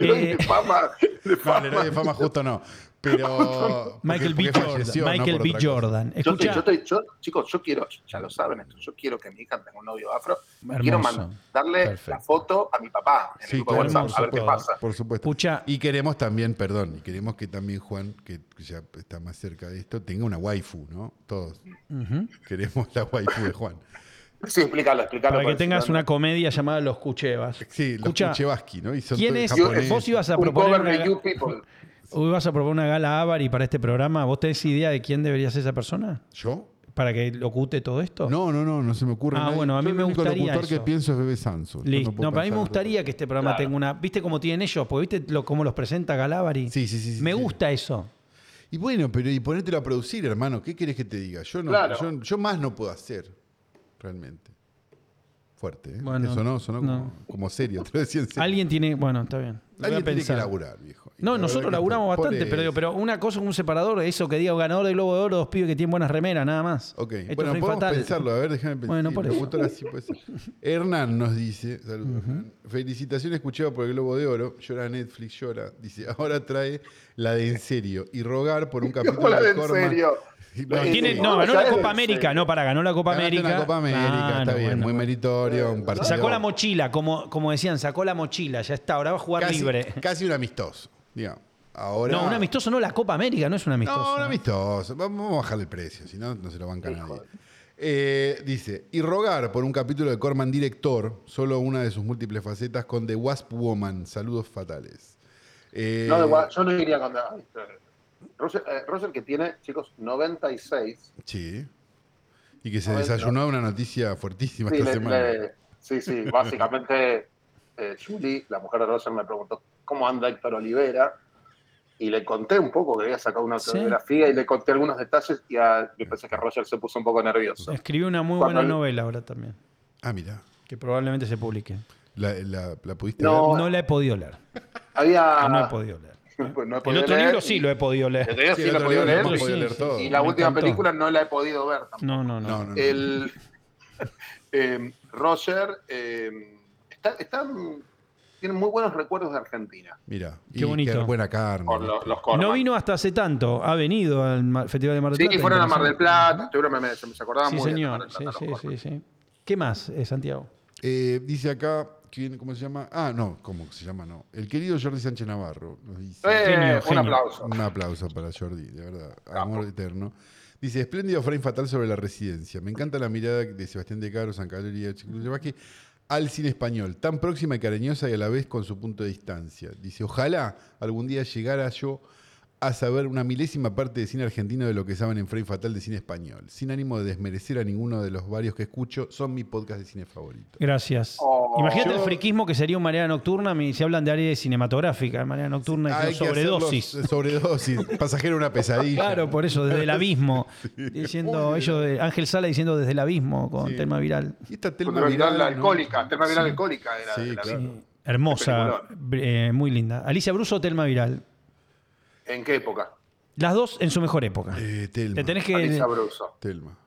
[SPEAKER 3] De
[SPEAKER 2] Eh,
[SPEAKER 3] fama, de
[SPEAKER 1] No,
[SPEAKER 3] fama.
[SPEAKER 1] Leroy de fama justo no. Pero.
[SPEAKER 2] Michael
[SPEAKER 1] porque-
[SPEAKER 2] B.
[SPEAKER 1] porque
[SPEAKER 2] Jordan.
[SPEAKER 1] falleció, no
[SPEAKER 2] Michael
[SPEAKER 1] por
[SPEAKER 2] B.
[SPEAKER 1] otra cosa.
[SPEAKER 2] Jordan.
[SPEAKER 3] Yo estoy-
[SPEAKER 2] Escucha.
[SPEAKER 3] yo estoy- yo- chicos, yo quiero, ya lo saben, esto, yo quiero que mi hija tenga un novio afro.
[SPEAKER 2] Hermoso.
[SPEAKER 3] Quiero mandarle la
[SPEAKER 2] Perfecto.
[SPEAKER 3] foto a mi papá en el
[SPEAKER 1] Sí,
[SPEAKER 3] grupo de
[SPEAKER 1] claro,
[SPEAKER 3] WhatsApp,
[SPEAKER 1] por
[SPEAKER 3] a ver qué
[SPEAKER 1] supuesto,
[SPEAKER 3] pasa.
[SPEAKER 1] Por supuesto.
[SPEAKER 2] Pucha.
[SPEAKER 1] Y queremos también, perdón, y queremos que también Juan, que ya está más cerca de esto, tenga una waifu, ¿no? Todos
[SPEAKER 2] Ujú.
[SPEAKER 1] queremos la waifu de Juan.
[SPEAKER 3] Sí, explícalo, explícalo.
[SPEAKER 2] Para que
[SPEAKER 3] por
[SPEAKER 2] tengas
[SPEAKER 3] decirlo.
[SPEAKER 2] una comedia llamada Los Cuchevas.
[SPEAKER 1] Sí, los
[SPEAKER 2] Escucha,
[SPEAKER 1] Kuchevaski, ¿no? Y son
[SPEAKER 2] ¿Quién
[SPEAKER 1] todos
[SPEAKER 2] es?
[SPEAKER 1] japoneses.
[SPEAKER 2] Vos ibas a
[SPEAKER 3] un
[SPEAKER 2] proponer.
[SPEAKER 3] cover
[SPEAKER 2] Una,
[SPEAKER 3] de You People.
[SPEAKER 2] hoy vas a proponer una gala Avari para este programa. ¿Vos tenés idea de quién debería ser esa persona?
[SPEAKER 1] ¿Yo?
[SPEAKER 2] ¿Para que locute todo esto?
[SPEAKER 1] No, no, no, no se me ocurre.
[SPEAKER 2] Ah,
[SPEAKER 1] nadie.
[SPEAKER 2] bueno, a mí
[SPEAKER 1] Yo
[SPEAKER 2] me
[SPEAKER 1] el único
[SPEAKER 2] gustaría
[SPEAKER 1] locutor
[SPEAKER 2] eso.
[SPEAKER 1] que pienso es Bebe Sanso. Yo
[SPEAKER 2] Listo.
[SPEAKER 1] puedo
[SPEAKER 2] No, para mí
[SPEAKER 1] pensar
[SPEAKER 2] me
[SPEAKER 1] en
[SPEAKER 2] gustaría que este programa
[SPEAKER 3] Claro.
[SPEAKER 2] tenga una. ¿Viste cómo tienen ellos? Porque viste lo- cómo los presenta Galavari.
[SPEAKER 1] Sí, sí, sí, sí,
[SPEAKER 2] me
[SPEAKER 1] sí.
[SPEAKER 2] gusta eso.
[SPEAKER 1] otro. Y bueno, pero y ponételo a producir, hermano. ¿Qué querés que te diga? Yo, no,
[SPEAKER 3] Claro.
[SPEAKER 1] yo, yo más no puedo hacer, realmente. Fuerte, ¿eh?
[SPEAKER 2] Bueno,
[SPEAKER 1] Eso no, sonó como-
[SPEAKER 2] no.
[SPEAKER 1] como, serio. Te lo decía en serio.
[SPEAKER 2] Alguien tiene. Bueno, está bien. Lo voy a
[SPEAKER 1] Alguien tiene que
[SPEAKER 2] pensar.
[SPEAKER 1] laburar, viejo. Y
[SPEAKER 2] No,
[SPEAKER 1] la verdad
[SPEAKER 2] nosotros
[SPEAKER 1] que
[SPEAKER 2] laburamos
[SPEAKER 1] por- por
[SPEAKER 2] bastante, pero,
[SPEAKER 1] eso.
[SPEAKER 2] digo, pero una cosa como un separador, eso que diga ganador del Globo de Oro, dos pibes que tienen buenas remeras, nada más.
[SPEAKER 1] Ok,
[SPEAKER 2] Esto
[SPEAKER 1] bueno,
[SPEAKER 2] es re
[SPEAKER 1] podemos
[SPEAKER 2] fatal.
[SPEAKER 1] pensarlo, a ver, déjame pensar.
[SPEAKER 2] Bueno,
[SPEAKER 1] Sí,
[SPEAKER 2] por
[SPEAKER 1] me
[SPEAKER 2] eso.
[SPEAKER 1] gustó la- sí, puede ser. Hernán nos dice, saludos Hernán. Felicitaciones escuchado por el Globo de Oro, llora Netflix, llora. Dice, ahora trae la de en serio y rogar por un capítulo
[SPEAKER 3] Hola,
[SPEAKER 1] de
[SPEAKER 3] en
[SPEAKER 1] Corman.
[SPEAKER 3] serio.
[SPEAKER 1] Sí,
[SPEAKER 3] La de en
[SPEAKER 2] Tiene-
[SPEAKER 1] sí.
[SPEAKER 3] serio.
[SPEAKER 2] no, ganó
[SPEAKER 3] Ya
[SPEAKER 2] la
[SPEAKER 3] es
[SPEAKER 2] Copa
[SPEAKER 3] en
[SPEAKER 2] América,
[SPEAKER 3] serio.
[SPEAKER 2] no, para, ganó la Copa
[SPEAKER 1] Ganaste
[SPEAKER 2] América.
[SPEAKER 1] la Copa América,
[SPEAKER 2] Claro,
[SPEAKER 1] está bien,
[SPEAKER 2] bueno,
[SPEAKER 1] muy
[SPEAKER 2] bueno.
[SPEAKER 1] meritorio, un partido.
[SPEAKER 2] Sacó la mochila, como, como decían, sacó la mochila, ya está, ahora va a jugar
[SPEAKER 1] casi,
[SPEAKER 2] libre.
[SPEAKER 1] Casi un amistoso, digamos. Ahora,
[SPEAKER 2] No, un amistoso no, la Copa América no es un amistoso.
[SPEAKER 1] No, un amistoso. Vamos vamos a bajarle el precio, si no, no se lo banca nadie. Eh, dice, y rogar por un capítulo de Corman director, solo una de sus múltiples facetas, con The Wasp Woman, saludos fatales. Eh,
[SPEAKER 3] No, igual, yo no iría con. ay, Roger, eh, Roger, que tiene, chicos, 96.
[SPEAKER 1] Sí. Y que se
[SPEAKER 3] A ver,
[SPEAKER 1] desayunó una noticia fuertísima
[SPEAKER 3] Sí,
[SPEAKER 1] esta
[SPEAKER 3] le-
[SPEAKER 1] semana.
[SPEAKER 3] le- sí, sí, básicamente eh, Julie, la mujer de Roger, me preguntó cómo anda Héctor Olivera y le conté un poco que había sacado una
[SPEAKER 2] Sí.
[SPEAKER 3] autobiografía y le conté algunos detalles y a- yo pensé que Roger se puso un poco nervioso.
[SPEAKER 2] Escribió una muy
[SPEAKER 3] Cuando
[SPEAKER 2] buena
[SPEAKER 3] el-
[SPEAKER 2] novela ahora también,
[SPEAKER 1] Ah, mira.
[SPEAKER 2] que probablemente se publique.
[SPEAKER 1] ¿La, la- la pudiste
[SPEAKER 3] No,
[SPEAKER 1] ver?
[SPEAKER 2] No la he podido leer,
[SPEAKER 3] Había...
[SPEAKER 2] Ah, no he podido leer.
[SPEAKER 3] pues Ah. no he
[SPEAKER 2] El
[SPEAKER 3] podido
[SPEAKER 2] otro
[SPEAKER 3] leer
[SPEAKER 2] libro
[SPEAKER 3] y-
[SPEAKER 2] sí lo he podido
[SPEAKER 3] el otro
[SPEAKER 2] leer.
[SPEAKER 3] libro
[SPEAKER 1] Sí,
[SPEAKER 3] sí
[SPEAKER 1] el
[SPEAKER 3] lo he
[SPEAKER 1] otro
[SPEAKER 3] podido
[SPEAKER 1] libro
[SPEAKER 3] leer
[SPEAKER 1] no hemos
[SPEAKER 2] sí,
[SPEAKER 1] podido leer
[SPEAKER 2] sí,
[SPEAKER 1] todo.
[SPEAKER 3] y la
[SPEAKER 2] Me
[SPEAKER 3] última
[SPEAKER 2] encantó.
[SPEAKER 3] película no la he podido ver tampoco.
[SPEAKER 2] No, no,
[SPEAKER 1] No,
[SPEAKER 2] no.
[SPEAKER 1] no, no.
[SPEAKER 3] El, eh, Roger eh, está, está- tiene muy buenos recuerdos de Argentina.
[SPEAKER 1] Mira.
[SPEAKER 2] Qué
[SPEAKER 1] Y
[SPEAKER 2] bonito.
[SPEAKER 1] buena carne.
[SPEAKER 3] Por lo- los
[SPEAKER 2] No,
[SPEAKER 3] Corman.
[SPEAKER 2] vino hasta hace tanto, ha venido al Mar- Festival de Mar del
[SPEAKER 3] Sí,
[SPEAKER 2] Plata.
[SPEAKER 3] fueron a Mar del
[SPEAKER 2] internacional.
[SPEAKER 3] Plata, seguro me, me- se me acordaba
[SPEAKER 2] Sí,
[SPEAKER 3] muy bien de
[SPEAKER 2] señor.
[SPEAKER 3] Mar del
[SPEAKER 2] Sí,
[SPEAKER 3] Plata,
[SPEAKER 2] sí,
[SPEAKER 3] los
[SPEAKER 2] sí,
[SPEAKER 3] Corman.
[SPEAKER 2] sí. ¿Qué más, eh, Santiago?
[SPEAKER 1] Eh, dice acá, ¿quién- ¿cómo se llama? Ah, no, ¿cómo se llama? No. El querido Jordi Sánchez Navarro nos dice.
[SPEAKER 3] Eh,
[SPEAKER 2] Genio,
[SPEAKER 3] un
[SPEAKER 2] genio.
[SPEAKER 3] aplauso.
[SPEAKER 1] Un aplauso para Jordi, de verdad. Amor eterno. Dice, espléndido frame fatal sobre la residencia. Me encanta la mirada de Sebastián de Caro, San Carlos y Chikuchevaki al cine español, tan próxima y cariñosa y a la vez con su punto de distancia. Dice, ojalá algún día llegara yo a saber una milésima parte de cine argentino de lo que saben en Frame Fatal de cine español. Sin ánimo de desmerecer a ninguno de los varios que escucho, son mi podcast de cine favorito.
[SPEAKER 2] Gracias.
[SPEAKER 3] Oh.
[SPEAKER 2] Imagínate
[SPEAKER 1] Yo-
[SPEAKER 2] el friquismo que sería un marea nocturna. mi- Si hablan de área cinematográfica, de marea nocturna, y
[SPEAKER 1] Hay que
[SPEAKER 2] sobredosis.
[SPEAKER 1] hacerlos- Sobredosis. Pasajero una pesadilla.
[SPEAKER 2] Claro, por eso, desde el abismo. Diciendo, ellos, de- Ángel Sala diciendo desde el abismo con
[SPEAKER 1] Sí.
[SPEAKER 2] tema viral.
[SPEAKER 1] Y esta
[SPEAKER 3] Telma
[SPEAKER 1] telma viral,
[SPEAKER 3] Viral, la
[SPEAKER 1] ¿no?
[SPEAKER 3] alcohólica, Telma Viral alcohólica era
[SPEAKER 1] Sí,
[SPEAKER 3] de la-
[SPEAKER 1] claro.
[SPEAKER 2] Hermosa, eh, muy linda. Alicia Bruso o Telma Viral.
[SPEAKER 3] ¿En qué época?
[SPEAKER 2] Las dos en su mejor época.
[SPEAKER 1] Eh, telma.
[SPEAKER 2] Te tenés que.
[SPEAKER 3] Alicia Bruso.
[SPEAKER 1] Telma.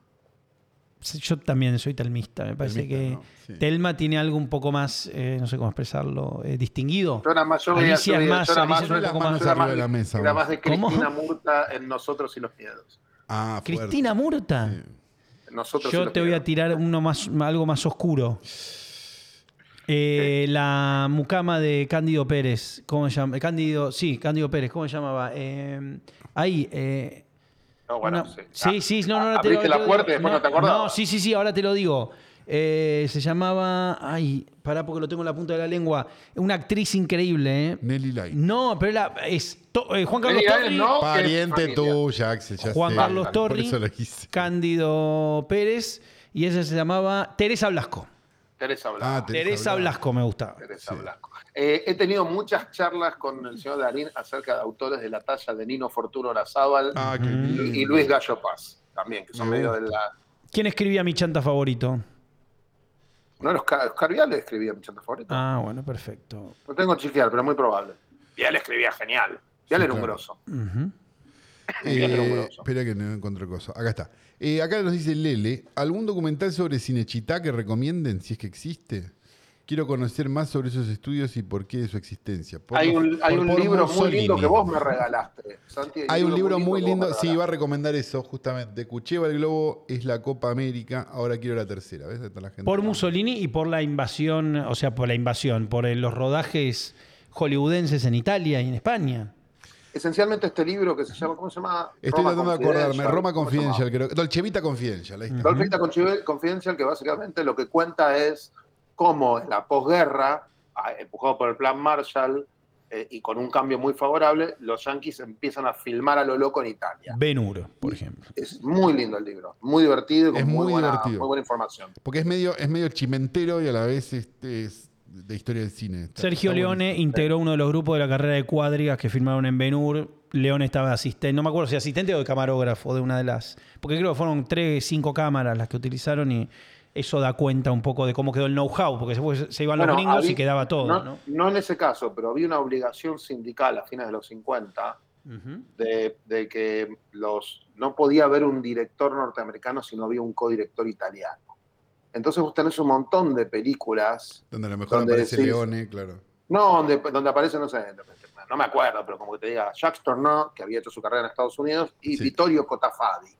[SPEAKER 2] Yo también soy telmista. Me parece
[SPEAKER 1] Telmista,
[SPEAKER 2] que
[SPEAKER 1] ¿no? Sí.
[SPEAKER 2] Telma tiene algo un poco más, eh, no sé cómo expresarlo, eh, distinguido.
[SPEAKER 3] Yo era más, yo veía-
[SPEAKER 2] Alicia
[SPEAKER 3] yo
[SPEAKER 2] es
[SPEAKER 3] veía-
[SPEAKER 2] más,
[SPEAKER 3] yo era
[SPEAKER 2] Alicia
[SPEAKER 3] más-
[SPEAKER 2] es un
[SPEAKER 1] las
[SPEAKER 2] poco
[SPEAKER 1] manos
[SPEAKER 2] más.
[SPEAKER 3] Yo era
[SPEAKER 1] arriba
[SPEAKER 3] más,
[SPEAKER 1] de la mesa,
[SPEAKER 3] era
[SPEAKER 1] vos.
[SPEAKER 3] más de
[SPEAKER 2] ¿Cómo?
[SPEAKER 3] Cristina Murta en Nosotros y los Miedos.
[SPEAKER 1] Ah, fuerte.
[SPEAKER 2] Cristina Murta.
[SPEAKER 3] En Nosotros y
[SPEAKER 2] Yo
[SPEAKER 3] los
[SPEAKER 2] te voy a
[SPEAKER 3] Miedos.
[SPEAKER 2] tirar uno más, algo más oscuro. Eh, la mucama de Cándido Pérez. ¿Cómo se llama? Cándido, sí, Cándido Pérez. ¿Cómo se llamaba? Eh, ahí. eh,
[SPEAKER 3] No, Oh, bueno,
[SPEAKER 2] Una-
[SPEAKER 3] sí. Ah,
[SPEAKER 2] sí, sí, no, no, no
[SPEAKER 3] Abriste
[SPEAKER 2] lo-
[SPEAKER 3] la
[SPEAKER 2] lo-
[SPEAKER 3] puerta y después no te acordabas.
[SPEAKER 2] No, sí, sí, sí, ahora te lo digo. Eh, se llamaba. Ay, pará porque lo tengo en la punta de la lengua. Una actriz increíble, ¿eh?
[SPEAKER 1] Nelly Light.
[SPEAKER 2] No, pero la, es to- eh, Juan Carlos
[SPEAKER 3] Nelly Gales,
[SPEAKER 2] Torri,
[SPEAKER 3] no,
[SPEAKER 1] Pariente
[SPEAKER 3] que es familia.
[SPEAKER 1] tuya, Axel. ya
[SPEAKER 2] Juan
[SPEAKER 1] sé,
[SPEAKER 2] Carlos
[SPEAKER 1] Por
[SPEAKER 2] Torri,
[SPEAKER 1] eso lo hice.
[SPEAKER 2] Cándido Pérez, y ella se llamaba Teresa Blasco.
[SPEAKER 3] Teresa Blanco.
[SPEAKER 1] Ah,
[SPEAKER 2] Teresa, Blasco me gustaba.
[SPEAKER 3] Teresa
[SPEAKER 1] Sí.
[SPEAKER 3] Blasco. Eh, he tenido muchas charlas con el señor Darín acerca de autores de la talla de Nino Fortuno Olazábal
[SPEAKER 1] Ah, qué
[SPEAKER 2] Mm.
[SPEAKER 1] lindo.
[SPEAKER 3] y Luis Gallo Paz, también, que son
[SPEAKER 1] Me
[SPEAKER 3] medio de la.
[SPEAKER 2] ¿Quién escribía mi chanta favorito?
[SPEAKER 3] No, los Oscar Vial le escribía mi chanta favorita.
[SPEAKER 2] Ah, bueno, perfecto.
[SPEAKER 3] Lo tengo que chequear, pero es muy probable. Vial escribía genial. Vial
[SPEAKER 1] Sí,
[SPEAKER 3] era un
[SPEAKER 1] claro.
[SPEAKER 3] grosso.
[SPEAKER 2] Ujú.
[SPEAKER 3] Mira que lo
[SPEAKER 1] Eh,
[SPEAKER 3] grosso.
[SPEAKER 1] espera que no encuentro cosa. Acá está. Eh, acá nos dice Lele, ¿algún documental sobre Cinechita que recomienden, si es que existe? Quiero conocer más sobre esos estudios y por qué de su existencia. Por
[SPEAKER 3] hay
[SPEAKER 1] los-
[SPEAKER 3] un, hay
[SPEAKER 1] por-
[SPEAKER 3] un
[SPEAKER 1] por
[SPEAKER 3] libro muy
[SPEAKER 1] Mussolini.
[SPEAKER 3] lindo que vos me regalaste. Santi,
[SPEAKER 1] Hay un libro muy
[SPEAKER 3] que vos me
[SPEAKER 1] lindo, sí,
[SPEAKER 3] regalaste.
[SPEAKER 1] iba a recomendar eso, justamente. Cucheva el Globo es la Copa América, ahora quiero la tercera, ¿ves? Ahí está la gente.
[SPEAKER 2] Por Mussolini y por la invasión, o sea, por la invasión, por eh, los rodajes hollywoodenses en Italia y en España.
[SPEAKER 3] Esencialmente este libro que se llama, ¿cómo se llama?
[SPEAKER 1] Estoy
[SPEAKER 3] Roma
[SPEAKER 1] tratando de
[SPEAKER 3] Confidential.
[SPEAKER 1] acordarme, Roma
[SPEAKER 3] ¿Cómo se
[SPEAKER 1] Confidential, creo. Dolcevita Confidential, ahí está.
[SPEAKER 3] llamaba? Dolce Vita Confi- Confidential, que básicamente lo que cuenta es cómo en la posguerra, ah, empujado por el Plan Marshall eh, y con un cambio muy favorable, los yanquis empiezan a filmar a lo loco en Italia.
[SPEAKER 2] Benuro, por ejemplo.
[SPEAKER 3] Es muy lindo el libro, muy divertido y con
[SPEAKER 1] Es
[SPEAKER 3] muy,
[SPEAKER 1] muy
[SPEAKER 3] buena,
[SPEAKER 1] divertido.
[SPEAKER 3] muy buena información.
[SPEAKER 1] Porque es medio, es medio chimentero y a la vez este es de historia del cine. Está-
[SPEAKER 2] Sergio
[SPEAKER 1] está
[SPEAKER 2] Leone integró uno de los grupos de la carrera de cuadrigas que firmaron en Benur. Leone estaba asistente, no me acuerdo si asistente o de camarógrafo de una de las. Porque creo que fueron tres, cinco cámaras las que utilizaron y eso da cuenta un poco de cómo quedó el know-how, porque se, fue- se iban los
[SPEAKER 3] Bueno,
[SPEAKER 2] gringos
[SPEAKER 3] habí-
[SPEAKER 2] y quedaba todo,
[SPEAKER 3] No,
[SPEAKER 2] ¿no?
[SPEAKER 3] no en ese caso, pero había una obligación sindical a fines de los 50
[SPEAKER 2] Ujú.
[SPEAKER 3] de, de que los, no podía haber un director norteamericano si no había un codirector italiano. Entonces vos tenés un montón de películas,
[SPEAKER 1] Donde a lo mejor
[SPEAKER 3] Donde
[SPEAKER 1] aparece
[SPEAKER 3] decís-
[SPEAKER 1] Leone, claro.
[SPEAKER 3] no, donde, donde aparece, no sé, no me acuerdo, pero como que te diga, Jacques Tourneur, que había hecho su carrera en Estados Unidos, y
[SPEAKER 1] Sí.
[SPEAKER 3] Vittorio Cotafadi. Y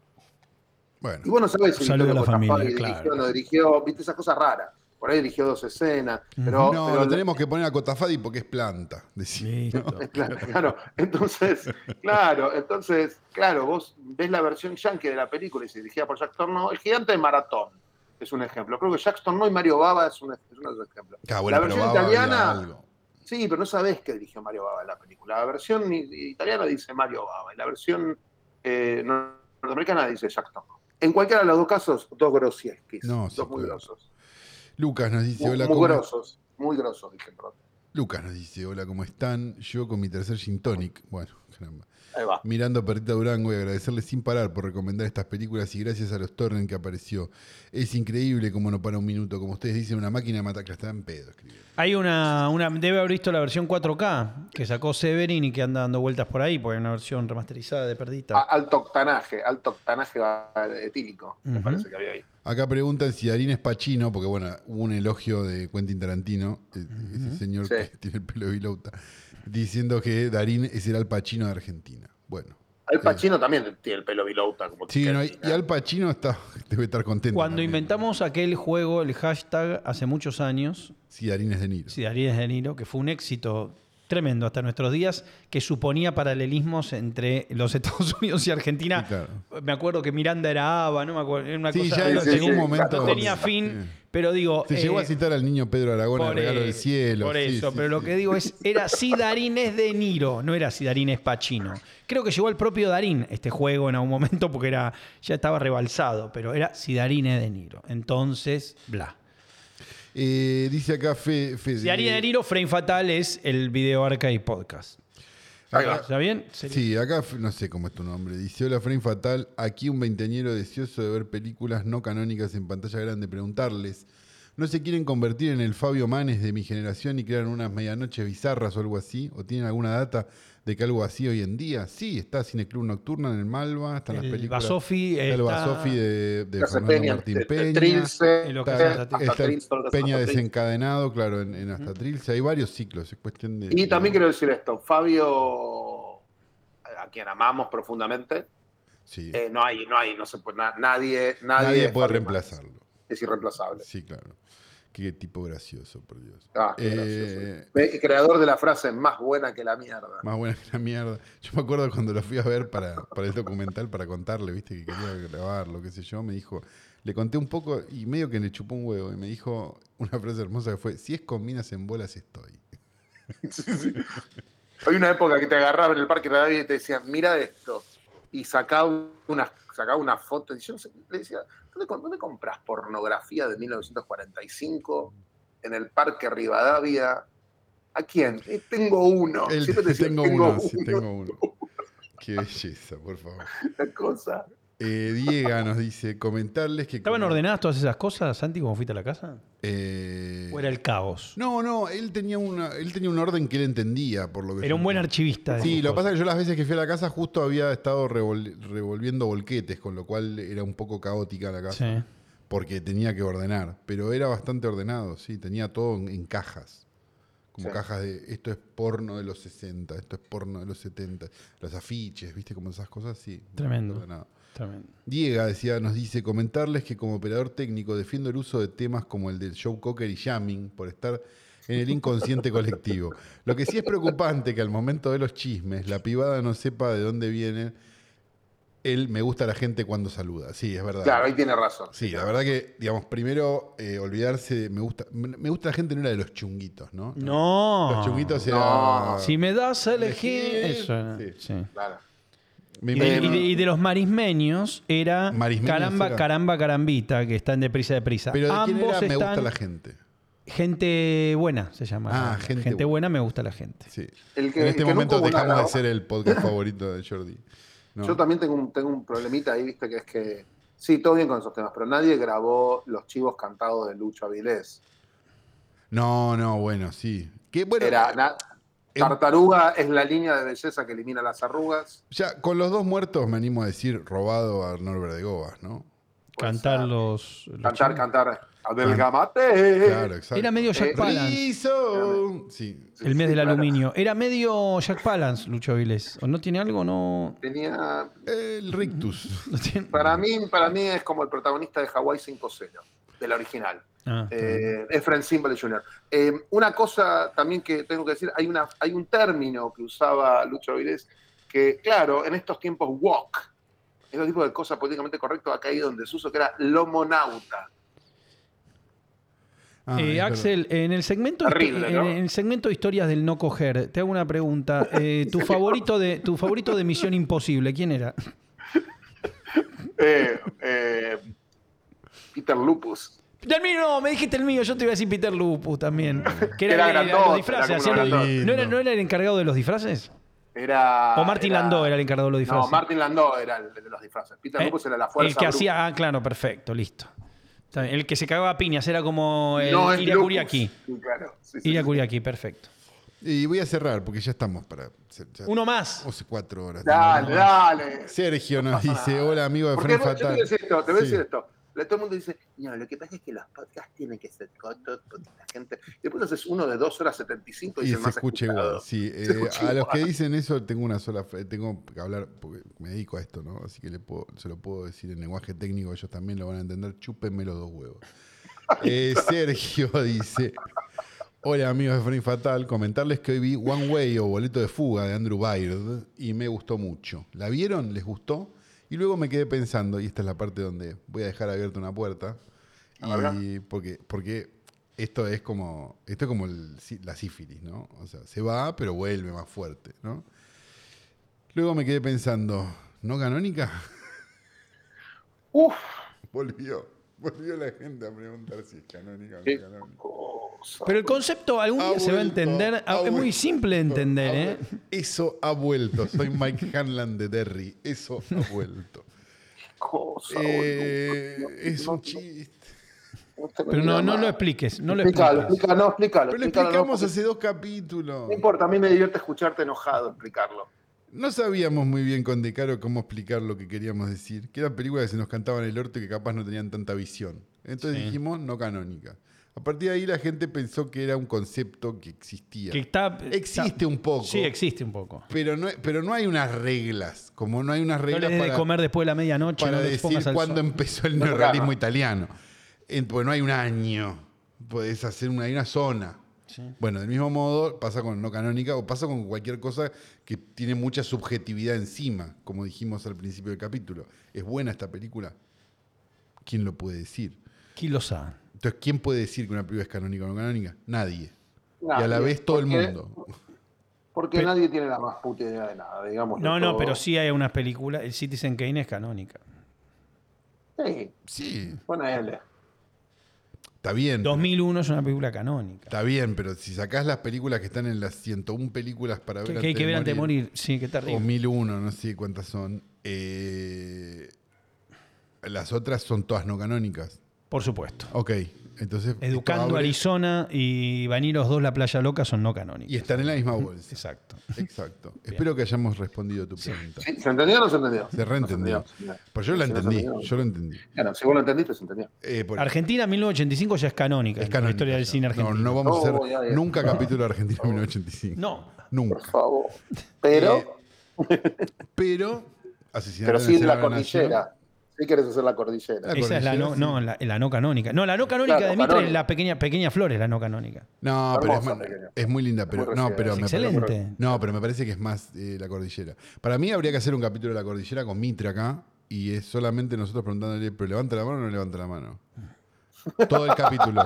[SPEAKER 1] Bueno,
[SPEAKER 3] bueno, sabés si
[SPEAKER 2] Saludo
[SPEAKER 3] Vittorio
[SPEAKER 2] a la
[SPEAKER 3] Cotafadi
[SPEAKER 2] familia,
[SPEAKER 3] dirigió,
[SPEAKER 2] claro.
[SPEAKER 3] no dirigió, viste esas cosas raras. Por ahí dirigió dos escenas, pero,
[SPEAKER 1] no,
[SPEAKER 3] pero
[SPEAKER 1] lo tenemos que poner a Cotafadi porque es planta. decía.
[SPEAKER 2] Listo.
[SPEAKER 3] Claro, claro. entonces, claro, entonces, claro, vos ves la versión yankee de la película y se dirigida por Jack Torno, el gigante de maratón es un ejemplo. Creo que Jack Torno y Mario Baba es un, es uno de los ejemplos.
[SPEAKER 1] Ah, bueno,
[SPEAKER 3] la
[SPEAKER 1] pero
[SPEAKER 3] versión
[SPEAKER 1] va- va a haber
[SPEAKER 3] italiana,
[SPEAKER 1] algo.
[SPEAKER 3] sí, pero no sabés que dirigió Mario Baba en la película. La versión i- italiana dice Mario Baba y la versión eh, norteamericana dice Jack Torno. En cualquiera de los dos casos, dos grosieskis,
[SPEAKER 1] No,
[SPEAKER 3] dos
[SPEAKER 1] sí,
[SPEAKER 3] muy
[SPEAKER 1] claro.
[SPEAKER 3] grosos.
[SPEAKER 1] Lucas nos dice,
[SPEAKER 3] Muy,
[SPEAKER 1] hola,
[SPEAKER 3] muy
[SPEAKER 1] ¿cómo-
[SPEAKER 3] grosos, muy grosos, dije perdón.
[SPEAKER 1] Lucas nos dice, hola, ¿cómo están? Yo con mi tercer gin tonic. Bueno, caramba.
[SPEAKER 3] Ahí va.
[SPEAKER 1] Mirando a Perrita Durango y agradecerle sin parar por recomendar estas películas y gracias a los Torren que apareció. Es increíble como no para un minuto. Como ustedes dicen, una máquina de matar que está en pedo. escribe.
[SPEAKER 2] Hay una, una- Debe haber visto la versión 4K que sacó Severin y que anda dando vueltas por ahí, porque hay una versión remasterizada de
[SPEAKER 3] A-
[SPEAKER 2] Perdita.
[SPEAKER 3] alto octanaje, alto octanaje va- etílico, me
[SPEAKER 2] Ujú.
[SPEAKER 3] parece que había ahí.
[SPEAKER 1] Acá preguntan si Darín es Pachino, porque bueno, hubo un elogio de Quentin Tarantino, eh, ese señor
[SPEAKER 3] Sí.
[SPEAKER 1] que tiene el pelo de Vilauta, diciendo que Darín es el Al Pacino de Argentina. Bueno.
[SPEAKER 3] Al Pacino también tiene el pelo bilouta. Como
[SPEAKER 1] Sí,
[SPEAKER 3] que-
[SPEAKER 1] no, y, y Al Pacino está, debe estar contento.
[SPEAKER 2] Cuando
[SPEAKER 1] también.
[SPEAKER 2] inventamos aquel juego, el hashtag, hace muchos años,
[SPEAKER 1] Sí, Darín es de Niro.
[SPEAKER 2] si Darías de Niro, que fue un éxito tremendo hasta nuestros días, que suponía paralelismos entre los Estados Unidos y Argentina.
[SPEAKER 1] Sí, claro.
[SPEAKER 2] Me acuerdo que Miranda era Aba, no me acuerdo. Era una
[SPEAKER 1] Sí,
[SPEAKER 2] cosa-
[SPEAKER 1] ya
[SPEAKER 2] no
[SPEAKER 1] en
[SPEAKER 3] sí,
[SPEAKER 1] algún
[SPEAKER 3] sí,
[SPEAKER 1] momento.
[SPEAKER 2] no tenía fin, pero digo.
[SPEAKER 1] Se llegó
[SPEAKER 2] eh,
[SPEAKER 1] a citar al niño Pedro Aragón en
[SPEAKER 2] Por,
[SPEAKER 1] Regalo
[SPEAKER 2] eh,
[SPEAKER 1] del Cielo.
[SPEAKER 2] por
[SPEAKER 1] sí,
[SPEAKER 2] eso,
[SPEAKER 1] sí,
[SPEAKER 2] pero lo
[SPEAKER 1] sí.
[SPEAKER 2] que digo es, era si Darín es de Niro, no era si Darín es Pachino. Creo que llegó el propio Darín este juego en algún momento porque era, ya estaba rebalsado, pero era si Darín es de Niro. Entonces, bla.
[SPEAKER 1] Eh, dice acá Fe, Fede.
[SPEAKER 2] Si Darín es de Niro, Frame Fatal es el video arca y podcast.
[SPEAKER 3] Ahí va.
[SPEAKER 2] ¿Está bien? Sería-
[SPEAKER 1] Ah, Sí, acá f- no sé cómo es tu nombre. Dice, hola Frame Fatal, aquí un veinteañero deseoso de ver películas no canónicas en pantalla grande. Preguntarles, ¿no se quieren convertir en el Fabio Manes de mi generación y crear unas medianoches bizarras o algo así? ¿O tienen alguna data de que algo así hoy en día? Sí, está Cineclub Nocturna en el Malva, están las
[SPEAKER 2] El
[SPEAKER 1] películas...
[SPEAKER 2] Basofi
[SPEAKER 1] está el
[SPEAKER 2] está-
[SPEAKER 1] Basofi de, de
[SPEAKER 3] Casa
[SPEAKER 1] Fernando
[SPEAKER 3] Peña,
[SPEAKER 1] Martín
[SPEAKER 3] de- de
[SPEAKER 1] Peña.
[SPEAKER 3] Trilce,
[SPEAKER 2] Y lo que
[SPEAKER 1] Está,
[SPEAKER 2] sea,
[SPEAKER 3] este, hasta
[SPEAKER 1] está
[SPEAKER 3] Trilce, todo lo que sea
[SPEAKER 1] Peña
[SPEAKER 3] hasta Trilce.
[SPEAKER 1] desencadenado, claro, en, en hasta Trilce. Hay varios ciclos, es cuestión de.
[SPEAKER 3] Y también quiero decir esto, Fabio, a quien amamos profundamente,
[SPEAKER 1] Sí.
[SPEAKER 3] eh, no hay, no hay, no se puede, na- nadie, nadie,
[SPEAKER 1] nadie puede
[SPEAKER 3] Fabio Manes.
[SPEAKER 1] reemplazarlo.
[SPEAKER 3] Es irreemplazable.
[SPEAKER 1] Sí, claro. Qué tipo gracioso, por Dios.
[SPEAKER 3] Ah, qué
[SPEAKER 1] Eh,
[SPEAKER 3] gracioso. Creador de la frase más buena que la mierda.
[SPEAKER 1] Más buena que la mierda. Yo me acuerdo cuando lo fui a ver para, para el documental, para contarle, viste, que quería grabarlo, qué sé yo, me dijo, le conté un poco y medio que le chupó un huevo y me dijo una frase hermosa que fue, si es con minas en bolas estoy.
[SPEAKER 3] Hay una época que te agarraba en el parque Rivadavia y te decían, mira esto. Y sacaba una, sacaba una foto. Y yo no sé, le decía, ¿dónde, com- dónde compras pornografía de 1945 en el parque Rivadavia? ¿A quién? "Eh, tengo uno.
[SPEAKER 1] El-
[SPEAKER 3] Siempre te decían,
[SPEAKER 1] tengo uno, sí, tengo uno. Qué belleza, por favor.
[SPEAKER 3] Una cosa.
[SPEAKER 1] Eh, Diega nos dice, comentarles que...
[SPEAKER 2] ¿Estaban ordenadas todas esas cosas, Santi, cuando fuiste a la casa?
[SPEAKER 1] Eh,
[SPEAKER 2] ¿O era el caos?
[SPEAKER 1] No, no, él tenía, una, él tenía un orden que él entendía, por lo que...
[SPEAKER 2] Era
[SPEAKER 1] yo
[SPEAKER 2] un buen
[SPEAKER 1] entiendo.
[SPEAKER 2] archivista. de
[SPEAKER 1] pues Sí,
[SPEAKER 2] esas
[SPEAKER 1] lo que pasa
[SPEAKER 2] cosas.
[SPEAKER 1] es que yo las veces que fui a la casa justo había estado revol- revolviendo volquetes, con lo cual era un poco caótica la casa,
[SPEAKER 2] Sí.
[SPEAKER 1] porque tenía que ordenar, pero era bastante ordenado, sí, tenía todo en, en cajas, como
[SPEAKER 3] Sí.
[SPEAKER 1] cajas de esto es porno de los 60, esto es porno de los 70, los afiches, viste, como esas cosas, sí.
[SPEAKER 2] Tremendo.
[SPEAKER 1] ordenado.
[SPEAKER 2] Tremendo.
[SPEAKER 1] Diega decía, nos dice, comentarles que como operador técnico defiendo el uso de temas como el del show cocker y jamming por estar en el inconsciente colectivo. Lo que sí es preocupante que al momento de los chismes la pibada no sepa de dónde viene el me gusta la gente cuando saluda. Sí, es verdad.
[SPEAKER 3] Claro, ahí tiene razón.
[SPEAKER 1] Sí, la verdad que, digamos, primero eh, olvidarse de me gusta, me gusta la gente no era de los chunguitos, ¿no?
[SPEAKER 2] No.
[SPEAKER 1] Los chunguitos eran...
[SPEAKER 3] No.
[SPEAKER 2] Si me das a elegir.
[SPEAKER 1] Elegir.
[SPEAKER 2] Eso era,
[SPEAKER 1] Sí.
[SPEAKER 2] sí.
[SPEAKER 3] Claro.
[SPEAKER 1] Me
[SPEAKER 2] Y de,
[SPEAKER 1] imagino-
[SPEAKER 2] y de- y de los marismeños era
[SPEAKER 1] Marismeños
[SPEAKER 2] caramba,
[SPEAKER 1] era.
[SPEAKER 2] caramba, carambita, que están deprisa, deprisa.
[SPEAKER 1] Pero de quién
[SPEAKER 2] Ambos
[SPEAKER 1] era me
[SPEAKER 2] están
[SPEAKER 1] gusta la gente.
[SPEAKER 2] gente buena, se llama.
[SPEAKER 1] Ah,
[SPEAKER 2] gente,
[SPEAKER 1] gente buena.
[SPEAKER 2] buena. me gusta la gente.
[SPEAKER 1] Sí.
[SPEAKER 3] El que-
[SPEAKER 1] en
[SPEAKER 3] el
[SPEAKER 1] este
[SPEAKER 3] que
[SPEAKER 1] momento
[SPEAKER 3] nunca hubo
[SPEAKER 1] dejamos
[SPEAKER 3] nada.
[SPEAKER 1] de ser el podcast favorito de Jordi. No.
[SPEAKER 3] Yo también tengo un, tengo un problemita ahí, viste, que es que. Sí, todo bien con esos temas, pero nadie grabó los chivos cantados de Lucho Avilés.
[SPEAKER 1] no, no, bueno, sí. Que, bueno,
[SPEAKER 3] Era, na-
[SPEAKER 1] eh,
[SPEAKER 2] em
[SPEAKER 3] tartaruga es la línea de belleza que elimina las arrugas.
[SPEAKER 1] ya con los dos muertos me animo a decir robado a Norbert de Govas, ¿no?
[SPEAKER 3] Puede
[SPEAKER 2] cantar
[SPEAKER 3] ser.
[SPEAKER 2] los, los
[SPEAKER 3] Cantar,
[SPEAKER 2] chivos.
[SPEAKER 3] cantar. Adelgamate.
[SPEAKER 1] Claro, exacto.
[SPEAKER 2] Era medio Jack
[SPEAKER 3] Eh,
[SPEAKER 2] Palance,
[SPEAKER 1] Rizo. Sí.
[SPEAKER 3] Sí,
[SPEAKER 2] el mes
[SPEAKER 3] sí,
[SPEAKER 2] del
[SPEAKER 3] claro.
[SPEAKER 2] aluminio. Era medio Jack Palance, Lucho Avilés. ¿O no tiene algo? No.
[SPEAKER 3] Tenía.
[SPEAKER 1] El rictus.
[SPEAKER 2] no tiene-
[SPEAKER 3] Para mí, para mí es como el protagonista de Hawaii 5-0, de la original.
[SPEAKER 2] Ah, está bien.
[SPEAKER 3] Eh, es Frank Simple Jr. Eh, una cosa también que tengo que decir, hay, una, hay un término que usaba Lucho Avilés que, claro, en estos tiempos walk, es tipo de cosas políticamente correcto ha caído en desuso, que era lomonauta.
[SPEAKER 1] Ah,
[SPEAKER 2] Eh,
[SPEAKER 1] es verdad.
[SPEAKER 2] Axel, en el segmento
[SPEAKER 3] Terrible,
[SPEAKER 2] en,
[SPEAKER 3] ¿no?
[SPEAKER 2] en el segmento de historias del no coger, te hago una pregunta. Eh, tu favorito de tu favorito de Misión Imposible, ¿quién era?
[SPEAKER 3] Eh, eh, Peter Lupus.
[SPEAKER 2] El mío no, me dijiste el mío, yo te iba a decir Peter Lupus también. Que
[SPEAKER 3] Era
[SPEAKER 2] era, el-
[SPEAKER 3] grandote,
[SPEAKER 2] los disfraces,
[SPEAKER 3] era como
[SPEAKER 2] hacían-
[SPEAKER 1] grandote.
[SPEAKER 2] ¿no, era, ¿No era el encargado de los disfraces?
[SPEAKER 3] Ah, Era,
[SPEAKER 2] ¿O Martin Landau era el encargado de los disfraces?
[SPEAKER 3] No, Martin Landau era el de los disfraces. Peter
[SPEAKER 2] Eh,
[SPEAKER 3] Lupus era la
[SPEAKER 2] El
[SPEAKER 3] fuerza.
[SPEAKER 2] que hacía, ah, claro, perfecto, listo. Está bien, El que se cagaba a piñas, era como el
[SPEAKER 3] No, es
[SPEAKER 2] eh, Iria
[SPEAKER 3] Lupus.
[SPEAKER 2] Kuriaki.
[SPEAKER 3] Sí, claro. Sí, sí,
[SPEAKER 2] Iria
[SPEAKER 3] sí.
[SPEAKER 2] Kuriaki, perfecto.
[SPEAKER 1] Y voy a cerrar porque ya estamos para. ya-
[SPEAKER 2] Uno más.
[SPEAKER 1] 11, cuatro horas.
[SPEAKER 3] Dale, dale.
[SPEAKER 1] Sergio nos dice: Hola, amigo de
[SPEAKER 3] Porque
[SPEAKER 1] Fran
[SPEAKER 3] no, yo te voy a
[SPEAKER 1] Fatal.
[SPEAKER 3] decir esto, te voy a
[SPEAKER 1] Sí.
[SPEAKER 3] decir esto. Le- Todo el mundo dice, no, lo que pasa es que los podcasts tienen que ser cortos porque la gente... Y Después haces uno de 2 horas 75
[SPEAKER 1] Y
[SPEAKER 3] y, es el
[SPEAKER 1] se
[SPEAKER 3] más
[SPEAKER 1] escucha
[SPEAKER 3] escuchado.
[SPEAKER 1] igual. Sí, eh,
[SPEAKER 3] escucha
[SPEAKER 1] a los
[SPEAKER 3] igual.
[SPEAKER 1] que dicen eso tengo una sola, fra- tengo que hablar porque me dedico a esto, ¿no? Así que le puedo- se lo puedo decir en lenguaje técnico, ellos también lo van a entender. Chúpenme los dos huevos. Eh, Sergio dice. Hola amigos de Frame Fatal, comentarles que hoy vi One Way o Boleto de Fuga de Andrew Byrd y me gustó mucho. ¿La vieron? ¿Les gustó? Y luego me quedé pensando, y esta es la parte donde voy a dejar abierta una puerta,
[SPEAKER 3] A ver.
[SPEAKER 1] y porque, porque esto es como, esto es como el sí- la sífilis, ¿no? O sea, se va pero vuelve más fuerte, ¿no? Luego me quedé pensando, ¿no canónica?
[SPEAKER 3] Uf,
[SPEAKER 1] volvió, volvió la gente a preguntar si es canónica o no
[SPEAKER 3] qué
[SPEAKER 1] es canónica.
[SPEAKER 3] cosa.
[SPEAKER 2] Pero el concepto algún día
[SPEAKER 1] Ha
[SPEAKER 2] se va a
[SPEAKER 1] vuelto,
[SPEAKER 2] entender.
[SPEAKER 1] ha
[SPEAKER 2] Es muy
[SPEAKER 1] vuelto,
[SPEAKER 2] simple de entender,
[SPEAKER 1] ha
[SPEAKER 2] ¿eh?
[SPEAKER 1] vuelto. Eso ha vuelto. Soy Mike Hanlan de Terry. Eso ha vuelto.
[SPEAKER 3] cosa,
[SPEAKER 1] Eh,
[SPEAKER 3] boludo.
[SPEAKER 1] es
[SPEAKER 3] No,
[SPEAKER 1] un
[SPEAKER 3] no,
[SPEAKER 1] chiste.
[SPEAKER 3] no tengo
[SPEAKER 2] Pero
[SPEAKER 3] ni
[SPEAKER 2] no,
[SPEAKER 3] idea
[SPEAKER 2] no
[SPEAKER 3] más.
[SPEAKER 2] lo expliques, no lo
[SPEAKER 3] explícalo,
[SPEAKER 2] expliques.
[SPEAKER 3] explícalo, explícalo.
[SPEAKER 1] Pero lo
[SPEAKER 3] explícalo,
[SPEAKER 1] explicamos
[SPEAKER 3] no,
[SPEAKER 1] hace dos capítulos.
[SPEAKER 3] no importa, a mí me divierte escucharte enojado explicarlo.
[SPEAKER 1] No sabíamos muy bien con Decaro cómo explicar lo que queríamos decir. Que eran películas que se nos cantaban el orto y que capaz no tenían tanta visión. Entonces
[SPEAKER 2] Sí.
[SPEAKER 1] dijimos no canónica. A partir de ahí la gente pensó que era un concepto que existía.
[SPEAKER 2] Que está-
[SPEAKER 1] existe
[SPEAKER 2] está-
[SPEAKER 1] un poco.
[SPEAKER 2] Sí, existe un poco.
[SPEAKER 1] pero no, pero no hay unas reglas. Como no hay unas
[SPEAKER 2] No
[SPEAKER 1] reglas
[SPEAKER 2] le des de
[SPEAKER 1] para-
[SPEAKER 2] comer después de la medianoche,
[SPEAKER 1] para
[SPEAKER 2] no te
[SPEAKER 1] decir
[SPEAKER 2] expongas al
[SPEAKER 1] cuándo em-
[SPEAKER 2] sol.
[SPEAKER 1] empezó el Eh,
[SPEAKER 3] No,
[SPEAKER 1] neorrealismo
[SPEAKER 3] claro.
[SPEAKER 1] italiano. En- porque no hay un año. podés hacer una, hay una zona. Bueno, del mismo modo pasa con no canónica o pasa con cualquier cosa que tiene mucha subjetividad encima, como dijimos al principio del capítulo. ¿Es buena esta película? ¿Quién lo puede decir?
[SPEAKER 2] ¿Quién lo sabe?
[SPEAKER 1] Entonces, ¿quién puede decir que una película es canónica o no canónica? Nadie. Y a la
[SPEAKER 3] Nadie,
[SPEAKER 1] vez todo el
[SPEAKER 3] porque-
[SPEAKER 1] mundo.
[SPEAKER 3] Porque nadie tiene la más puta idea de nada, digamos.
[SPEAKER 2] No, no, pero sí hay unas películas. El Citizen Kane es canónica.
[SPEAKER 3] Sí,
[SPEAKER 1] Sí,
[SPEAKER 3] ponele.
[SPEAKER 1] está bien.
[SPEAKER 2] 2001 es una película canónica.
[SPEAKER 1] Está bien, pero si sacás las películas que están en las 101 películas para
[SPEAKER 2] Que,
[SPEAKER 1] ver
[SPEAKER 2] que hay que ver antes de morir. Sí, qué
[SPEAKER 1] O
[SPEAKER 2] terrible.
[SPEAKER 1] 1001, no sé cuántas son. eh, las otras son todas no canónicas.
[SPEAKER 2] Por supuesto.
[SPEAKER 1] Ok, entonces. esto
[SPEAKER 2] Educando
[SPEAKER 1] abre
[SPEAKER 2] Arizona y Vaniros 2, La Playa Loca son no
[SPEAKER 1] Y
[SPEAKER 2] canónicas.
[SPEAKER 1] están en la misma bolsa.
[SPEAKER 2] Exacto.
[SPEAKER 1] Exacto. Espero que hayamos respondido tu pregunta.
[SPEAKER 3] Sí, ¿Se entendió o no se entendió?
[SPEAKER 1] Se reentendió.
[SPEAKER 3] No se entendió.
[SPEAKER 1] Pero yo la
[SPEAKER 3] Sí, no se
[SPEAKER 1] entendí,
[SPEAKER 3] entendió.
[SPEAKER 1] yo lo entendí.
[SPEAKER 3] Claro, si vos lo entendiste, se entendió.
[SPEAKER 1] Eh, por-
[SPEAKER 2] Argentina 1985 ya es canónica.
[SPEAKER 1] es
[SPEAKER 2] en La
[SPEAKER 1] canónica.
[SPEAKER 2] historia del cine argentino.
[SPEAKER 1] No, no vamos
[SPEAKER 3] Oh,
[SPEAKER 1] a
[SPEAKER 3] ya, Oh.
[SPEAKER 1] hacer
[SPEAKER 3] ya.
[SPEAKER 1] nunca capítulo de Argentina 1985.
[SPEAKER 2] No.
[SPEAKER 1] Nunca.
[SPEAKER 3] Por favor. Pero,
[SPEAKER 1] Eh, Pero. Asesinato
[SPEAKER 3] pero
[SPEAKER 1] en
[SPEAKER 3] sí de la
[SPEAKER 1] Escena Nacional.
[SPEAKER 3] cordillera. Sí querés hacer la cordillera.
[SPEAKER 1] La
[SPEAKER 2] Esa es la no,
[SPEAKER 1] cordillera,
[SPEAKER 2] no, la, la no canónica. No, la no canónica
[SPEAKER 3] Claro,
[SPEAKER 2] de Mitre es
[SPEAKER 3] canónica.
[SPEAKER 2] la pequeña, pequeña flor, es la no canónica.
[SPEAKER 1] No, pero es,
[SPEAKER 3] Hermosa,
[SPEAKER 1] ma-
[SPEAKER 3] pequeña.
[SPEAKER 1] es muy linda, pero
[SPEAKER 3] Muy
[SPEAKER 1] no,
[SPEAKER 3] recibida.
[SPEAKER 1] pero
[SPEAKER 3] Es
[SPEAKER 1] me
[SPEAKER 2] excelente.
[SPEAKER 1] No, pero me parece que es más eh, la cordillera. Para mí habría que hacer un capítulo de la cordillera con Mitre acá y es solamente nosotros preguntándole, pero levanta la mano o no levanta la mano. Todo el capítulo.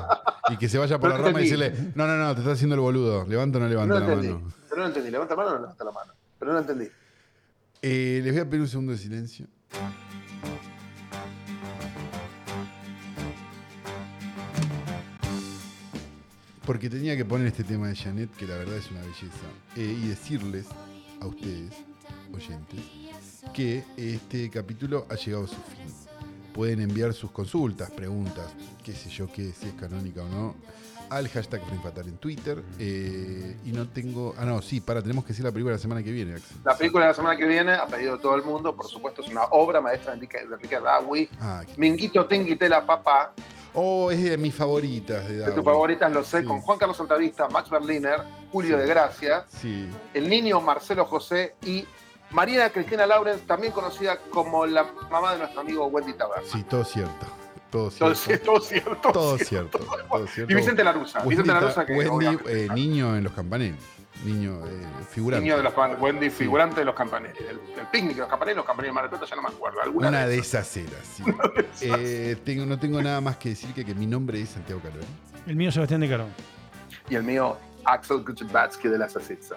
[SPEAKER 1] Y que se vaya por
[SPEAKER 3] No
[SPEAKER 1] la rama y
[SPEAKER 3] entendí.
[SPEAKER 1] decirle, no, no, no, te estás haciendo el boludo, levanta o no
[SPEAKER 3] No
[SPEAKER 1] levanta la
[SPEAKER 3] entendí.
[SPEAKER 1] mano.
[SPEAKER 3] Pero no entendí. ¿Levanta la mano o no levanta la mano? Pero no entendí.
[SPEAKER 1] Eh, les voy a pedir un segundo de silencio. Porque tenía que poner este tema de Janet, que la verdad es una belleza, eh, y decirles a ustedes, oyentes, que este capítulo ha llegado a su fin. Pueden enviar sus consultas, preguntas, qué sé yo, qué, si es canónica o no, al hashtag Frame Fatal en Twitter. eh, y no tengo. Ah, no, sí, para, tenemos que decir la película la semana que viene, Axel.
[SPEAKER 3] La película de la semana que viene, a pedido de todo el mundo, por supuesto, es una obra maestra de Enrique, de Enrique Dawi.
[SPEAKER 1] Ah, qué-
[SPEAKER 3] Minguito Tenguitela Papá,
[SPEAKER 1] Oh, es de mis favoritas. De,
[SPEAKER 3] de
[SPEAKER 1] Dawi.
[SPEAKER 3] tus favoritas, lo sé,
[SPEAKER 1] Sí.
[SPEAKER 3] con Juan Carlos Santavista, Max Berliner, Julio de Gracia,
[SPEAKER 1] Sí.
[SPEAKER 3] el niño Marcelo José y Mariana Cristina Lawrence, también conocida como la mamá de nuestro amigo Wendy Taberna.
[SPEAKER 1] Sí, todo cierto. Todo cierto.
[SPEAKER 3] Entonces, todo cierto.
[SPEAKER 1] todo cierto. todo cierto.
[SPEAKER 3] Y Vicente Larusa,
[SPEAKER 1] Wendy,
[SPEAKER 3] Vicente Larusa que
[SPEAKER 1] Wendy,
[SPEAKER 3] obviamente,
[SPEAKER 1] eh, niño en los campaneles. Niño eh, figurante.
[SPEAKER 3] niño de los pan- Wendy figurante de los campaneles, del, del picnic de los campaneles, los campaneles de Mar del Plata, ya no me acuerdo. Alguna
[SPEAKER 1] Una
[SPEAKER 3] de
[SPEAKER 1] de
[SPEAKER 3] esas.
[SPEAKER 1] esas eras, sí. Eh, tengo, no tengo nada más que decir que, que mi nombre es Santiago Calori.
[SPEAKER 2] El mío Sebastián de Carón.
[SPEAKER 3] Y el mío, Axel Gucci de la Sasitza.